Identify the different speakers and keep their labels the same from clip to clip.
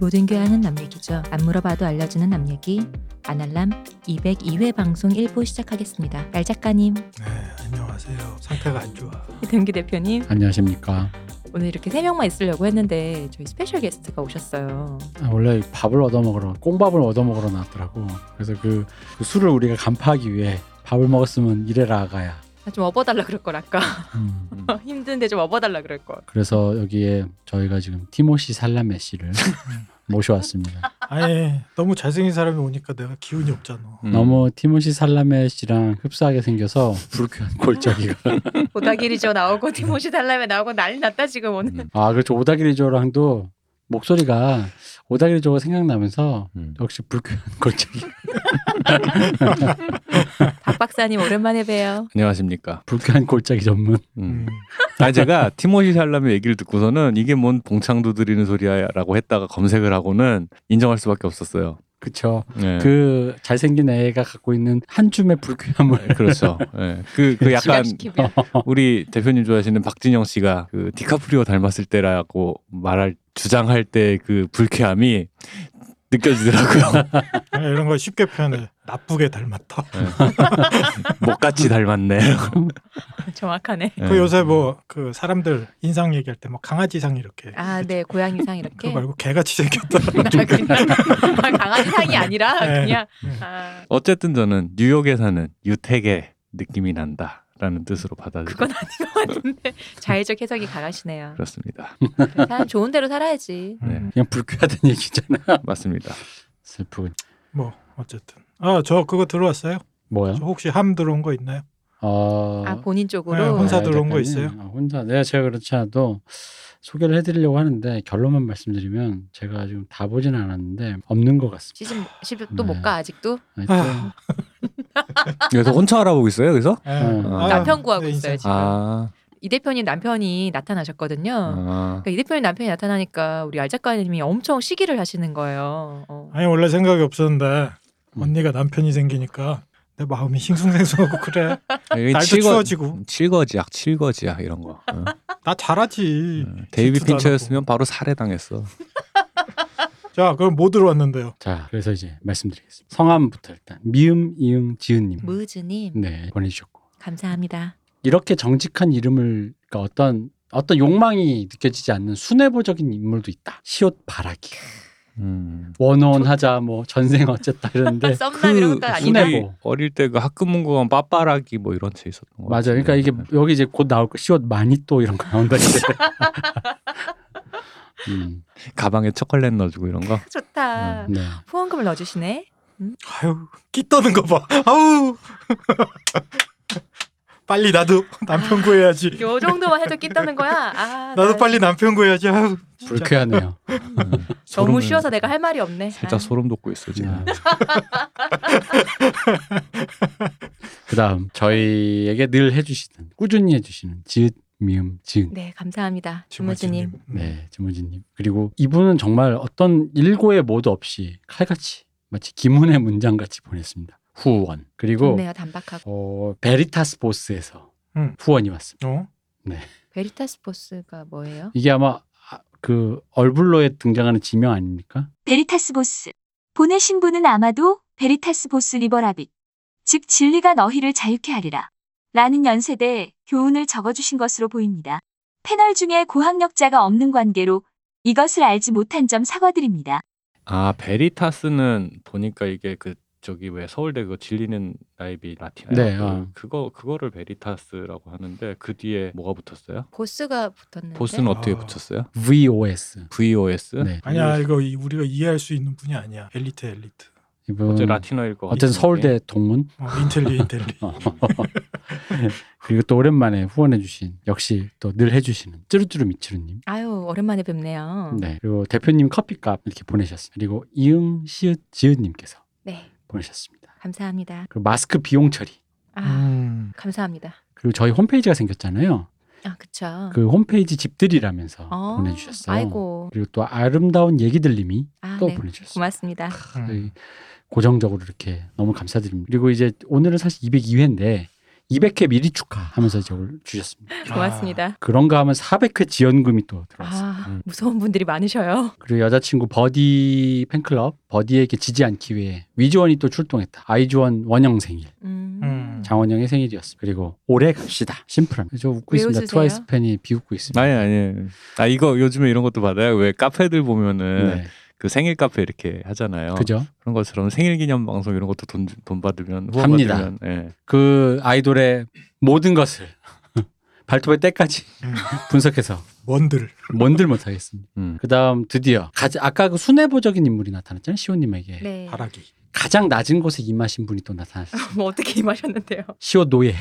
Speaker 1: 모든 교양은 남 얘기죠. 안 물어봐도 알려주는 남 얘기. 아날람 202회 방송 1부 시작하겠습니다. 날 작가님,
Speaker 2: 네, 안녕하세요. 상태가 안 좋아.
Speaker 1: 이동기 대표님.
Speaker 3: 안녕하십니까.
Speaker 1: 오늘 이렇게 세 명만 있으려고 했는데 저희 스페셜 게스트가 오셨어요.
Speaker 3: 아, 원래 밥을 얻어먹으러 꽁밥을 얻어먹으러 나왔더라고. 그래서 그, 그 술을 우리가 간파하기 위해 밥을 먹었으면 이래라 아가야.
Speaker 1: 아, 좀 업어달라 그럴 걸 아까.
Speaker 3: 음.
Speaker 1: 힘든데 좀 업어달라 그럴 걸.
Speaker 3: 그래서 여기에 저희가 지금 티모시 살라메 씨를 모셔왔습니다.
Speaker 2: 아니 예. 너무 잘생긴 사람이 오니까 내가 기운이 없잖아.
Speaker 4: 음.
Speaker 3: 너무 티모시 살라메 씨랑 흡사하게 생겨서 불쾌한 골짜기가.
Speaker 1: 오다기리죠 나오고 티모시 달라면 나오고 난리 났다 지금 오늘.
Speaker 4: 음.
Speaker 3: 아 그렇죠. 오다기리조랑도 목소리가 오다기리조가 생각나면서
Speaker 4: 음.
Speaker 3: 역시 불쾌한 골짜기.
Speaker 1: 박 박사님 오랜만에 봬요.
Speaker 4: 안녕하십니까.
Speaker 3: 불쾌한 골짜기 전문.
Speaker 4: 음.
Speaker 2: 음.
Speaker 4: 아 제가 티모시 살람의 얘기를 듣고서는 이게 뭔 봉창도 드리는 소리야라고 했다가 검색을 하고는 인정할 수밖에 없었어요.
Speaker 3: 그쵸.
Speaker 4: 예.
Speaker 3: 그 잘생긴 애가 갖고 있는 한 줌의 불쾌함을
Speaker 4: 예, 그렇죠. 예. 그, 그 약간
Speaker 1: 지각시키면. 어.
Speaker 4: 우리 대표님 좋아하시는 박진영 씨가 그 디카프리오 닮았을 때라고 말할 주장할 때 그 불쾌함이 느껴지더라고요.
Speaker 2: 아, 이런 걸 쉽게 표현해. 나쁘게 닮았다.
Speaker 4: 예. 목같이 닮았네. 예.
Speaker 1: 정확하네.
Speaker 2: 그 요새 뭐 그 사람들 인상 얘기할 때 막 강아지상 이렇게.
Speaker 1: 아, 네 고양이상 이렇게.
Speaker 2: 그거 말고 개같이 생겼다.
Speaker 1: 나 그냥 강아지상이 아니라
Speaker 2: 네.
Speaker 1: 그냥. 아,
Speaker 4: 어쨌든 저는 뉴욕에 사는 유택의 느낌이 난다라는 뜻으로 받아들여
Speaker 1: 그건 아닌 것 같은데 자의적 해석이 강하시네요.
Speaker 4: 그렇습니다.
Speaker 1: 사람 좋은 대로 살아야지.
Speaker 4: 네.
Speaker 2: 음,
Speaker 3: 그냥 불쾌하다는 얘기잖아.
Speaker 4: 맞습니다.
Speaker 3: 슬프군.
Speaker 2: 뭐 어쨌든. 아 저 그거 들어왔어요.
Speaker 4: 네.
Speaker 3: 뭐야?
Speaker 2: 저 혹시 함 들어온 거 있나요?
Speaker 3: 어...
Speaker 1: 아 본인 쪽으로.
Speaker 2: 네, 혼자 들어온 거
Speaker 3: 약간은,
Speaker 2: 있어요?
Speaker 3: 아, 혼자. 내가 제가 그렇지 않아도 소개를 해드리려고 하는데 결론만 말씀드리면 제가 지금 다 보진 않았는데 없는 것 같습니다.
Speaker 1: 시즌
Speaker 4: 네.
Speaker 1: 또못 가 아직도
Speaker 3: 하여튼
Speaker 4: 그래서 혼자 알아보고 있어요. 그래서
Speaker 2: 예.
Speaker 3: 음.
Speaker 2: 아,
Speaker 1: 남편 구하고
Speaker 2: 내
Speaker 1: 있어요,
Speaker 2: 인상.
Speaker 1: 지금.
Speaker 4: 아,
Speaker 1: 이 대표님 남편이 나타나셨거든요.
Speaker 4: 아.
Speaker 1: 그러니까 이 대표님 남편이 나타나니까 우리 알 작가님이 엄청 시기를 하시는 거예요. 어.
Speaker 2: 아니 원래 생각이 없었는데
Speaker 4: 음.
Speaker 2: 언니가 남편이 생기니까 내 마음이 싱숭생숭하고 그래.
Speaker 4: 여기
Speaker 2: 날도 추워지고.
Speaker 4: 칠거지약, 칠거지약 이런 거. 응.
Speaker 2: 나 잘하지.
Speaker 4: 응. 네. 데이비
Speaker 2: 질투도 안
Speaker 4: 핀처였으면 바로 살해당했어.
Speaker 2: 자 그럼 뭐 들어왔는데요?
Speaker 3: 자 그래서 이제 말씀드리겠습니다. 성함부터 일단 미음 이응 지은님
Speaker 1: 무즈님
Speaker 3: 네 보내주셨고
Speaker 1: 감사합니다.
Speaker 3: 이렇게 정직한 이름을 그러니까 어떤 어떤 욕망이 느껴지지 않는 순애보적인 인물도 있다. 시옷 바라기
Speaker 4: 음.
Speaker 3: 원원하자 뭐 전생 어쨌다
Speaker 2: 네,
Speaker 3: 이러는데
Speaker 1: 썸남
Speaker 2: 그
Speaker 1: 이런 것까지 아니라
Speaker 3: 순애보.
Speaker 4: 우리 그 어릴 때 그 학급문고원 빠빠라기 뭐 이런 책 있었던 거.
Speaker 3: 맞아요. 그러니까
Speaker 4: 같은데.
Speaker 3: 이게 여기 이제 곧 나올 거 시옷 많이 또 이런 거 나온다 이제. 음,
Speaker 4: 가방에 초콜릿 넣어주고 이런 거. 음,
Speaker 1: 좋다.
Speaker 3: 네.
Speaker 1: 후원금을 넣어주시네.
Speaker 2: 아유 끼 떠는 거 봐. 아우 빨리 나도 남편 구해야지.
Speaker 1: 요 정도만 해도 끼떠는 거야. 아,
Speaker 2: 나도
Speaker 1: 나
Speaker 2: 빨리 남편 구해야지. 아우 진짜.
Speaker 3: 불쾌하네요.
Speaker 4: 음.
Speaker 1: 너무
Speaker 4: 소름을-
Speaker 1: 쉬워서 내가 할 말이 없네.
Speaker 4: 살짝
Speaker 1: 아.
Speaker 4: 소름 돋고 있어 지금.
Speaker 2: 네.
Speaker 3: 그다음 저희에게 늘 해주시는 꾸준히 해주시는 지읒 미음 지은
Speaker 1: 네 감사합니다.
Speaker 2: 지무진님.
Speaker 1: 주무진님.
Speaker 3: 네 지문진님 그리고 이분은 정말 어떤 일고의 모드 없이 칼같이 마치 김훈의 문장 같이 보냈습니다. 후원 그리고
Speaker 1: 좋네요 단박하고
Speaker 3: 어, 베리타스 보스에서
Speaker 2: 음.
Speaker 3: 후원이 왔습니다.
Speaker 2: 어?
Speaker 1: 베리타스 포스가 뭐예요?
Speaker 3: 이게 아마 아, 그 얼블로에 등장하는 지명 아닙니까?
Speaker 5: 베리타스 보스. 보내신 분은 아마도 베리타스 보스 리버라빗. 즉 진리가 너희를 자유케 하리라. 라는 연세대에 교훈을 적어주신 것으로 보입니다. 패널 중에 고학력자가 없는 관계로 이것을 알지 못한 점 사과드립니다.
Speaker 4: 아 베리타스는 보니까 이게 그 저기 왜 서울대 그 질리는 나이비 라틴
Speaker 3: 네,
Speaker 4: 그,
Speaker 3: 어.
Speaker 4: 그거 그거를 베리타스라고 하는데 그 뒤에 뭐가 붙었어요?
Speaker 1: 보스가 붙었는데.
Speaker 4: 보스는 어떻게
Speaker 2: 아.
Speaker 4: 붙였어요?
Speaker 3: VOS
Speaker 4: VOS?
Speaker 3: 네.
Speaker 2: 아니야 이거 이- 우리가 이해할 수 있는 분이 아니야. 엘리트 엘리트.
Speaker 3: 이분
Speaker 4: 어째 라틴어일 것 같아.
Speaker 3: 어쨌든 서울대 동문
Speaker 2: 어, 인텔리 인텔리.
Speaker 3: 그리고 또 오랜만에 후원해주신 역시 또 늘 해주시는 찌르찌르 미치루님
Speaker 1: 아유 오랜만에 뵙네요.
Speaker 3: 네 그리고 대표님 커피값 이렇게 보내셨습니다 그리고 이응 시읒 지읒님께서
Speaker 1: 네,
Speaker 3: 보내셨습니다
Speaker 1: 감사합니다.
Speaker 3: 그리고 마스크 비용 처리
Speaker 1: 아
Speaker 2: 음.
Speaker 1: 감사합니다.
Speaker 3: 그리고 저희 홈페이지가 생겼잖아요
Speaker 1: 아 그쵸.
Speaker 3: 그 홈페이지 집들이라면서
Speaker 1: 어,
Speaker 3: 보내주셨어요
Speaker 1: 아이고.
Speaker 3: 그리고 또 아름다운 얘기들님이
Speaker 1: 아,
Speaker 3: 또
Speaker 1: 네.
Speaker 3: 보내주셨습니다
Speaker 1: 고맙습니다.
Speaker 2: 음.
Speaker 3: 저희 고정적으로 이렇게 너무 감사드립니다. 그리고 이제 오늘은 사실 202회인데 200회 미리 축하하면서 저걸 주셨습니다.
Speaker 1: 네, 고맙습니다.
Speaker 3: 그런가 하면 400회 지원금이 또 들어왔어요.
Speaker 1: 아,
Speaker 4: 음.
Speaker 1: 무서운 분들이 많으셔요.
Speaker 3: 그리고 여자친구 버디 팬클럽 버디에게 지지 않기 위해 위지원이 또 출동했다. 아이지원 원영 생일.
Speaker 1: 음.
Speaker 2: 음.
Speaker 3: 장원영의 생일이었습니다. 그리고 올해 갑시다. 심플함. 저 웃고
Speaker 1: 왜
Speaker 3: 있습니다.
Speaker 1: 웃으세요?
Speaker 3: 트와이스 팬이 비웃고 있습니다.
Speaker 4: 아니 아니. 아 이거 요즘에 이런 것도 받아요. 왜 카페들 보면은
Speaker 3: 네. 어.
Speaker 4: 그 생일 카페 이렇게 하잖아요.
Speaker 3: 그죠?
Speaker 4: 그런 것처럼 생일 기념 방송 이런 것도 돈, 돈 받으면 후원
Speaker 3: 합니다.
Speaker 4: 받으면 예.
Speaker 3: 그 아이돌의 모든 것을 발톱의 때까지 분석해서
Speaker 2: 아, 뭔들
Speaker 3: 뭔들 못하겠습니다.
Speaker 4: 음.
Speaker 3: 그다음 드디어 가장- 아까 그 순애보적인 인물이 나타났잖아요. 시호님에게
Speaker 1: 네.
Speaker 2: 바라기.
Speaker 3: 가장 낮은 곳에 임하신 분이 또 나타났어요.
Speaker 1: 뭐 어떻게 임하셨는데요?
Speaker 3: 시호 노예.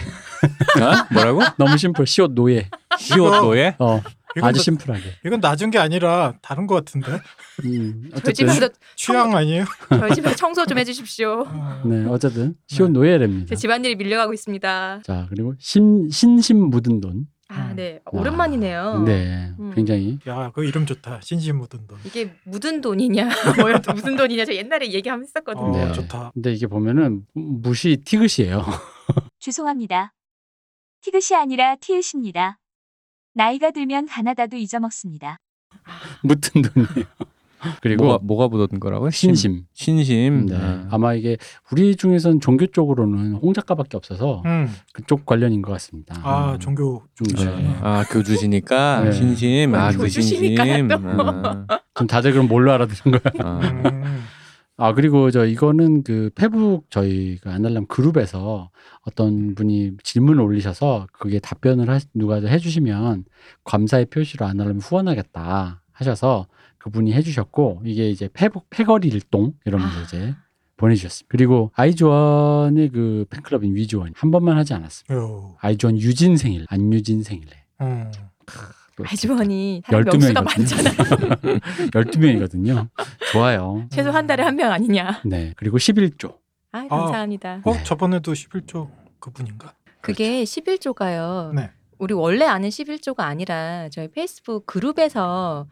Speaker 4: 아? 뭐라고?
Speaker 3: 너무 심플. 시호 노예.
Speaker 4: 시오토의
Speaker 3: 어,
Speaker 2: 이건,
Speaker 3: 아주
Speaker 2: 나-
Speaker 3: 심플하게.
Speaker 2: 이건 낮은 게 아니라 다른 것 같은데
Speaker 3: 음,
Speaker 1: 저희
Speaker 3: 어쨌든
Speaker 1: 집에도
Speaker 2: 네. 취향 아니에요?
Speaker 1: 저희 집에 청소 좀 해주십시오.
Speaker 2: 어.
Speaker 3: 네, 어쨌든 시호
Speaker 2: 네.
Speaker 3: 노예랍니다.
Speaker 1: 제 집안일이 밀려가고 있습니다.
Speaker 3: 자 그리고 심 신심 묻은 돈.
Speaker 1: 아,
Speaker 2: 음.
Speaker 1: 네. 오랜만이네요.
Speaker 3: 네,
Speaker 1: 음.
Speaker 3: 굉장히
Speaker 2: 야, 그 이름 좋다. 신신 묻은 돈.
Speaker 1: 이게 묻은 돈이냐, 뭐 무슨 돈이냐, 저 옛날에 얘기하면
Speaker 2: 어,
Speaker 1: 했었거든요.
Speaker 3: 네.
Speaker 2: 좋다.
Speaker 3: 근데 이게 보면은 무시 티귿이에요.
Speaker 5: 죄송합니다. 티귿이 아니라 티읕입니다. 나이가 들면 가나다도 잊어먹습니다.
Speaker 3: 묻은 돈이에요. 그리고
Speaker 4: 뭐가 뭐가 묻은 거라고요? 신-
Speaker 3: 신심.
Speaker 4: 신심.
Speaker 3: 네.
Speaker 4: 아.
Speaker 3: 아마 이게 우리 중에선 종교 쪽으로는 홍 작가밖에 없어서
Speaker 2: 음.
Speaker 3: 그쪽 관련인 것 같습니다.
Speaker 2: 아,
Speaker 4: 음.
Speaker 2: 종교
Speaker 3: 네.
Speaker 2: 좋으시네.
Speaker 4: 아 교주시니까
Speaker 3: 네.
Speaker 4: 신심 아 그 신심
Speaker 1: 교주시니까요.
Speaker 4: 아,
Speaker 3: 지금 다들 그럼 뭘로 알아들은 거야?
Speaker 4: 아.
Speaker 1: 네,
Speaker 2: 음.
Speaker 3: 아 그리고 저 이거는 그 페북 저희 그 아날람 그룹에서 어떤 분이 질문을 올리셔서 그게 답변을 하, 누가 해주시면 감사의 표시로 아날람 후원하겠다 하셔서 그분이 해주셨고 이게 이제 페북 패거리 일동 이런
Speaker 1: 아.
Speaker 3: 분들 이제 보내주셨습니다. 그리고 아이즈원의 그 팬클럽인 위즈원 한 번만 하지 않았습니다.
Speaker 2: 요.
Speaker 3: 아이즈원 유진 생일, 안유진 생일에.
Speaker 2: 음.
Speaker 1: 아주머니 사람 명수가
Speaker 3: 12명이거든요.
Speaker 1: 많잖아요.
Speaker 3: 12명이거든요. 좋아요.
Speaker 1: 최소 한 달에 한 명 아니냐.
Speaker 3: 네. 그리고 11조.
Speaker 1: 아, 감사합니다.
Speaker 2: 어,
Speaker 3: 네.
Speaker 2: 저번에도 11조 그분인가?
Speaker 3: 그렇죠.
Speaker 1: 그게 11조가요.
Speaker 2: 네.
Speaker 1: 우리 원래 아는 11조가 아니라 저희 페이스북 그룹에서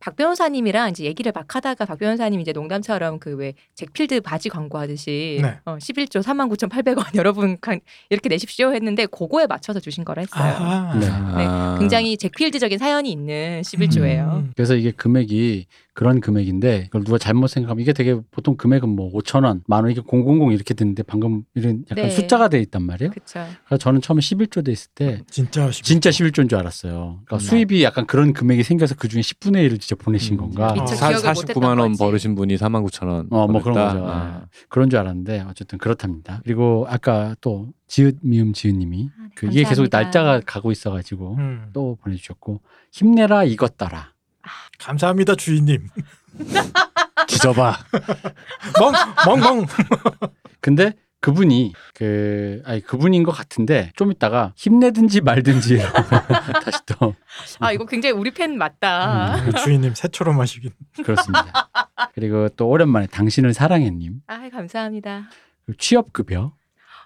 Speaker 1: 박 변호사님이랑 이제 얘기를 막 하다가 박 변호사님 이제 농담처럼 그 왜 잭필드 바지 광고하듯이
Speaker 2: 네.
Speaker 1: 어, 11조 49,800원 여러분 간- 이렇게 내십시오 했는데 그거에 맞춰서 주신 거라 했어요.
Speaker 2: 아하.
Speaker 3: 네.
Speaker 4: 아.
Speaker 1: 굉장히 잭필드적인 사연이 있는 11조예요.
Speaker 2: 음.
Speaker 3: 그래서 이게 금액이 그런 금액인데 그걸 누가 잘못 생각하면 이게 되게 보통 금액은 뭐 5천 원, 만 원 이게 000 이렇게 됐는데 방금 이런 약간
Speaker 1: 네.
Speaker 3: 숫자가 돼 있단 말이에요.
Speaker 1: 그렇죠. 음.
Speaker 3: 그래서 저는 처음에 11조 돼 있을 때
Speaker 2: 진짜 11조.
Speaker 3: 진짜 11조인 줄 알았어요. 그러니까 수입이 약간 그런 금액이 생겨서 그 중에 10분의 1을 진짜 보내신
Speaker 4: 음.
Speaker 3: 건가.
Speaker 1: 미쳤-
Speaker 4: 사,
Speaker 1: 기억을
Speaker 4: 49만 원
Speaker 1: 못했던 거지.
Speaker 4: 벌으신 분이 4만 9천 원.
Speaker 3: 어, 뭐 그런 거죠.
Speaker 4: 아.
Speaker 3: 예. 그런 줄 알았는데 어쨌든 그렇답니다. 그리고 아까 또 지읒 미음 지읒님이
Speaker 1: 아, 네,
Speaker 3: 그 이게 계속
Speaker 1: 감사합니다.
Speaker 3: 날짜가 가고 있어가지고
Speaker 2: 음.
Speaker 3: 또 보내주셨고 힘내라 이것 따라
Speaker 2: 감사합니다, 주인님.
Speaker 1: 아.
Speaker 4: 지져봐.
Speaker 2: 멍, 멍멍.
Speaker 3: 근데 그분이 그 아니 그분인 것 같은데 좀 이따가 힘내든지 말든지 다시 또
Speaker 1: 아 이거 굉장히 우리 팬 맞다.
Speaker 2: 음, 주인님 새처럼 하시긴.
Speaker 3: 그렇습니다. 그리고 또 오랜만에 당신을 사랑해님
Speaker 1: 아 감사합니다.
Speaker 3: 그리고 취업급여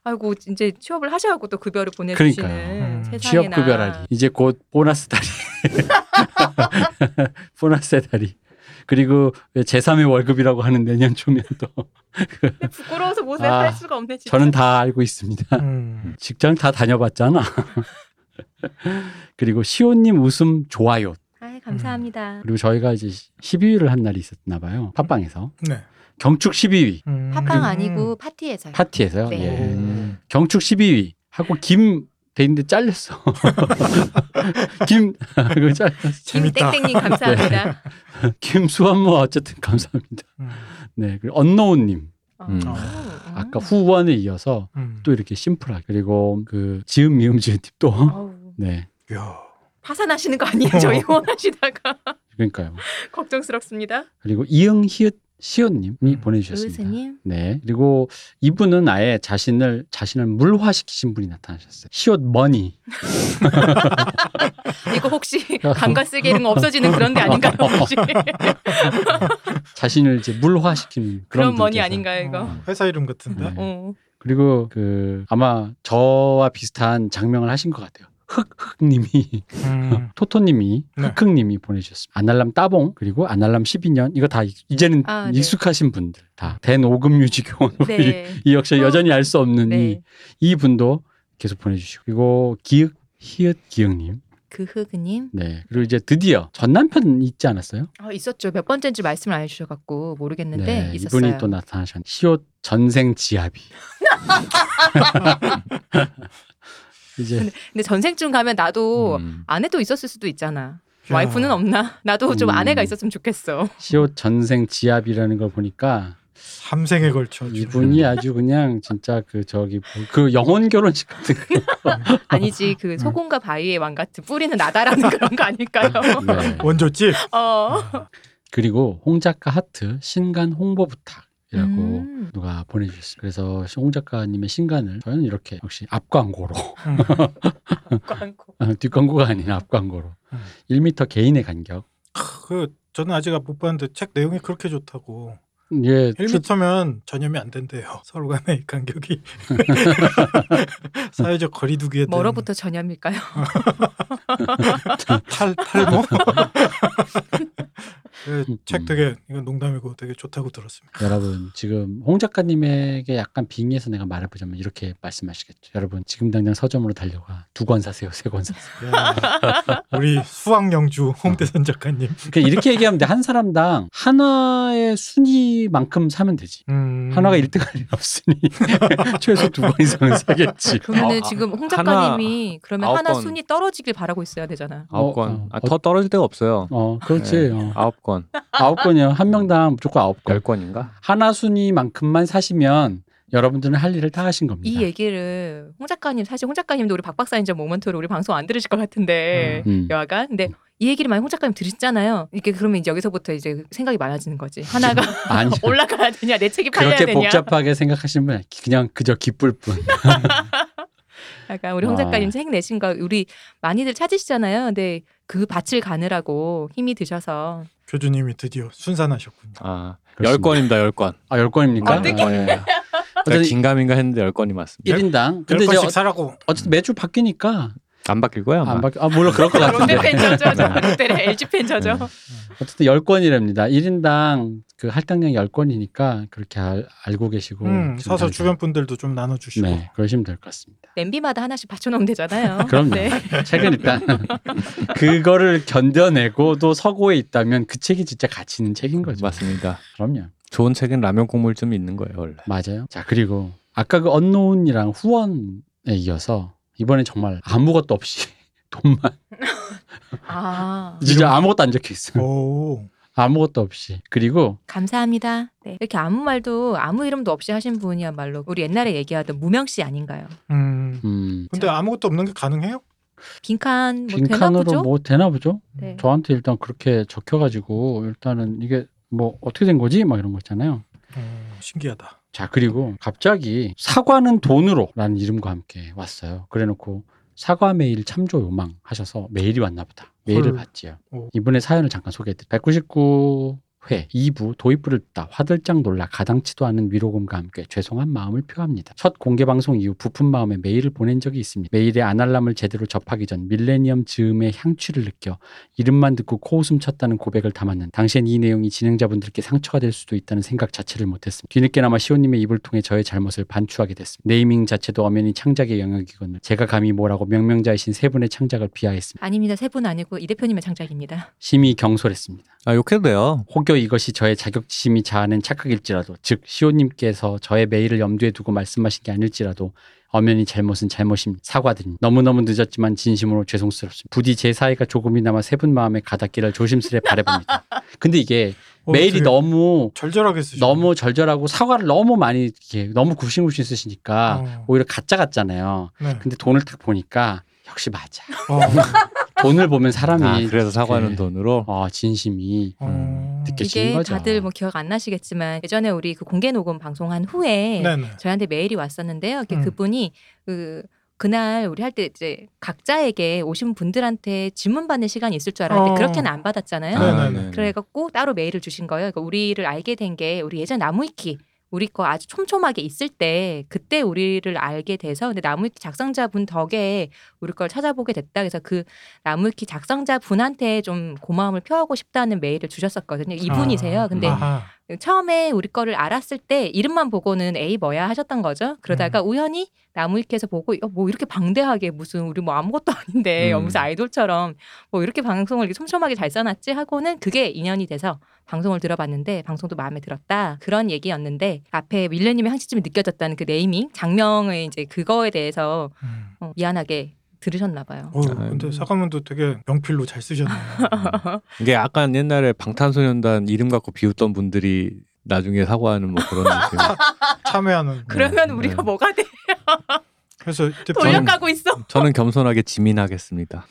Speaker 1: 아이고 이제 취업을 하셔갖고 또 급여를 보내주시는
Speaker 2: 음,
Speaker 1: 세상에나
Speaker 3: 취업급여라니 이제 곧 보너스 달이 보너스의 달이 그리고 제3의 월급이라고 하는 내년 초면 또
Speaker 1: 근데 부끄러워서 못살
Speaker 3: 아,
Speaker 1: 할 수가 없네 진짜.
Speaker 3: 저는 다 알고 있습니다.
Speaker 2: 음.
Speaker 3: 직장 다 다녀봤잖아. 그리고 시온님 웃음 좋아요.
Speaker 1: 아 감사합니다.
Speaker 3: 그리고 저희가 이제 12위를 한 날이 있었나 봐요. 팟빵에서.
Speaker 2: 네.
Speaker 3: 경축 12위.
Speaker 2: 음.
Speaker 1: 팝빵 아니고 파티에서요.
Speaker 3: 파티에서요.
Speaker 1: 네.
Speaker 3: 예.
Speaker 4: 음.
Speaker 3: 경축 12위. 하고 김 돼있는데 잘렸어. 김, 그거 잘렸어.
Speaker 2: 재밌다.
Speaker 1: 김땡땡님
Speaker 3: 네.
Speaker 1: 감사합니다.
Speaker 3: 김수환 뭐 어쨌든 감사합니다.
Speaker 2: 음.
Speaker 3: 네. 그리고 언노우님.
Speaker 1: 어,
Speaker 4: 음.
Speaker 1: 음.
Speaker 3: 아까 후원에 이어서
Speaker 2: 음.
Speaker 3: 또 이렇게 심플하게. 그리고 그 지음 미음 지음 팁도.
Speaker 1: 어우,
Speaker 3: 네.
Speaker 2: 야.
Speaker 1: 파산하시는 거 아니에요?
Speaker 3: 어.
Speaker 1: 저희 후원하시다가
Speaker 3: 그러니까요.
Speaker 1: 걱정스럽습니다.
Speaker 3: 그리고 이응 히읗 시온님이
Speaker 2: 음.
Speaker 3: 보내주셨습니다.
Speaker 1: 의사님
Speaker 3: 네. 그리고 이분은 아예 자신을 자신을 물화시키신 분이 나타나셨어요. 시옷 머니.
Speaker 1: 이거
Speaker 3: 아,
Speaker 1: 혹시
Speaker 3: 뭐.
Speaker 1: 감과 쓰게 이런 거 없어지는 그런 데 아닌가요? 혹시
Speaker 3: 자신을 이제 물화시키는 그런,
Speaker 1: 그런 머니
Speaker 3: 분께서.
Speaker 1: 아닌가요 이거?
Speaker 2: 어, 회사 이름 같은데.
Speaker 3: 네.
Speaker 1: 어.
Speaker 3: 그리고 그 아마 저와 비슷한 장명을 하신 것 같아요. 흑흑님이
Speaker 2: 음.
Speaker 3: 토토님이
Speaker 2: 네.
Speaker 3: 흑흑님이 보내주셨습니다. 아날람 따봉 그리고 아날람 12년 이거 다 익- 이제는
Speaker 1: 아, 네.
Speaker 3: 익숙하신 분들 다 된 오금 유지 교원 우리
Speaker 1: 네.
Speaker 3: 이 역시 여전히 알 수 없는
Speaker 1: 네.
Speaker 3: 이, 이 분도 계속 보내주시고 그리고 기흑 히읗 기흑님
Speaker 1: 그 흑은님
Speaker 3: 네 그리고 이제 드디어 전 남편 있지 않았어요?
Speaker 1: 어, 있었죠. 몇 번째인지 말씀을 안 해주셔갖고 모르겠는데 네, 있었어요.
Speaker 3: 네, 이분이 또 나타나셨. 시옷 전생 지압이. 이제
Speaker 1: 근데 전생쯤 가면 나도
Speaker 4: 음.
Speaker 1: 아내도 있었을 수도 있잖아. 와이프는 없나? 나도 좀
Speaker 3: 음.
Speaker 1: 아내가 있었으면 좋겠어.
Speaker 3: 시옷 전생 지압이라는 걸 보니까
Speaker 2: 삼생에 걸쳐 아주.
Speaker 3: 이분이 아주 그냥 진짜 그 저기 뭐- 그 영혼 결혼식 같은 거.
Speaker 1: 아니지 그
Speaker 3: 음.
Speaker 1: 소금과 바위의 왕 같은 뿌리는 나다라는 그런 거 아닐까요?
Speaker 3: 네.
Speaker 2: 원조집
Speaker 1: 어.
Speaker 3: 그리고 홍 작가 하트 신간 홍보 부탁이라고
Speaker 1: 음.
Speaker 3: 누가 보내주셨어요. 그래서 홍 작가님의 신간을 저는 이렇게 역시 앞광고로
Speaker 2: 음.
Speaker 1: 광고.
Speaker 3: 뒷광고가 아닌 앞광고로
Speaker 2: 음.
Speaker 3: 1미터 개인의 간격.
Speaker 2: 그 저는 아직 못 봤는데 책 내용이 그렇게 좋다고
Speaker 3: 예, 출-
Speaker 2: 1m면 전염이 안 된대요. 서로 간의 간격이 사회적 거리두기에 대한
Speaker 1: 뭐로부터 전염일까요?
Speaker 2: 탈
Speaker 3: 어,
Speaker 2: 탈모. 네, 책
Speaker 3: 음.
Speaker 2: 되게 이건 농담이고 되게 좋다고 들었습니다.
Speaker 3: 여러분 지금 홍 작가님에게 약간 빙의해서 내가 말해보자면 이렇게 말씀하시겠죠. 여러분 지금 당장 서점으로 달려가 두 권 사세요, 세 권 사세요.
Speaker 2: 야, 예. 우리 수학 영주 홍대선 작가님.
Speaker 3: 그러니까 이렇게 얘기하면 돼. 한 사람당 하나의 순위만큼 사면 되지.
Speaker 2: 음.
Speaker 3: 하나가 1등 할일 없으니 최소 두 권 이상은 사겠지.
Speaker 1: 그러면은
Speaker 4: 아,
Speaker 1: 지금 홍 작가님이 그러면
Speaker 4: 아홉
Speaker 1: 하나
Speaker 4: 권.
Speaker 1: 순위 떨어지길 바라고 있어야 되잖아.
Speaker 4: 아홉
Speaker 3: 어,
Speaker 4: 권.
Speaker 3: 어,
Speaker 4: 아, 더 떨어질 데가 없어요.
Speaker 3: 어, 그렇지.
Speaker 4: 네.
Speaker 3: 어.
Speaker 4: 아홉 권.
Speaker 3: 아홉 권이요. 한 명당 무조건 아홉
Speaker 4: 열
Speaker 3: 권.
Speaker 4: 권인가?
Speaker 3: 하나 순위만큼만 사시면 여러분들은 할 일을 다 하신 겁니다.
Speaker 1: 이 얘기를 홍 작가님 사실 홍 작가님도 우리 박 박사님저 모먼트로 우리 방송 안 들으실 것 같은데
Speaker 3: 음.
Speaker 1: 여하간 근데 이 얘기를 많이 홍 작가님 들으셨잖아요. 이렇게 그러면 이제 여기서부터 이제 생각이 많아지는 거지. 하나가
Speaker 3: 아니
Speaker 1: 올라가야 되냐 내 책이 팔려야
Speaker 3: 그렇게
Speaker 1: 되냐.
Speaker 3: 복잡하게 생각하시는 분 그냥 그저 기쁠 뿐.
Speaker 1: 약간 우리 홍
Speaker 3: 와.
Speaker 1: 작가님 책 내신 거 우리 많이들 찾으시잖아요. 근데 그 밭을 가느라고 힘이 드셔서
Speaker 2: 교주님이 드디어 순산하셨군요.
Speaker 4: 아, 열
Speaker 3: 그렇습니다.
Speaker 4: 권입니다. 열 권. 네.
Speaker 3: 아, 열 권입니까?
Speaker 1: 네. 어떻게? 예.
Speaker 3: 어, 예.
Speaker 4: 제가
Speaker 3: 어쨌든
Speaker 4: 긴가민가 했는데 열 권이 맞습니다.
Speaker 3: 1인당.
Speaker 2: 열
Speaker 3: 근데 이제
Speaker 2: 권씩
Speaker 3: 어,
Speaker 2: 사라고.
Speaker 3: 어쨌든 매주 바뀌니까
Speaker 4: 안 바뀔 거야 아마.
Speaker 3: 안 바뀌. 아 물론 그럴 것
Speaker 1: 롯데
Speaker 3: 같은데.
Speaker 1: 팬 저죠. 롯데의 LG 팬 저죠.
Speaker 3: 네. 어쨌든 열 권이랍니다. 1인당 그 할당량 열 권이니까 그렇게 알, 알고 계시고
Speaker 2: 음,
Speaker 3: 지금
Speaker 2: 사서
Speaker 3: 당장-
Speaker 2: 주변 분들도 좀 나눠주시고.
Speaker 3: 네 그러시면 될 것 같습니다.
Speaker 1: 냄비마다 하나씩 받쳐놓으면 되잖아요.
Speaker 3: 그럼요.
Speaker 1: 네.
Speaker 3: 책은 일단 그거를 견뎌내고도 서고에 있다면 그 책이 진짜 가치 있는 책인 거죠.
Speaker 4: 맞습니다.
Speaker 3: 그럼요.
Speaker 4: 좋은 책은 라면 국물 좀 있는 거예요 원래.
Speaker 3: 맞아요. 자 그리고 아까 그 언노운이랑 후원에 이어서 이번에 정말 아무것도 없이 돈만
Speaker 1: 아
Speaker 3: 진짜 아무것도 안 적혀 있어. 요
Speaker 2: 오.
Speaker 3: 아무것도 없이 그리고
Speaker 1: 감사합니다. 네. 이렇게 아무 말도 아무 이름도 없이 하신 분이야말로 우리 옛날에 얘기하던 무명 씨 아닌가요?
Speaker 2: 음.
Speaker 3: 음,
Speaker 2: 근데 아무것도 없는 게 가능해요?
Speaker 1: 빈칸 뭐 되나
Speaker 3: 빈칸으로
Speaker 1: 보죠?
Speaker 3: 뭐 되나 보죠?
Speaker 1: 네.
Speaker 3: 저한테 일단 그렇게 적혀가지고 일단은 이게 뭐 어떻게 된 거지? 막 이런 거 있잖아요.
Speaker 2: 음, 신기하다.
Speaker 3: 자 그리고 갑자기 사과는 돈으로라는 이름과 함께 왔어요. 그래놓고 사과 메일 참조 요망 하셔서 메일이 왔나 보다. 메일을
Speaker 2: 헐.
Speaker 3: 봤지요.
Speaker 2: 오.
Speaker 3: 이분의 사연을 잠깐 소개해드릴게요. 199회 2부 도입부를 듣다 화들짝 놀라 가당치도 않은 위로금과 함께 죄송한 마음을 표합니다. 첫 공개 방송 이후 부푼 마음에 메일을 보낸 적이 있습니다. 메일의 아날람을 제대로 접하기 전 밀레니엄 즈음의 향취를 느껴 이름만 듣고 코웃음 쳤다는 고백을 담았는 당시엔 이 내용이 진행자분들께 상처가 될 수도 있다는 생각 자체를 못했습니다. 뒤늦게나마 시호님의 입을 통해 저의 잘못을 반추하게 됐습니다. 네이밍 자체도 엄연히 창작의 영역이건을 제가 감히 뭐라고 명명자이신 세 분의 창작을 비하했습니다.
Speaker 1: 아닙니다. 세 분 아니고 이 대표님의 창작입니다.
Speaker 3: 심히 경솔했습니다.
Speaker 4: 아 욕해도 돼요.
Speaker 3: 혹여 이것이 저의 자격지심이 자아낸 착각일지라도 즉 시호님께서 저의 메일을 염두에 두고 말씀하신 게 아닐지라도 엄연히 잘못은 잘못입니다. 사과드립니다. 너무너무 늦었지만 진심으로 죄송스럽습니다. 부디 제 사이가 조금이나마 세 분 마음에 가닿기를 조심스레 바라봅니다. 근데 이게
Speaker 2: 어,
Speaker 3: 메일이
Speaker 2: 되게
Speaker 3: 너무
Speaker 2: 절절하게 어, 쓰시.
Speaker 3: 너무 절절하고 사과를 너무 많이 이렇게 너무 굽신굽신
Speaker 4: 아.
Speaker 3: 쓰시니까
Speaker 2: 어.
Speaker 3: 오히려 가짜 같잖아요.
Speaker 2: 네.
Speaker 3: 근데 돈을 딱 보니까 역시 맞아.
Speaker 2: 어.
Speaker 3: 돈을 보면
Speaker 4: 아
Speaker 3: 사람이
Speaker 4: 그래서 사과는
Speaker 3: 그-
Speaker 4: 돈으로.
Speaker 3: 어, 진심이 음.
Speaker 2: 어.
Speaker 3: 느껴지는
Speaker 1: 이게
Speaker 3: 거죠.
Speaker 1: 다들 뭐 기억 안 나시겠지만 예전에 우리 그 공개 녹음 방송한 후에
Speaker 2: 네네.
Speaker 1: 저희한테 메일이 왔었는데요. 이게
Speaker 2: 음.
Speaker 1: 그분이 그 그날 우리 할 때 이제 각자에게 오신 분들한테 질문 받는 시간이 있을 줄 알았는데
Speaker 2: 어.
Speaker 1: 그렇게는 안 받았잖아요.
Speaker 2: 네. 네네네.
Speaker 1: 그래갖고 따로 메일을 주신 거예요. 그러니까 우리를 알게 된 게 우리 예전 나무위키 우리 거 아주 촘촘하게 있을 때 그때 우리를 알게 돼서 근데 나무위키 작성자분 덕에 우리 걸 찾아보게 됐다. 그래서 그 나무위키 작성자분한테 좀 고마움을 표하고 싶다는 메일을 주셨었거든요. 이분이세요.
Speaker 2: 아,
Speaker 1: 근데
Speaker 2: 아하.
Speaker 1: 처음에 우리 거를 알았을 때 이름만 보고는 에이 뭐야 하셨던 거죠. 그러다가
Speaker 4: 음.
Speaker 1: 우연히 나무위키에서 보고 어, 뭐 이렇게 방대하게 무슨 우리 뭐 아무것도 아닌데
Speaker 4: 음.
Speaker 1: 무슨 아이돌처럼 뭐 이렇게 방송을 이렇게 촘촘하게 잘 써놨지 하고는 그게 인연이 돼서 방송을 들어봤는데 방송도 마음에 들었다 그런 얘기였는데 앞에 밀레님의 향수쯤이 느껴졌다는 그 네이밍 장명의 이제 그거에 대해서
Speaker 2: 음.
Speaker 1: 어, 미안하게 들으셨나 봐요.
Speaker 2: 어,
Speaker 4: 아,
Speaker 1: 음.
Speaker 2: 근데 사과문도 되게 명필로 잘 쓰셨네요.
Speaker 4: 이게 약간 옛날에 방탄소년단 이름 갖고 비웃던 분들이 나중에 사과하는 뭐 그런 느낌.
Speaker 2: 참여하는.
Speaker 1: 그러면
Speaker 4: 네.
Speaker 1: 우리가 뭐가 돼?
Speaker 2: 그래서 이제
Speaker 1: 돌려가고 있어.
Speaker 4: 저는 겸손하게 지민하겠습니다.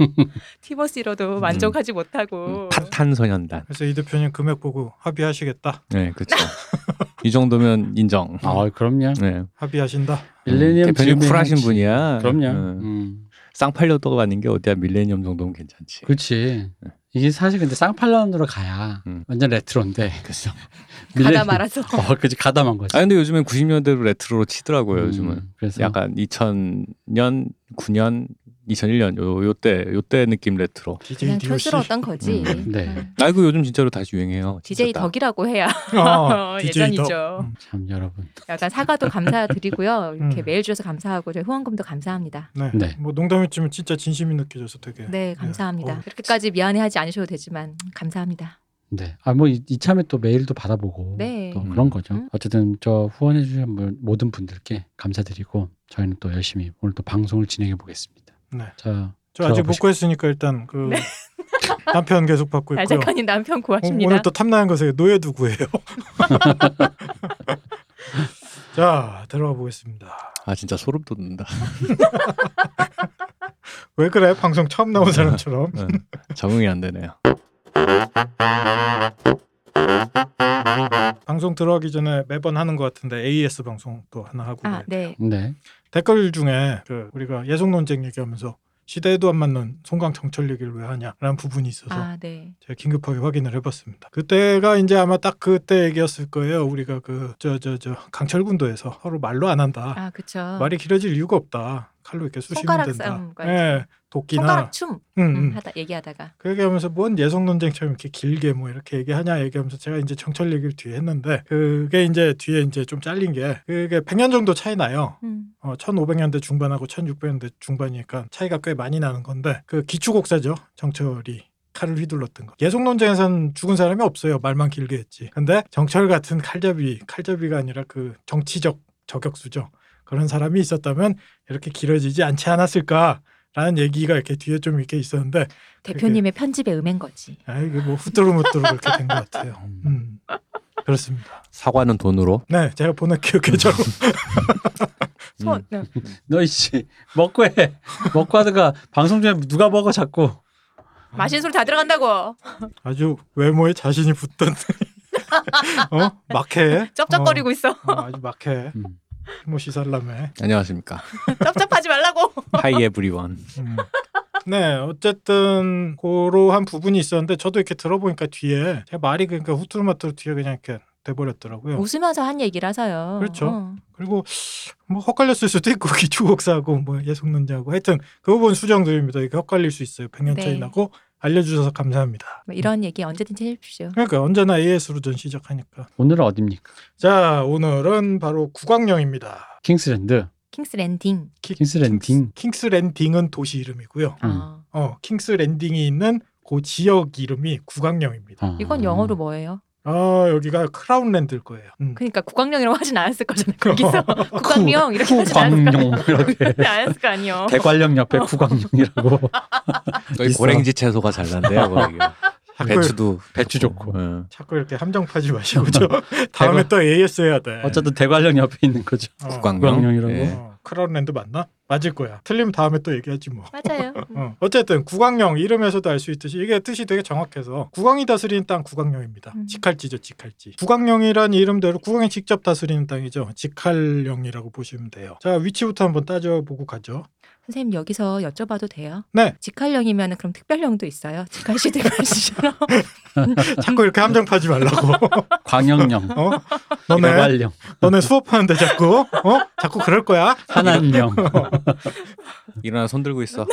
Speaker 4: 음.
Speaker 1: 티버시로도 만족하지 못하고.
Speaker 4: 파탄소년단.
Speaker 2: 그래서 이 대표님 금액 보고 합의하시겠다.
Speaker 4: 네, 그렇죠. 이 정도면 인정.
Speaker 3: 아, 그럼요.
Speaker 4: 네.
Speaker 2: 합의하신다.
Speaker 3: 밀레니엄
Speaker 4: 음. 대표님
Speaker 3: 질문
Speaker 4: 쿨하신
Speaker 3: 혹시-
Speaker 4: 분이야.
Speaker 3: 그럼요.
Speaker 4: 응.
Speaker 3: 음.
Speaker 4: 쌍팔려도가 아닌 게 어디야 밀레니엄 정도면 괜찮지.
Speaker 3: 그렇지. 이게 사실 근데 쌍팔년으로 가야
Speaker 4: 음.
Speaker 3: 완전 레트로인데. 그렇죠.
Speaker 1: 가다 말아서.
Speaker 3: 어, 그지 가담한 거지.
Speaker 4: 아 근데 요즘엔 90년대로 레트로로 치더라고요.
Speaker 3: 음,
Speaker 4: 요즘은
Speaker 3: 그래서
Speaker 4: 약간 2000년, 9년, 2001년 요 요때 요때 느낌 레트로.
Speaker 2: DJ
Speaker 1: 그냥
Speaker 2: DOC.
Speaker 1: 촌스러웠던 거지.
Speaker 4: 음,
Speaker 3: 네.
Speaker 1: 음.
Speaker 4: 아이고 요즘 진짜로 다시 유행해요.
Speaker 1: DJ
Speaker 4: 진짜 딱.
Speaker 1: 덕이라고 해야
Speaker 2: 어, DJ
Speaker 1: 예전이죠.
Speaker 2: 덕. 음.
Speaker 3: 참 여러분.
Speaker 1: 약간 사과도 감사드리고요. 이렇게
Speaker 2: 음.
Speaker 1: 메일 주셔서 감사하고 저희 후원금도 감사합니다.
Speaker 2: 네.
Speaker 3: 네.
Speaker 2: 뭐 농담이지만 진짜 진심이 느껴져서 되게.
Speaker 1: 네, 감사합니다.
Speaker 2: 어,
Speaker 1: 이렇게까지 미안해하지 않으셔도 되지만 감사합니다.
Speaker 3: 네. 아, 뭐, 이- 이참에 또 메일도 받아보고.
Speaker 1: 네.
Speaker 3: 또
Speaker 4: 음.
Speaker 3: 그런 거죠.
Speaker 1: 음.
Speaker 3: 어쨌든 저 후원해주신 분- 모든 분들께 감사드리고, 저희는 또 열심히 오늘 또 방송을 진행해보겠습니다.
Speaker 2: 네.
Speaker 3: 자,
Speaker 2: 저 아직
Speaker 3: 들어가
Speaker 2: 못 구했으니까 일단 그
Speaker 1: 네.
Speaker 2: 남편 계속 받고 있고요.
Speaker 1: 날작가님 남편
Speaker 2: 어,
Speaker 1: 구하십니다.
Speaker 2: 오늘 또 탐나는 것에 노예도 구해요. 자 들어가 보겠습니다.
Speaker 4: 아 진짜 소름 돋는다.
Speaker 2: 왜 그래? 방송 처음 나온 사람처럼.
Speaker 4: 응. 네. 적응이 안 되네요.
Speaker 2: 방송 들어가기 전에 매번 하는 것 같은데 AS 방송 또 하나 하고
Speaker 1: 아, 네.
Speaker 3: 네.
Speaker 2: 댓글 중에 그 우리가 예속 논쟁 얘기하면서 시대에도 안 맞는 송강 정철 얘기를 왜 하냐라는 부분이 있어서
Speaker 1: 아, 네.
Speaker 2: 제가 긴급하게 확인을 해봤습니다. 그때가 이제 아마 딱 그때 얘기였을 거예요. 우리가 그 저 저 저 강철군도에서 서로 말로 안 한다.
Speaker 1: 아, 그쵸.
Speaker 2: 말이 길어질 이유가 없다. 칼로 이렇게 쑤시면
Speaker 1: 손가락
Speaker 2: 된다.
Speaker 1: 싸움과
Speaker 2: 예, 도끼나.
Speaker 1: 손가락 춤
Speaker 2: 응,
Speaker 1: 음,
Speaker 2: 응.
Speaker 1: 하다 얘기하다가
Speaker 2: 그 얘기하면서 뭔 예성 논쟁처럼 이렇게 길게 뭐 이렇게 얘기하냐 얘기하면서 제가 이제 정철 얘기를 뒤에 했는데 그게 이제 뒤에 이제 좀 잘린 게 그게 100년 정도 차이 나요.
Speaker 1: 음.
Speaker 2: 어, 1500년대 중반하고 1600년대 중반이니까 차이가 꽤 많이 나는 건데 그 기초곡사죠 정철이 칼을 휘둘렀던 거 예속 논쟁에선 죽은 사람이 없어요 말만 길게 했지 근데 정철 같은 칼잡이 칼잡이가 아니라 그 정치적 저격수죠 그런 사람이 있었다면 이렇게 길어지지 않지 않았을까라는 얘기가 이렇게 뒤에 좀 이렇게 있었는데
Speaker 1: 대표님의 편집의 음행 거지.
Speaker 2: 아 이게 뭐 후뚜루무뚜루 그렇게 된 것 같아요 음 그렇습니다
Speaker 4: 사과는 돈으로.
Speaker 2: 네 제가 보낼게요 계좌로
Speaker 4: 음.
Speaker 1: 손 네.
Speaker 3: 너이씨, 먹고 해. 먹고 하다가 방송 중에 누가 먹어, 자꾸.
Speaker 1: 마신 술다 들어간다고.
Speaker 2: 아주 외모에 자신이 붙던 어 막해
Speaker 1: 쩝쩝거리고 있어.
Speaker 2: 어, 어, 아주 막해
Speaker 3: 음.
Speaker 2: 뭐 시살람에
Speaker 4: 안녕하십니까.
Speaker 1: 쩝쩝하지 말라고.
Speaker 4: 하이 에브리원.
Speaker 2: 음. 네 어쨌든 그러한 부분이 있었는데 저도 이렇게 들어보니까 뒤에 제 말이 그러니까 후투루마투루 뒤에 그냥 이렇게 돼버렸더라고요
Speaker 1: 웃으면서 한 얘기라서요.
Speaker 2: 어. 그렇죠.
Speaker 1: 어.
Speaker 2: 그리고 뭐 헛갈렸을 수도 있고 기초곡사하고 뭐 예속론자하고 하여튼 그 부분 수정드립니다 이게 헛갈릴 수 있어요 100년 차이
Speaker 1: 네.
Speaker 2: 나고 알려주셔서 감사합니다
Speaker 1: 뭐 이런 얘기 언제든지 해주십시오.
Speaker 2: 그러니까 언제나 AS로 전 시작하니까
Speaker 3: 오늘은 어딥니까?
Speaker 2: 자 오늘은 바로 구강령입니다
Speaker 3: 킹스랜드.
Speaker 1: 킹스 랜딩.
Speaker 2: 키-
Speaker 3: 킹스랜딩.
Speaker 2: 킹스 랜딩은 도시 이름이고요
Speaker 3: 음.
Speaker 1: 아.
Speaker 2: 어, 킹스 랜딩이 있는 그 지역 이름이 구강령입니다.
Speaker 3: 아.
Speaker 1: 이건 영어로 뭐예요?
Speaker 2: 아, 여기가 크라운 랜드일 거예요. 음.
Speaker 1: 그러니까 국광령이라고 하진 않았을 거잖아요. 거기서 국광령 이렇게 하진 않았을 거
Speaker 3: 구광룡 이렇게
Speaker 1: 하진 않았을 거 아니에요.
Speaker 3: 대관령 옆에 구광룡이라고
Speaker 4: 거기
Speaker 3: 있어.
Speaker 4: 고랭지 채소가 잘 난대요. 거기.
Speaker 2: 자꾸,
Speaker 4: 배추도 어,
Speaker 3: 배추 좋고
Speaker 4: 응.
Speaker 2: 자꾸 이렇게 함정 파지 마시고 저 다음에 또 AS 해야
Speaker 1: 네.
Speaker 2: 돼.
Speaker 3: 어쨌든 대관령 옆에 있는 거죠.
Speaker 4: 네.
Speaker 2: 어,
Speaker 3: 구강령이라고?
Speaker 4: 예.
Speaker 2: 어, 크라운 랜드 맞나? 맞을 거야. 틀리면 다음에 또 얘기하지 뭐.
Speaker 1: 맞아요. 음.
Speaker 2: 어. 어쨌든 구강령 이름에서도 알 수 있듯이 이게 뜻이 되게 정확해서 구강이 다스리는 땅 구강령입니다.
Speaker 1: 음.
Speaker 2: 직할지죠, 직할지. 구강령이란 이름대로 구강이 직접 다스리는 땅이죠. 직할령이라고 보시면 돼요. 자, 위치부터 한번 따져보고 가죠.
Speaker 1: 선생님 여기서 여쭤봐도 돼요?
Speaker 2: 네.
Speaker 1: 직할령이면 그럼 특별령도 있어요? 직할시 특할시처럼
Speaker 2: 자꾸 이렇게 함정 파지 말라고.
Speaker 3: 광영령,
Speaker 2: 어? 너네
Speaker 3: 개발령,
Speaker 2: 너네 수업하는데 자꾸 어? 자꾸 그럴 거야.
Speaker 3: 산안령.
Speaker 4: 일어나 손 들고 있어.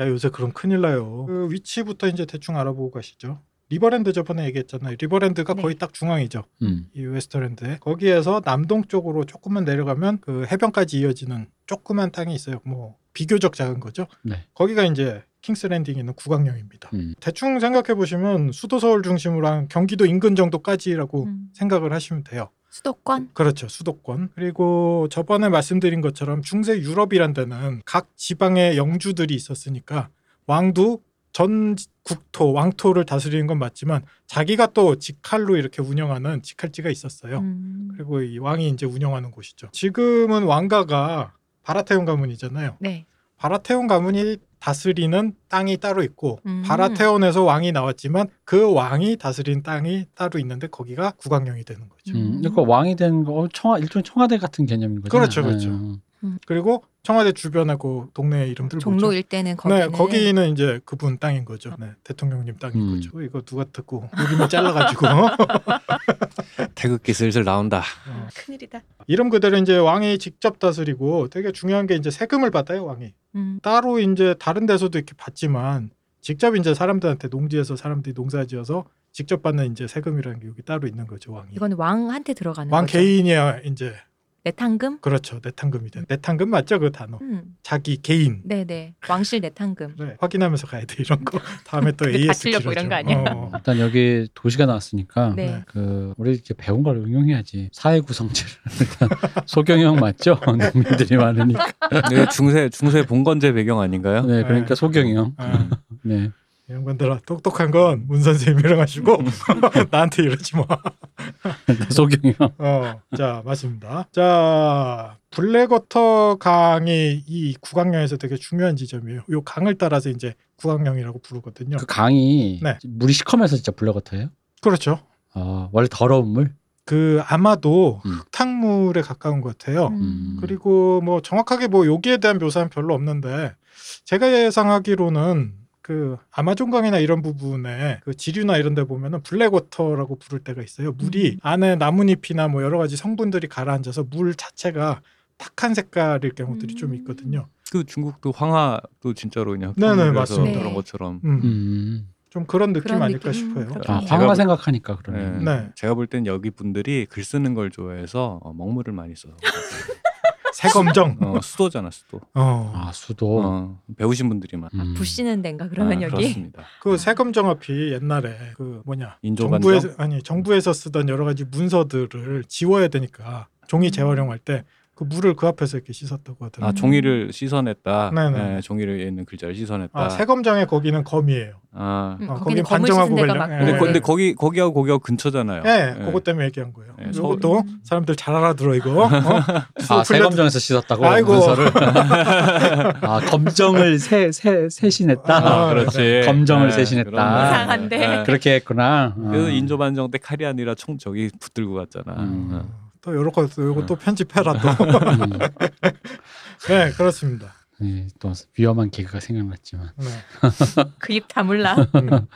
Speaker 2: 야 요새 그럼 큰일 나요. 그 위치부터 이제 대충 알아보고 가시죠. 리버랜드 저번에 얘기했잖아요. 리버랜드가
Speaker 1: 네.
Speaker 2: 거의 딱 중앙이죠.
Speaker 3: 음.
Speaker 2: 이 웨스터랜드에 거기에서 남동 쪽으로 조금만 내려가면 그 해변까지 이어지는 조그만 땅이 있어요. 뭐 비교적 작은 거죠.
Speaker 3: 네.
Speaker 2: 거기가 이제 킹스랜딩 있는 구강령입니다.
Speaker 3: 음.
Speaker 2: 대충 생각해 보시면 수도 서울 중심으로 한 경기도 인근
Speaker 5: 음.
Speaker 2: 정도까지라고 생각을 하시면 돼요.
Speaker 1: 수도권?
Speaker 2: 그렇죠. 수도권. 그리고 저번에 말씀드린 것처럼 중세 유럽이란 데는 각 지방의 영주들이 있었으니까 왕도 전 국토, 왕토를 다스리는 건 맞지만 자기가 또 직할로 이렇게 운영하는 직할지가 있었어요.
Speaker 1: 음.
Speaker 2: 그리고 이 왕이 이제 운영하는 곳이죠. 지금은 왕가가 바라테온 가문이잖아요.
Speaker 1: 네.
Speaker 2: 바라테온 가문이 다스리는 땅이 따로 있고
Speaker 1: 음.
Speaker 2: 바라테온에서 왕이 나왔지만 그 왕이 다스린 땅이 따로 있는데 거기가 국왕령이 되는 거죠. 뭐
Speaker 3: 음. 그러니까 왕이 되는 거, 어, 청와, 일종의 청와대 같은 개념인 음. 거죠.
Speaker 2: 그렇죠, 그렇죠. 그리고 청와대 주변하고 동네 이름들
Speaker 1: 종로
Speaker 2: 뭐죠?
Speaker 1: 일대는 거기는
Speaker 2: 네, 거기는 이제 그분 땅인 거죠. 네, 대통령님 땅인
Speaker 3: 음.
Speaker 2: 거죠. 어, 이거 누가 듣고 우리만 잘라가지고
Speaker 4: 태극기 슬슬 나온다.
Speaker 1: 큰일이다.
Speaker 2: 이름 그대로 이제 왕이 직접 다스리고 되게 중요한 게 이제 세금을 받아요 왕이.
Speaker 1: 음.
Speaker 2: 따로 이제 다른 데서도 이렇게 받지만 직접 이제 사람들한테 농지에서 사람들이 농사지어서 직접 받는 이제 세금이라는 게 여기 따로 있는 거죠 왕이.
Speaker 1: 이건 왕한테 들어가는
Speaker 2: 왕
Speaker 1: 거죠.
Speaker 2: 개인이야 이제
Speaker 1: 내탕금?
Speaker 2: 그렇죠 내탕금이 돼. 내탕금 맞죠 그 단어.
Speaker 1: 음.
Speaker 2: 자기 개인.
Speaker 1: 네네. 왕실 내탕금.
Speaker 2: 네, 확인하면서 가야 돼 이런 거. 다음에 또
Speaker 1: 근데 다
Speaker 2: AS
Speaker 1: 틀렸고
Speaker 2: 길어져.
Speaker 1: 이런 거 아니야?
Speaker 2: 어, 어.
Speaker 3: 일단 여기 도시가 나왔으니까
Speaker 1: 네.
Speaker 2: 네.
Speaker 3: 그 우리 이렇게 배운 걸 응용해야지. 사회 구성체를 일단 소경영 맞죠? 농민들이 많으니까.
Speaker 4: 이거 네, 중세 중세 봉건제 배경 아닌가요?
Speaker 3: 네, 그러니까
Speaker 2: 네.
Speaker 3: 소경영.
Speaker 2: 아,
Speaker 3: 네.
Speaker 2: 이런 건들아 똑똑한 건 문 선생님이랑 하시고 나한테 이러지 마.
Speaker 3: 소경영.
Speaker 2: 어, 자 맞습니다. 자 블랙워터 강이 이 구강령에서 되게 중요한 지점이에요. 이 강을 따라서 이제 구강령이라고 부르거든요.
Speaker 3: 그 강이
Speaker 2: 네.
Speaker 3: 물이 시커매서 진짜 블랙워터예요?
Speaker 2: 그, 렇죠
Speaker 3: 아, 원래 더러운 물?
Speaker 2: 그 아마도
Speaker 3: 음.
Speaker 2: 흙탕물에 가까운 것 같아요.
Speaker 1: 음.
Speaker 3: 음.
Speaker 2: 그리고 뭐 정확하게 뭐 여기에 대한 묘사는 별로 없는데 제가 예상하기로는 그 아마존강이나 이런 부분에 그 지류나 이런 데 보면은 블랙워터라고 부를 때가 있어요. 물이
Speaker 1: 음.
Speaker 2: 안에 나뭇잎이나 뭐 여러 가지 성분들이 가라앉아서 물 자체가 탁한 색깔일 경우들이 좀
Speaker 1: 음.
Speaker 2: 있거든요.
Speaker 4: 그 중국도 황하도 진짜로 그냥
Speaker 2: 네네,
Speaker 4: 흙탕물에서
Speaker 2: 맞습니다.
Speaker 4: 그런
Speaker 1: 네.
Speaker 4: 것처럼.
Speaker 2: 음,
Speaker 3: 음.
Speaker 2: 좀 그런 느낌
Speaker 1: 그런
Speaker 2: 아닐까
Speaker 1: 느낌? 그렇죠.
Speaker 2: 싶어요.
Speaker 1: 그렇게.
Speaker 3: 아,
Speaker 1: 제가
Speaker 3: 황화
Speaker 4: 볼-
Speaker 3: 생각하니까
Speaker 4: 네.
Speaker 3: 그러네.
Speaker 2: 네.
Speaker 4: 제가 볼 땐 여기 분들이 글 쓰는 걸 좋아해서 어, 먹물을 많이 써서
Speaker 2: 색검정.
Speaker 4: 어, 수도잖아 수도.
Speaker 2: 어.
Speaker 3: 아, 수도.
Speaker 4: 어, 배우신 분들이 많아.
Speaker 3: 음.
Speaker 1: 부시는 데인가 그러면
Speaker 4: 아,
Speaker 1: 여기?
Speaker 4: 그렇습니다.
Speaker 2: 그 색검정 앞이 옛날에 그 뭐냐
Speaker 4: 인조반정.
Speaker 2: 정부에서 아니 정부에서 쓰던 여러 가지 문서들을 지워야 되니까 종이
Speaker 1: 음.
Speaker 2: 재활용할 때 그 물을 그 앞에서 이렇게 씻었다고
Speaker 4: 아
Speaker 2: 하더라고요.
Speaker 4: 종이를 씻어냈다.
Speaker 2: 음. 네네.
Speaker 4: 네, 종이를 있는 글자를 씻어냈다.
Speaker 2: 아, 새검장에 거기는 검이에요.
Speaker 4: 아.
Speaker 1: 음,
Speaker 2: 아,
Speaker 1: 거기는 검을
Speaker 2: 거긴 관정하고
Speaker 1: 씻은 데가
Speaker 2: 관련-
Speaker 1: 맞고.
Speaker 2: 네.
Speaker 4: 근데, 거- 근데 거기 거기하고 거기하고 근처잖아요.
Speaker 2: 예,
Speaker 4: 예.
Speaker 2: 그것 때문에 얘기한 거예요.
Speaker 4: 예, 서울-
Speaker 2: 이것도
Speaker 1: 음.
Speaker 2: 사람들 잘 알아들어 이거. 어?
Speaker 3: 아,
Speaker 2: 풀렸-
Speaker 3: 세검정에서 씻었다고
Speaker 2: 아이고.
Speaker 3: 문서를. 아, 검정을 세, 세, 세신했다.
Speaker 2: 아,
Speaker 4: 아, 그렇지.
Speaker 3: 검정을
Speaker 4: 예,
Speaker 3: 세신했다. 네.
Speaker 4: 그런
Speaker 1: 이상한데.
Speaker 4: 예.
Speaker 3: 그렇게 했구나. 어.
Speaker 2: 음.
Speaker 4: 그래서 인조반정 때 칼이 아니라 총 저기 붙들고 갔잖아.
Speaker 3: 음.
Speaker 4: 어.
Speaker 2: 또 요런 거, 또 요거 또
Speaker 4: 예.
Speaker 2: 편집해라 또.
Speaker 3: 음.
Speaker 2: 네, 그렇습니다.
Speaker 3: 네, 또 위험한 개그가 생각났지만
Speaker 2: 네.
Speaker 1: 그 입 다물라.
Speaker 2: 음.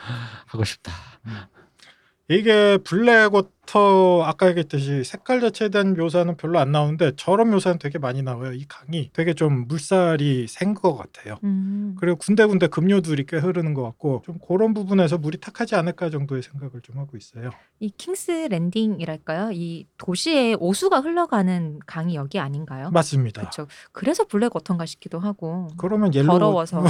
Speaker 3: 하고 싶다.
Speaker 2: 이게 블랙워터 아까 얘기했듯이 색깔 자체에 대한 묘사는 별로 안 나오는데 저런 묘사는 되게 많이 나와요. 이 강이 되게 좀 물살이 센 것 같아요.
Speaker 1: 음.
Speaker 2: 그리고 군데군데 급료들이 꽤 흐르는 것 같고 좀 그런 부분에서 물이 탁하지 않을까 정도의 생각을 좀 하고 있어요.
Speaker 1: 이 킹스 랜딩이랄까요? 이 도시에 오수가 흘러가는 강이 여기 아닌가요?
Speaker 2: 맞습니다.
Speaker 1: 그렇죠. 그래서 블랙 워터인가 싶기도 하고.
Speaker 2: 그러면 옐로
Speaker 1: 더러워서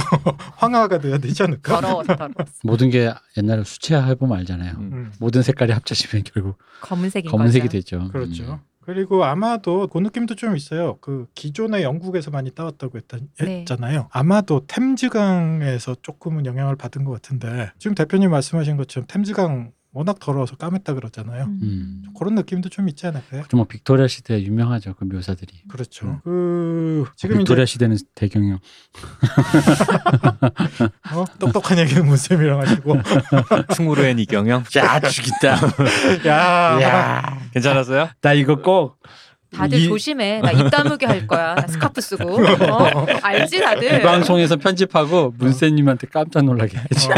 Speaker 2: 황화가 돼야 되지 않을까?
Speaker 1: 더러워서 더러워서
Speaker 3: 모든 게 옛날에 수채화 해보면 알잖아요.
Speaker 4: 음.
Speaker 2: 음,
Speaker 3: 모든 색깔이 합쳐지면 결국
Speaker 1: 검은색인
Speaker 3: 검은색이
Speaker 1: 거죠.
Speaker 3: 되죠.
Speaker 2: 그렇죠.
Speaker 3: 음.
Speaker 2: 그리고 아마도 그 느낌도 좀 있어요. 그 기존에 영국에서 많이 따왔다고 했다,
Speaker 1: 네.
Speaker 2: 했잖아요. 아마도 템즈강에서 조금은 영향을 받은 것 같은데 지금 대표님 말씀하신 것처럼 템즈강 워낙 더러워서 까맸다 그러잖아요.
Speaker 3: 음.
Speaker 2: 그런 느낌도 좀 있지 않을까요?
Speaker 3: 좀뭐 빅토리아 시대 유명하죠. 그 묘사들이.
Speaker 2: 그렇죠.
Speaker 3: 음.
Speaker 2: 그 지금 이제
Speaker 3: 빅토리아 시대는 대경영.
Speaker 2: 어? 똑똑한 얘기는 문쌤이랑 하시고
Speaker 4: 충무로엔 이경영.
Speaker 3: 야 죽인다.
Speaker 2: 야,
Speaker 3: 야,
Speaker 4: 괜찮았어요?
Speaker 3: 나 이거 꼭
Speaker 1: 다들
Speaker 2: 이-
Speaker 1: 조심해. 나 입 다물게 할 거야. 나 스카프 쓰고. 어? 알지
Speaker 3: 이
Speaker 1: 다들.
Speaker 3: 방송에서 편집하고 문세님한테 깜짝 놀라게 해야지.
Speaker 2: 어.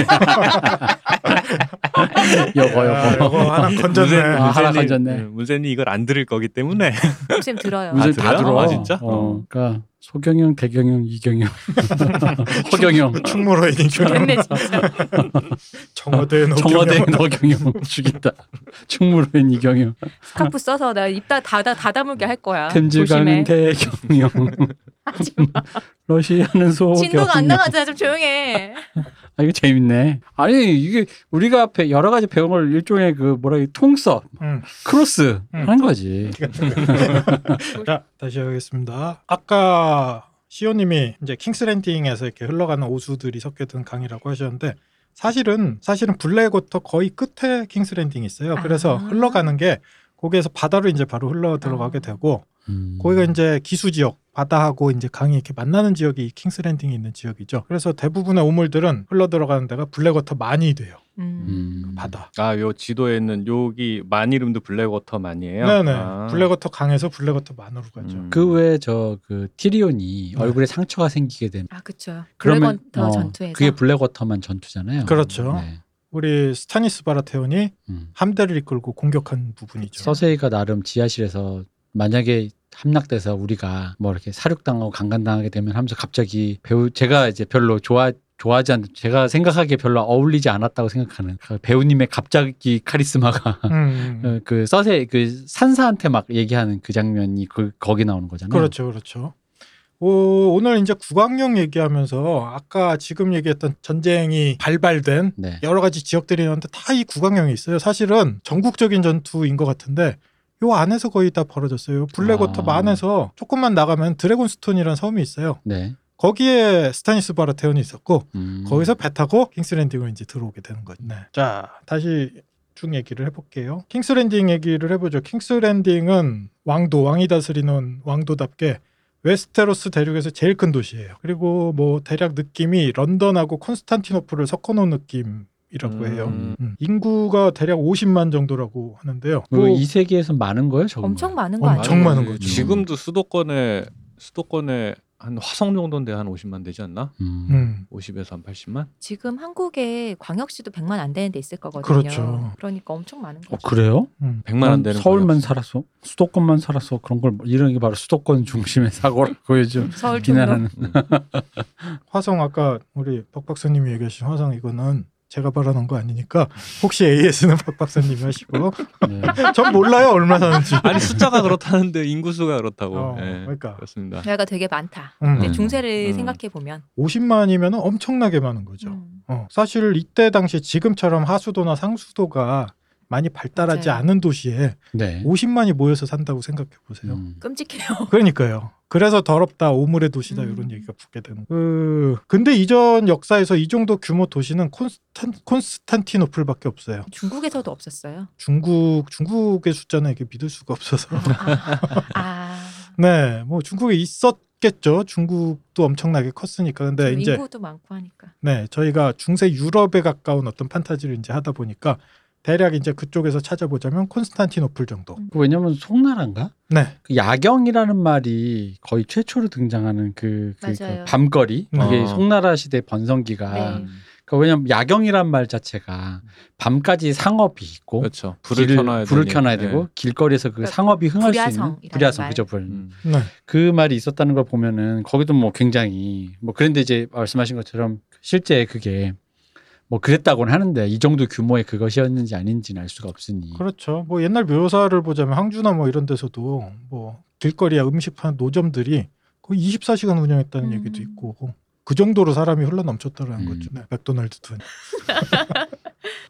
Speaker 3: 여보
Speaker 2: 아,
Speaker 3: 여보.
Speaker 2: 이거 하나 건졌네.
Speaker 3: 아, 하나
Speaker 4: 문세님,
Speaker 3: 건졌네.
Speaker 4: 네, 문세님 이걸 안 들을 거기 때문에
Speaker 2: 음.
Speaker 1: 쌤 들어요.
Speaker 3: 문세
Speaker 4: 아,
Speaker 3: 다
Speaker 4: 들어요?
Speaker 3: 들어.
Speaker 4: 아, 진짜?
Speaker 3: 어, 그러니까 소경영, 대경영, 이경영, 허경영,
Speaker 2: 충무로 이긴 경영.
Speaker 1: 아, 됐네 진짜.
Speaker 2: 정어대
Speaker 3: 정어대,
Speaker 2: 노경영.
Speaker 3: 너경영 죽인다. 충무로엔 이경영,
Speaker 1: 스카프 써서 나 입 다 다 다다물게 할 거야.
Speaker 3: 템즈강
Speaker 1: 아, 조심해. 아,
Speaker 3: 대경영,
Speaker 1: 하지 마.
Speaker 3: 러시아는 소경영.
Speaker 1: 진도가 안 나가잖아. 좀 조용해.
Speaker 3: 아 이거 재밌네. 아니 이게 우리가 앞에 여러 가지 배운 걸 일종의 그 뭐라 해 통섭,
Speaker 2: 음.
Speaker 3: 크로스
Speaker 2: 음.
Speaker 3: 한 거지.
Speaker 2: 자 다시 하겠습니다. 아까 시오님이 이제 킹스랜딩에서 이렇게 흘러가는 오수들이 섞여든 강이라고 하셨는데 사실은 사실은 블랙워터 거의 끝에 킹스랜딩이 있어요. 그래서
Speaker 1: 아.
Speaker 2: 흘러가는 게 거기에서 바다로 이제 바로 흘러 들어가게 되고
Speaker 3: 음.
Speaker 2: 거기가 이제 기수 지역 바다하고 이제 강이 이렇게 만나는 지역이 이 킹스랜딩이 있는 지역이죠. 그래서 대부분의 오물들은 흘러 들어가는 데가 블랙워터 많이 돼요.
Speaker 1: 음.
Speaker 3: 음.
Speaker 2: 바다.
Speaker 4: 아 요 지도에는 여기 만 이름도 블랙워터 만이에요.
Speaker 2: 네네.
Speaker 4: 아.
Speaker 2: 블랙워터 강에서 블랙워터 만으로 가죠.
Speaker 4: 음.
Speaker 3: 그 외에 저 그 티리온이
Speaker 2: 네.
Speaker 3: 얼굴에 상처가 생기게 되면
Speaker 1: 아 그쵸.
Speaker 3: 그러면,
Speaker 1: 블랙원터
Speaker 3: 어,
Speaker 1: 전투에서.
Speaker 3: 그게 블랙워터만 전투잖아요.
Speaker 2: 그렇죠.
Speaker 3: 네.
Speaker 2: 우리 스타니스 바라테온이
Speaker 3: 음.
Speaker 2: 함대를 이끌고 공격한 부분이죠.
Speaker 3: 서세이가 나름 지하실에서 만약에 함락돼서 우리가 뭐 이렇게 사륙당하고 강간당하게 되면 하면서 갑자기 배우 제가 이제 별로 좋아 좋아하지 않 제가 생각하기에 별로 어울리지 않았다고 생각하는 그 배우님의 갑자기 카리스마가
Speaker 2: 음, 음.
Speaker 3: 어, 그 서세 그 산사한테 막 얘기하는 그 장면이 그 거기 나오는 거잖아요.
Speaker 2: 그렇죠, 그렇죠. 오, 오늘 이제 구강령 얘기하면서 아까 지금 얘기했던 전쟁이 발발된
Speaker 3: 네.
Speaker 2: 여러 가지 지역들이 있는데 다 이 구강령이 있어요. 사실은 전국적인 전투인 것 같은데 요 안에서 거의 다 벌어졌어요. 블랙워터
Speaker 3: 아.
Speaker 2: 만에서 조금만 나가면 드래곤스톤이라는 섬이 있어요.
Speaker 3: 네.
Speaker 2: 거기에 스타니스 바라테온이 있었고
Speaker 3: 음.
Speaker 2: 거기서 배 타고 킹스랜딩으로 이제 들어오게 되는 거죠. 네. 자, 다시 쭉 얘기를 해볼게요. 킹스랜딩 얘기를 해보죠. 킹스랜딩은 왕도, 왕이 다스리는 왕도답게 웨스테로스 대륙에서 제일 큰 도시예요. 그리고 뭐 대략 느낌이 런던하고 콘스탄티노플을 섞어놓은 느낌이라고 해요.
Speaker 4: 음.
Speaker 2: 음. 인구가 대략 50만 정도라고 하는데요.
Speaker 3: 뭐, 이 세계에서 많은 거예요, 저거?
Speaker 1: 엄청 많은 거 아니에요?
Speaker 2: 엄청
Speaker 4: 아니,
Speaker 2: 많은
Speaker 4: 그
Speaker 2: 거죠.
Speaker 4: 지금도 수도권에 수도권에 한 화성 정도인데 한 50만 되지 않나?
Speaker 3: 음.
Speaker 2: 음.
Speaker 4: 50에서 한 80만?
Speaker 1: 지금 한국에 광역시도 100만 안 되는 데 있을 거거든요.
Speaker 2: 그렇죠.
Speaker 1: 그러니까 엄청 많은
Speaker 3: 어,
Speaker 1: 거죠.
Speaker 3: 그래요?
Speaker 4: 100만 안 되는
Speaker 3: 서울만
Speaker 4: 거였어.
Speaker 3: 살았어? 수도권만 살았어? 그런 걸뭐 이런 게 바로 수도권 중심의 사고라고 요즘
Speaker 1: 서울 종로.
Speaker 3: 비난하는.
Speaker 2: 화성 아까 우리 박 박사님이 얘기하신 화성 이거는 제가 바라는 거 아니니까 혹시 AS는 박 박사님이 하시고
Speaker 3: 네.
Speaker 2: 전 몰라요 얼마 사는지.
Speaker 4: 아니 숫자가 그렇다는데 인구수가 그렇다고.
Speaker 2: 어,
Speaker 4: 어, 예.
Speaker 2: 그러니까
Speaker 4: 그렇습니다.
Speaker 1: 여기가 되게 많다.
Speaker 2: 음.
Speaker 1: 근데
Speaker 3: 네.
Speaker 1: 중세를
Speaker 4: 음.
Speaker 1: 생각해 보면.
Speaker 2: 50만이면 엄청나게 많은 거죠.
Speaker 1: 음.
Speaker 2: 어, 사실 이때 당시 지금처럼 하수도나 상수도가 많이 발달하지
Speaker 1: 맞아요.
Speaker 2: 않은 도시에
Speaker 3: 네.
Speaker 2: 50만이 모여서 산다고 생각해 보세요.
Speaker 3: 음.
Speaker 1: 끔찍해요.
Speaker 2: 그러니까요. 그래서 더럽다, 오물의 도시다
Speaker 1: 음.
Speaker 2: 이런 얘기가 붙게 되는. 그 근데 이전 역사에서 이 정도 규모 도시는 콘스탄 콘스탄티노플밖에 없어요.
Speaker 1: 중국에서도 없었어요.
Speaker 2: 중국 중국의 숫자는 이게 믿을 수가 없어서.
Speaker 1: 아, 아.
Speaker 2: 네, 뭐 중국에 있었겠죠. 중국도 엄청나게 컸으니까. 근데 네, 이제
Speaker 1: 인구도 많고 하니까.
Speaker 2: 네, 저희가 중세 유럽에 가까운 어떤 판타지를 이제 하다 보니까 대략 이제 그쪽에서 찾아보자면 콘스탄티노플 정도.
Speaker 1: 음.
Speaker 3: 그 왜냐면 송나라인가?
Speaker 2: 네,
Speaker 3: 그 야경이라는 말이 거의 최초로 등장하는 그, 그,
Speaker 1: 맞아요.
Speaker 3: 그 밤거리. 그게
Speaker 4: 어.
Speaker 3: 송나라 시대 번성기가.
Speaker 1: 네.
Speaker 4: 음,
Speaker 3: 그러니까 왜냐면 야경이란 말 자체가 밤까지 상업이 있고
Speaker 4: 그렇죠. 불을
Speaker 3: 어? 길을-
Speaker 4: 켜놔야
Speaker 3: 불을
Speaker 4: 되니.
Speaker 3: 켜놔야
Speaker 4: 예.
Speaker 3: 되고 길거리에서 그
Speaker 1: 그러니까
Speaker 3: 상업이 흥할 수 있는
Speaker 1: 불야성이라는
Speaker 3: 불야성
Speaker 1: 말.
Speaker 3: 그죠 불.
Speaker 4: 음.
Speaker 2: 네,
Speaker 3: 그 말이 있었다는 걸 보면은 거기도 뭐 굉장히 뭐 그런데 이제 말씀하신 것처럼 실제 그게 뭐 그랬다고는 하는데 이 정도 규모의 그것이었는지 아닌지는 알 수가 없으니
Speaker 2: 그렇죠. 뭐 옛날 묘사를 보자면 항주나 뭐 이런 데서도 뭐 길거리야 음식 파는 노점들이 거의 24시간 운영했다는
Speaker 1: 음.
Speaker 2: 얘기도 있고 그 정도로 사람이 흘러 넘쳤다라는
Speaker 3: 음.
Speaker 2: 거죠. 네, 맥도날드든.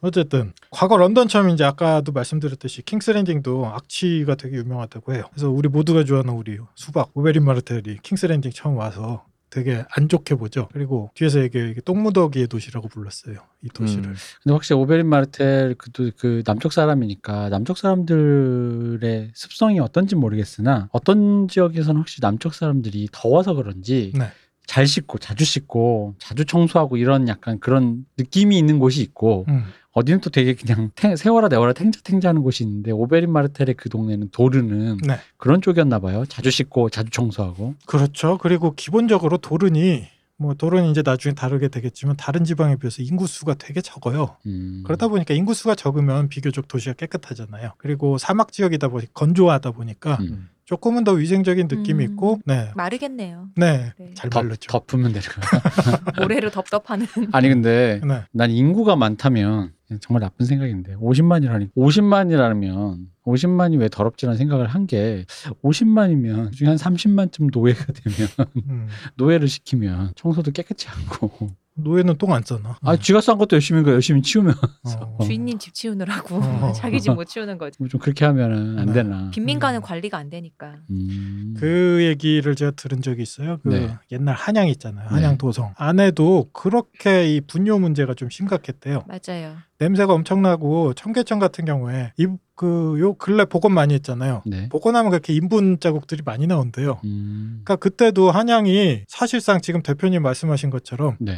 Speaker 2: 어쨌든 과거 런던처럼 이제 아까도 말씀드렸듯이 킹스랜딩도 악취가 되게 유명하다고 해요. 그래서 우리 모두가 좋아하는 우리 수박 오베린 마르텔이 킹스랜딩 처음 와서 되게 안 좋게 보죠. 그리고 뒤에서 이게 똥무더기의 도시라고 불렀어요. 이 도시를.
Speaker 4: 음.
Speaker 3: 근데 확실히 오베린 마르텔 그그 그 남쪽 사람이니까 남쪽 사람들의 습성이 어떤지 모르겠으나 어떤 지역에서는 확실히 남쪽 사람들이 더워서 그런지
Speaker 2: 네.
Speaker 3: 잘 씻고 자주 씻고 자주 청소하고 이런 약간 그런 느낌이 있는 곳이 있고
Speaker 2: 음.
Speaker 3: 어디는 또 되게 그냥 탱- 세워라 내워라 탱자탱자하는 곳이 있는데 오베린 마르텔의 그 동네는 도르는
Speaker 2: 네.
Speaker 3: 그런 쪽이었나 봐요. 자주 씻고 자주 청소하고
Speaker 2: 그렇죠. 그리고 기본적으로 도른이 뭐 도른 이제 나중에 다르게 되겠지만 다른 지방에 비해서 인구 수가 되게 적어요.
Speaker 3: 음,
Speaker 2: 그러다 보니까 인구 수가 적으면 비교적 도시가 깨끗하잖아요. 그리고 사막 지역이다 보니 건조하다 보니까
Speaker 3: 음.
Speaker 2: 조금은 더 위생적인 느낌이
Speaker 1: 음.
Speaker 2: 있고 네.
Speaker 1: 마르겠네요.
Speaker 2: 네.
Speaker 1: 네.
Speaker 2: 잘
Speaker 3: 덮,
Speaker 2: 말렸죠.
Speaker 3: 덮으면 되는 거야.
Speaker 1: 모래로 덥덥하는.
Speaker 3: 아니 근데
Speaker 2: 네.
Speaker 3: 난 인구가 많다면 정말 나쁜 생각인데 50만이라니 50만이라면 50만이 왜 더럽지라는 생각을 한 게 50만이면 중에 한 30만쯤 노예가 되면
Speaker 2: 음.
Speaker 3: 노예를 시키면 청소도 깨끗이 하고
Speaker 2: 노예는 똥 안 싸나?
Speaker 3: 아 쥐가 싼 것도 열심히 그 열심히 치우면
Speaker 2: 어.
Speaker 1: 주인님 집 치우느라고
Speaker 2: 어.
Speaker 1: 자기 집 못 치우는 거죠.
Speaker 3: 뭐좀 그렇게 하면은 안
Speaker 2: 네.
Speaker 3: 되나.
Speaker 1: 빈민가는
Speaker 2: 음.
Speaker 1: 관리가 안 되니까.
Speaker 3: 음.
Speaker 2: 그 얘기를 제가 들은 적이 있어요. 그
Speaker 3: 네.
Speaker 2: 옛날 한양 있잖아요.
Speaker 3: 네.
Speaker 2: 한양 도성 안에도 그렇게 이 분뇨 문제가 좀 심각했대요.
Speaker 1: 맞아요.
Speaker 2: 냄새가 엄청나고 청계천 같은 경우에 이그요 근래 복원 많이 했잖아요.
Speaker 3: 네.
Speaker 2: 복원하면 그렇게 인분 자국들이 많이 나온대요.
Speaker 3: 음.
Speaker 2: 그러니까 그때도 한양이 사실상 지금 대표님 말씀하신 것처럼
Speaker 3: 네.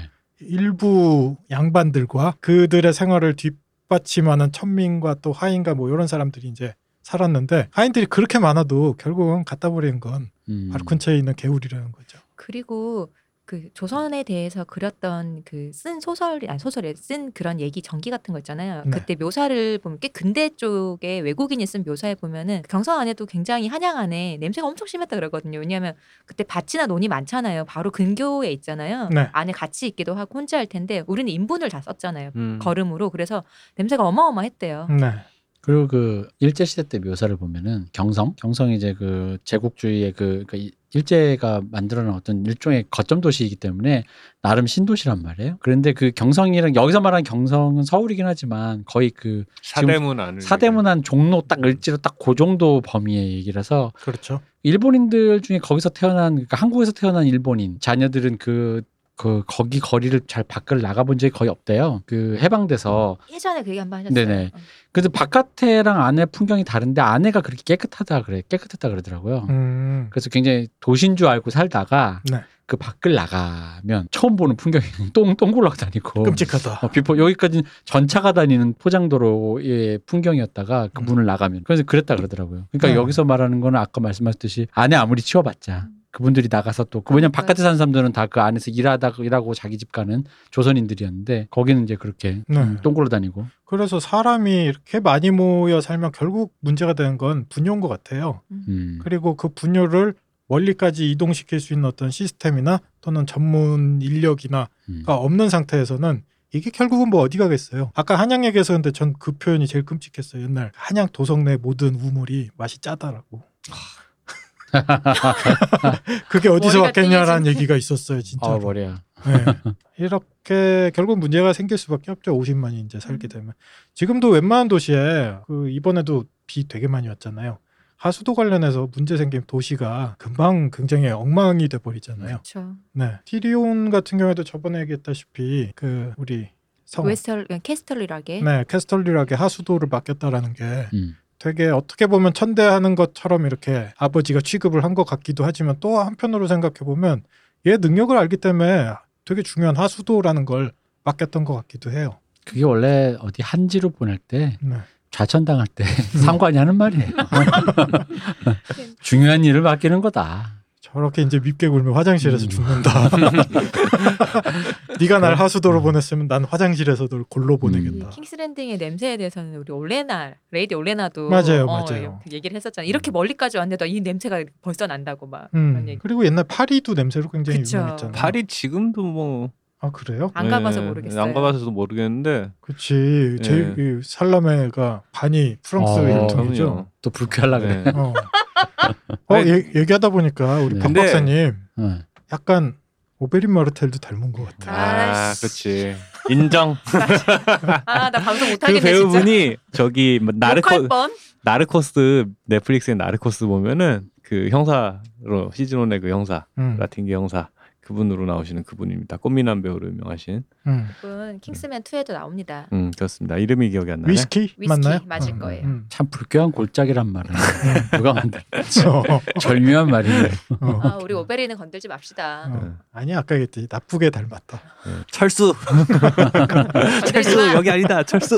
Speaker 2: 일부 양반들과 그들의 생활을 뒷받침하는 천민과 또 하인과 뭐 이런 사람들이 이제 살았는데 하인들이 그렇게 많아도 결국은 갖다 버리는 건
Speaker 3: 음.
Speaker 2: 바로 근처에 있는 개울이라는 거죠.
Speaker 1: 그리고 그 조선에 대해서 그렸던 그 쓴 소설이 아니 소설에 쓴 그런 얘기 전기 같은 거 있잖아요.
Speaker 2: 네.
Speaker 1: 그때 묘사를 보면 꽤 근대 쪽에 외국인이 쓴 묘사에 보면은 그 경성 안에도 굉장히 한양 안에 냄새가 엄청 심했다 그러거든요. 왜냐하면 그때 밭이나 논이 많잖아요. 바로 근교에 있잖아요.
Speaker 2: 네.
Speaker 1: 안에 같이 있기도 하고 혼자 할 텐데 우리는 인분을 다 썼잖아요. 걸음으로 그래서 냄새가 어마어마했대요.
Speaker 3: 음.
Speaker 2: 네.
Speaker 3: 그리고 그 일제 시대 때 묘사를 보면은 경성, 경성이 이제 그 제국주의의 그, 그 이- 일제가 만들어낸 어떤 일종의 거점 도시이기 때문에 나름 신도시란 말이에요. 그런데 그 경성이랑 여기서 말하는 경성은 서울이긴 하지만 거의 그
Speaker 6: 사대문
Speaker 4: 네,
Speaker 6: 안을
Speaker 3: 사대문 한 종로 딱 을지로 딱 그 정도 범위의 얘기라서
Speaker 2: 그렇죠.
Speaker 3: 일본인들 중에 거기서 태어난 그러니까 한국에서 태어난 일본인 자녀들은 그 그 거기 거리를 잘 밖을 나가본 적이 거의 없대요. 그 해방돼서
Speaker 1: 예전에 그 얘기 한번 하셨어요.
Speaker 3: 네네. 그래서 바깥에랑 안에 풍경이 다른데 안에가 그렇게 깨끗하다 그래 깨끗하다 그러더라고요.
Speaker 2: 음.
Speaker 3: 그래서 굉장히 도시인 줄 알고 살다가
Speaker 2: 네.
Speaker 3: 그 밖을 나가면 처음 보는 풍경이 똥똥 굴러가 다니고
Speaker 2: 끔찍하다.
Speaker 3: 어, 비포 여기까지는 전차가 다니는 포장도로의 풍경이었다가 그
Speaker 2: 음.
Speaker 3: 문을 나가면 그래서 그랬다 그러더라고요. 그러니까
Speaker 2: 네.
Speaker 3: 여기서 말하는 거는 아까 말씀하셨듯이 안에 아무리 치워봤자 그분들이 나가서 또 그 왜냐면 바깥에 사는 사람들은 다 그 안에서 일하다 일하고 자기 집 가는 조선인들이었는데 거기는 이제 그렇게
Speaker 2: 네.
Speaker 3: 똥굴러 다니고
Speaker 2: 그래서 사람이 이렇게 많이 모여 살면 결국 문제가 되는 건 분뇨인 것 같아요.
Speaker 3: 음.
Speaker 2: 그리고 그 분뇨를 멀리까지 이동시킬 수 있는 어떤 시스템이나 또는 전문 인력이나
Speaker 3: 음.
Speaker 2: 가 없는 상태에서는 이게 결국은 뭐 어디 가겠어요. 아까 한양 얘기해서 근데 전 그 표현이 제일 끔찍했어요. 옛날 한양 도성 내 모든 우물이 맛이 짜다라고.
Speaker 3: 아.
Speaker 2: 그게 어디서
Speaker 1: 머리가
Speaker 2: 왔겠냐라는 얘기가 있었어요, 진짜.
Speaker 3: 아
Speaker 2: 로
Speaker 3: 머리야.
Speaker 2: 네. 이렇게 결국 문제가 생길 수밖에 없죠. 50만이 이제
Speaker 1: 음.
Speaker 2: 살게 되면. 지금도 웬만한 도시에 그 이번에도 비 되게 많이 왔잖아요. 하수도 관련해서 문제 생긴 도시가 금방 굉장히 엉망이 돼 버리잖아요.
Speaker 1: 그렇죠.
Speaker 2: 네. 티리온 같은 경우에도 저번에 얘기했다시피 그 우리 성
Speaker 1: 웨스터 예, 캐스털리라게
Speaker 2: 네, 캐스털리락의 하수도를 맡겼다라는 게
Speaker 3: 음.
Speaker 2: 되게 어떻게 보면 천대하는 것처럼 이렇게 아버지가 취급을 한 것 같기도 하지만 또 한편으로 생각해 보면 얘 능력을 알기 때문에 되게 중요한 하수도라는 걸 맡겼던 것 같기도 해요.
Speaker 3: 그게 원래 어디 한지로 보낼 때
Speaker 2: 네.
Speaker 3: 좌천당할 때 상관이 하는 말이에요. 중요한 일을 맡기는 거다.
Speaker 2: 저렇게 이제 밉게 굴면 화장실에서
Speaker 3: 음.
Speaker 2: 죽는다. 네가 날 하수도로
Speaker 3: 음.
Speaker 2: 보냈으면 난 화장실에서 널
Speaker 6: 음.
Speaker 2: 골로 보내겠다.
Speaker 1: 킹스랜딩의 냄새에 대해서는 우리 올레나 레이디 올레나도
Speaker 2: 맞아요, 맞아요. 음.
Speaker 1: 그 얘기를 했었잖아요. 이렇게 멀리까지 왔는데도 이 냄새가 벌써 난다고 막 그런
Speaker 2: 음.
Speaker 1: 얘기.
Speaker 2: 그리고 옛날 파리도 냄새로 굉장히
Speaker 1: 그쵸.
Speaker 2: 유명했잖아요.
Speaker 6: 파리 지금도 뭐
Speaker 2: 아 그래요?
Speaker 1: 안 가봐서
Speaker 6: 예,
Speaker 1: 모르겠어요.
Speaker 6: 안 가봐서도 모르겠는데
Speaker 2: 그치. 제일
Speaker 6: 예.
Speaker 2: 그 살라메가 반이 프랑스
Speaker 4: 음,
Speaker 3: 어,
Speaker 2: 일통이죠.
Speaker 6: 아, 저는요.
Speaker 3: 또 불쾌하려 그래.
Speaker 4: 예.
Speaker 6: 네.
Speaker 2: 어. 어,
Speaker 6: 아니,
Speaker 2: 얘- 얘기하다 보니까 우리
Speaker 3: 네.
Speaker 2: 박
Speaker 6: 근데-
Speaker 2: 박사님
Speaker 3: 어.
Speaker 2: 약간 오베린 마르텔도 닮은 것 같아.
Speaker 6: 아,
Speaker 1: 아이씨.
Speaker 6: 그렇지. 인정.
Speaker 1: 아 나 방송
Speaker 6: 그
Speaker 1: 못하겠네 진짜.
Speaker 6: 배우분이 저기 뭐
Speaker 1: 욕할
Speaker 6: 나르코
Speaker 1: 뻔.
Speaker 6: 나르코스 넷플릭스의 나르코스 보면은 그 형사로 시즌 1의 그 형사
Speaker 4: 아,
Speaker 2: 음.
Speaker 6: 라틴계 형사
Speaker 7: 그분으로 나오시는 그분입니다. 꽃미남 배우로 유명하신.
Speaker 2: 음.
Speaker 1: 그분 킹스맨 2에도 나옵니다.
Speaker 7: 음 그렇습니다. 이름이 기억이 안 나네.
Speaker 2: 위스키,
Speaker 1: 위스키
Speaker 2: 맞나요?
Speaker 1: 맞을
Speaker 2: 음,
Speaker 1: 거예요.
Speaker 2: 음.
Speaker 3: 참 불쾌한 골짜기란 말은 누가 만들
Speaker 2: 그쵸.
Speaker 3: 네. 절묘한 말이네.
Speaker 2: 어.
Speaker 1: 아, 우리 오베리는 건들지 맙시다.
Speaker 2: 어. 아니 아까 얘기했듯이 나쁘게 닮았다.
Speaker 4: 네. 철수
Speaker 1: 건들지 마.
Speaker 4: 여기 아니다 철수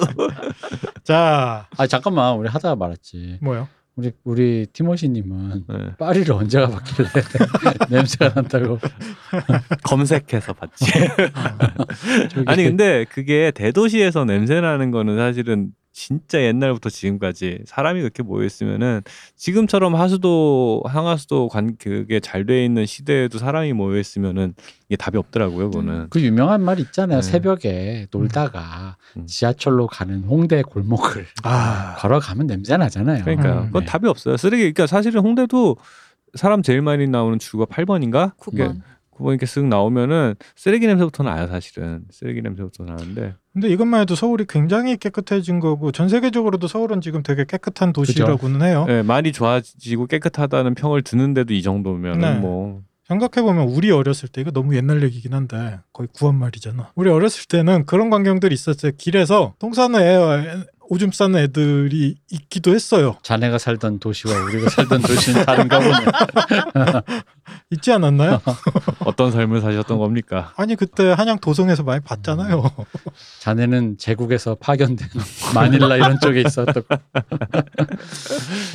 Speaker 2: 자
Speaker 3: 아 잠깐만 우리 하다가 말았지.
Speaker 2: 뭐요?
Speaker 3: 우리 우리 티모시님은
Speaker 7: 네.
Speaker 3: 파리를 언제 가봤길래 냄새가 난다고.
Speaker 4: 검색해서 봤지
Speaker 2: 어.
Speaker 3: 저기
Speaker 4: 아니 근데 그게 대도시에서 냄새나는 거는 사실은 진짜 옛날부터 지금까지 사람이 그렇게 모여 있으면은 지금처럼 하수도 항하수도 관 그게 잘 돼 있는 시대에도 사람이 모여 있으면은 이게 답이 없더라고요 그거는
Speaker 3: 그 유명한 말 있잖아요.
Speaker 4: 네.
Speaker 3: 새벽에 놀다가
Speaker 7: 음.
Speaker 3: 지하철로 가는 홍대 골목을
Speaker 2: 아
Speaker 3: 걸어가면 냄새 나잖아요.
Speaker 4: 그러니까
Speaker 2: 음,
Speaker 3: 네.
Speaker 4: 그건 답이 없어요 쓰레기 그러니까 사실은 홍대도 사람 제일 많이 나오는 주가 8번인가
Speaker 1: 9번.
Speaker 4: 그거 이렇게 쓱 나오면은 쓰레기 냄새부터 나요 사실은 쓰레기 냄새부터 나는데
Speaker 2: 근데 이것만 해도 서울이 굉장히 깨끗해진 거고 전 세계적으로도 서울은 지금 되게 깨끗한 도시라고는 해요.
Speaker 4: 예, 많이 좋아지고 깨끗하다는 평을 듣는데도 이 정도면은
Speaker 2: 네.
Speaker 4: 뭐
Speaker 2: 생각해 보면 우리 어렸을 때 이거 너무 옛날 얘기긴 한데 거의 구한 말이잖아. 우리 어렸을 때는 그런 광경들이 있었어요. 길에서 똥 싸는 애, 오줌 싸는 애들이 있기도 했어요.
Speaker 3: 자네가 살던 도시와 우리가 살던 도시는 다른가
Speaker 4: 그러니까
Speaker 3: 보네.
Speaker 2: 있지 않았나요?
Speaker 4: 어떤 삶을 사셨던 겁니까?
Speaker 2: 아니 그때 한양 도성에서 많이
Speaker 3: 음.
Speaker 2: 봤잖아요.
Speaker 3: 자네는 제국에서 파견된 마닐라 이런 쪽에 있었던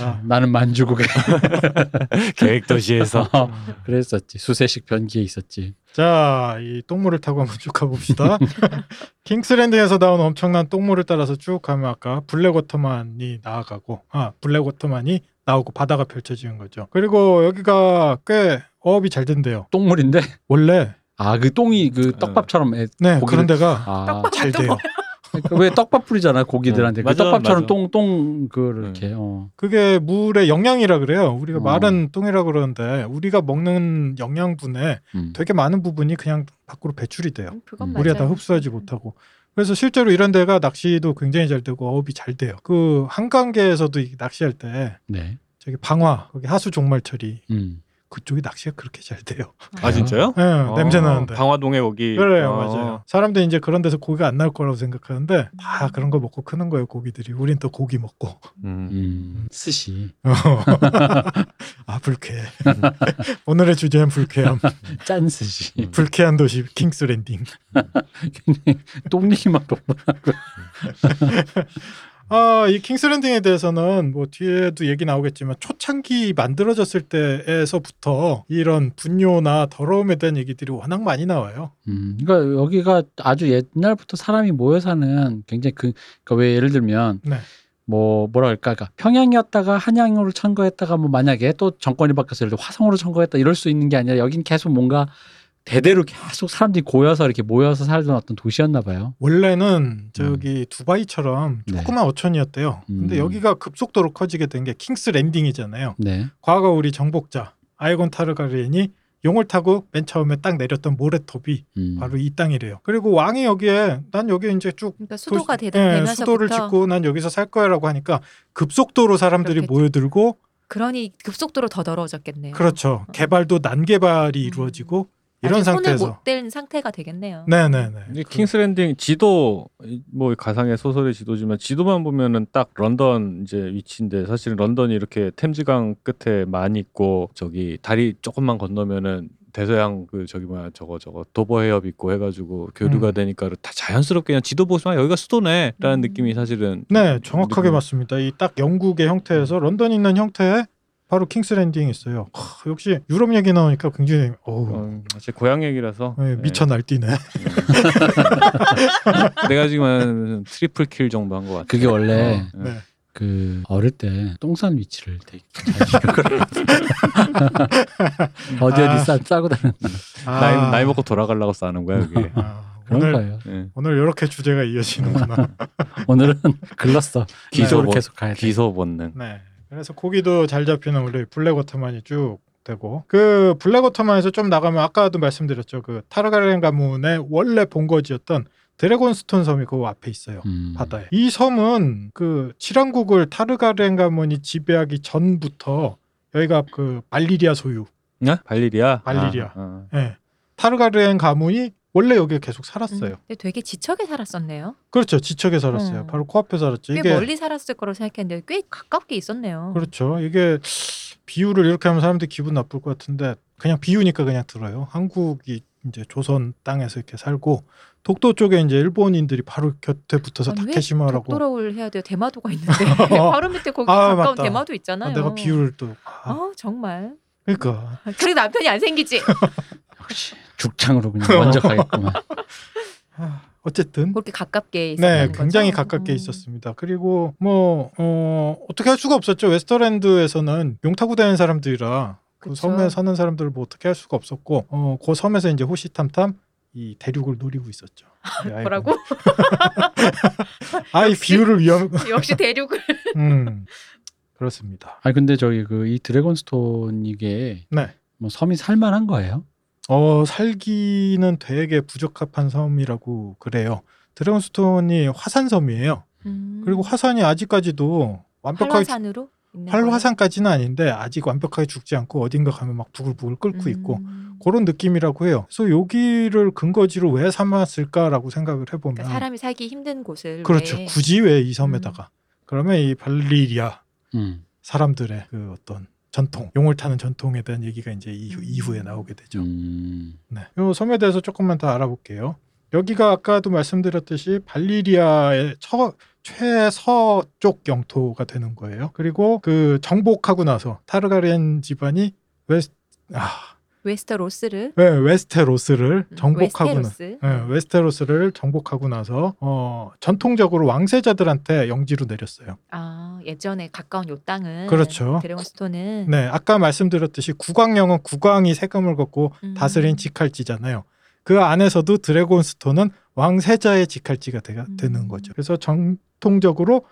Speaker 2: 아,
Speaker 3: 나는 만주국에
Speaker 4: 계획 도시에서
Speaker 3: 그랬었지. 수세식 변기에 있었지.
Speaker 2: 자, 이 똥물을 타고 한번 쭉 가봅시다. 킹스랜드에서 나온 엄청난 똥물을 따라서 쭉 가면 아까 블랙워터만이 나아가고, 아, 블랙워터만이 나오고 바다가 펼쳐지는 거죠. 그리고 여기가 꽤 어업이 잘 된대요.
Speaker 3: 똥물인데
Speaker 2: 원래,
Speaker 3: 아 그 똥이 그 떡밥처럼 애-
Speaker 2: 네,
Speaker 3: 거기를-
Speaker 2: 그런 데가
Speaker 3: 아,
Speaker 2: 잘 돼요.
Speaker 3: 그러니까 왜 떡밥 뿌리잖아 고기들한테
Speaker 4: 응,
Speaker 3: 그
Speaker 4: 네, 맞아,
Speaker 3: 떡밥처럼
Speaker 4: 맞아. 네.
Speaker 3: 똥똥 그걸 이렇게 어.
Speaker 2: 그게 물의 영양이라 그래요. 우리가
Speaker 3: 어.
Speaker 2: 말은 똥이라 그러는데, 우리가 먹는 영양분에
Speaker 3: 음.
Speaker 2: 되게 많은 부분이 그냥 밖으로 배출이 돼요.
Speaker 1: 음, 그건
Speaker 3: 음.
Speaker 1: 맞아요.
Speaker 2: 네. 우리가 다 흡수하지 못하고 그래서 실제로 이런 데가 낚시도 굉장히 잘 되고 어업이 잘 돼요. 그 한강계에서도 이 낚시할 때
Speaker 3: 네.
Speaker 2: 저기 방화 거기 하수 종말 처리
Speaker 3: 음.
Speaker 2: 그쪽이 낚시가 그렇게 잘 돼요.
Speaker 1: 음.
Speaker 4: 아 진짜요?
Speaker 2: 예, 냄새 나는데.
Speaker 4: 방화동에 거기
Speaker 2: 그래요,
Speaker 4: 어.
Speaker 2: 맞아요. 사람들이 이제 그런 데서 고기가 안 나올 거라고 생각하는데 다
Speaker 1: 음.
Speaker 2: 그런 거 먹고 크는 거예요, 고기들이. 우린 또 고기 먹고.
Speaker 4: 음.
Speaker 3: 음. 스시
Speaker 2: 아 불쾌해. 오늘의 주제는 불쾌함.
Speaker 3: 짠 스시
Speaker 2: 불쾌한 도시 킹스랜딩.
Speaker 3: 똥 얘기만 또
Speaker 2: 아, 이 킹스랜딩에 대해서는 뭐 뒤에도 얘기 나오겠지만 초창기 만들어졌을 때에서부터 이런 분뇨나 더러움에 대한 얘기들이 워낙 많이 나와요.
Speaker 3: 음, 그러니까 여기가 아주 옛날부터 사람이 모여 사는 굉장히 그, 그러니까 왜 예를 들면
Speaker 2: 네.
Speaker 3: 뭐 뭐라 할까, 그러니까 평양이었다가 한양으로 천거했다가 뭐 만약에 또 정권이 바뀌어서 예를 들어 화성으로 천거했다 이럴 수 있는 게 아니라 여긴 계속 뭔가 대대로 계속 사람들이 고여서 이렇게 모여서 살던 어떤 도시였나 봐요.
Speaker 2: 원래는 저기 두바이처럼
Speaker 3: 음. 네.
Speaker 2: 조그만 어촌이었대요. 근데
Speaker 3: 음.
Speaker 2: 여기가 급속도로 커지게 된 게 킹스랜딩이잖아요.
Speaker 3: 네.
Speaker 2: 과거 우리 정복자 아이곤 타르가리엔이 용을 타고 맨 처음에 딱 내렸던 모래톱이
Speaker 3: 음.
Speaker 2: 바로 이 땅이래요. 그리고 왕이 여기에 난 여기 이제 쭉
Speaker 1: 그러니까 수도가
Speaker 2: 도시-
Speaker 1: 대단되면서
Speaker 2: 예, 수도를 짓고 난 여기서 살 거야라고 하니까 급속도로 사람들이
Speaker 1: 그렇겠죠.
Speaker 2: 모여들고
Speaker 1: 그러니 급속도로 더 더러워졌겠네요. 어.
Speaker 2: 그렇죠. 개발도 난개발이
Speaker 1: 음.
Speaker 2: 이루어지고 이런
Speaker 1: 아직 손을
Speaker 2: 상태에서
Speaker 1: 못댄 상태가 되겠네요. 음.
Speaker 2: 네네네. 그
Speaker 4: 이게 킹스랜딩 지도 뭐 가상의 소설의 지도지만 지도만 보면은 딱 런던 이제 위치인데 사실은 런던이 이렇게 템즈강 끝에 많이 있고 저기 다리 조금만 건너면은 대서양 그 저기 뭐야 저거 저거 도보 해협 있고 해가지고 교류가
Speaker 2: 음.
Speaker 4: 되니까 다 자연스럽게 그냥 지도 보시면 여기가 수도네라는
Speaker 1: 음.
Speaker 4: 느낌이 사실은
Speaker 2: 네, 정확하게
Speaker 4: 느낌.
Speaker 2: 맞습니다. 이 딱 영국의 형태에서
Speaker 4: 음.
Speaker 2: 런던 있는 형태에 바로 킹스랜딩 있어요. 크, 역시 유럽 얘기 나오니까 굉장히 어우
Speaker 4: 어, 제 고향 얘기라서
Speaker 2: 예, 미쳐 날뛰네.
Speaker 4: 예. 내가 지금 한 트리플 킬 정도 한 것 같아.
Speaker 3: 그게 원래
Speaker 4: 어,
Speaker 2: 네.
Speaker 3: 그 어릴 때 똥싼 위치를 되게 잘 기억을 하거든요. 어디
Speaker 2: 아.
Speaker 3: 어디 싸, 싸고 다니는
Speaker 2: 아,
Speaker 4: 나이 나이 먹고 돌아가려고 싸는 거야 그게.
Speaker 2: 아,
Speaker 3: 그런
Speaker 2: 오늘
Speaker 3: 거예요.
Speaker 4: 예.
Speaker 2: 오늘 이렇게 주제가 이어지는구나.
Speaker 3: 오늘은 글렀어. 기소로
Speaker 4: 뭐-
Speaker 3: 계속 가야 돼.
Speaker 4: 기소 본능.
Speaker 2: 네. 그래서 고기도 잘 잡히는 원래 블랙워터만이 쭉 되고 그 블랙워터만에서 좀 나가면 아까도 말씀드렸죠. 그 타르가렌 가문의 원래 본거지였던 드래곤스톤 섬이 그 앞에 있어요.
Speaker 3: 음.
Speaker 2: 바다에. 이 섬은 그 칠왕국을 타르가렌 가문이 지배하기 전부터 여기가 그 발리리아 소유.
Speaker 4: 네? 발리리아.
Speaker 2: 발리리아.
Speaker 4: 아, 아.
Speaker 2: 예. 타르가르엔 가문이 원래 여기에 계속 살았어요.
Speaker 1: 근데 되게 지척에 살았었네요.
Speaker 2: 그렇죠. 지척에 살았어요.
Speaker 1: 음.
Speaker 2: 바로 코앞에 살았죠.
Speaker 1: 꽤
Speaker 2: 이게
Speaker 1: 멀리 살았을 거라고 생각했는데 꽤 가깝게 있었네요.
Speaker 2: 그렇죠. 이게 비유를 이렇게 하면 사람들이 기분 나쁠 것 같은데 그냥 비유니까 그냥 들어요. 한국이 이제 조선 땅에서 이렇게 살고 독도 쪽에 이제 일본인들이 바로 곁에 붙어서
Speaker 1: 아니, 왜
Speaker 2: 다케시마라고
Speaker 1: 독도를 해야 돼요. 대마도가 있는데 바로 밑에 거기
Speaker 2: 아,
Speaker 1: 가까운
Speaker 2: 맞다.
Speaker 1: 대마도
Speaker 2: 아,
Speaker 1: 있잖아요.
Speaker 2: 내가 비유를 또 아,
Speaker 1: 아, 정말.
Speaker 2: 그러니까
Speaker 1: 그래도 남편이 안 생기지.
Speaker 3: 역시 죽창으로 그냥 만족하겠구만.
Speaker 2: 아, 어쨌든
Speaker 1: 그렇게 가깝게 있었다는
Speaker 2: 네,
Speaker 1: 거죠?
Speaker 2: 굉장히 가깝게
Speaker 1: 음.
Speaker 2: 있었습니다. 그리고 뭐 어, 어떻게 할 수가 없었죠. 웨스터랜드에서는 용 타고 다니는 사람들이라 그
Speaker 1: 그쵸.
Speaker 2: 섬에 사는 사람들을 뭐 어떻게 할 수가 없었고 어, 그 섬에서 이제 호시탐탐 이 대륙을 노리고 있었죠. 이 아이들은.
Speaker 1: 뭐라고?
Speaker 2: 아, 이
Speaker 1: 역시.
Speaker 2: 비유를 위험.
Speaker 1: 역시 대륙을.
Speaker 2: 음, 그렇습니다.
Speaker 3: 아 근데 저기 그 이 드래곤스톤 이게
Speaker 2: 네.
Speaker 3: 뭐 섬이 살만한 거예요?
Speaker 2: 어, 살기는 되게 부적합한 섬이라고 그래요. 드래곤스톤이 화산섬이에요.
Speaker 1: 음.
Speaker 2: 그리고 화산이 아직까지도 완벽하게
Speaker 1: 활화산으로 있는 거예요?
Speaker 2: 활화산까지는 아닌데 아직 완벽하게 죽지 않고 어딘가 가면 막 부글부글 끓고 있고
Speaker 1: 음.
Speaker 2: 그런 느낌이라고 해요. 그래서 여기를 근거지로 왜 삼았을까라고 생각을 해보면
Speaker 1: 그러니까 사람이 살기 힘든 곳을
Speaker 2: 음. 그렇죠.
Speaker 1: 왜 음.
Speaker 2: 굳이 왜 이 섬에다가 그러면 이 발리리아
Speaker 3: 음.
Speaker 2: 사람들의 그 어떤 전통 용을 타는 전통에 대한 얘기가 이제
Speaker 1: 음.
Speaker 2: 이후, 에 나오게 되죠.
Speaker 3: 음.
Speaker 2: 네. 이 섬에 대해서 조금만 더 알아볼게요. 여기가 아까도 말씀드렸듯이 발리리아의 처, 최서쪽 영토가 되는 거예요. 그리고 그 정복하고 나서 타르가렌 집안이 웨스 아,
Speaker 1: 웨스터로스를
Speaker 2: 네, 웨스테로스를 정복하고 나
Speaker 1: 음, 웨스테로스.
Speaker 2: 네, 웨스테로스를 정복하고 나서 어, 전통적으로 왕세자들한테 영지로 내렸어요.
Speaker 1: 아 예전에 가까운 요 땅은
Speaker 2: 그렇죠.
Speaker 1: 드래곤스톤은
Speaker 2: 네, 아까 말씀드렸듯이 국왕령은 국왕이 세금을 걷고
Speaker 1: 음.
Speaker 2: 다스린 직할지잖아요. 그 안에서도 드래곤스톤은 왕세자의 직할지가 되,
Speaker 1: 음.
Speaker 2: 는 거죠. 그래서 전통적으로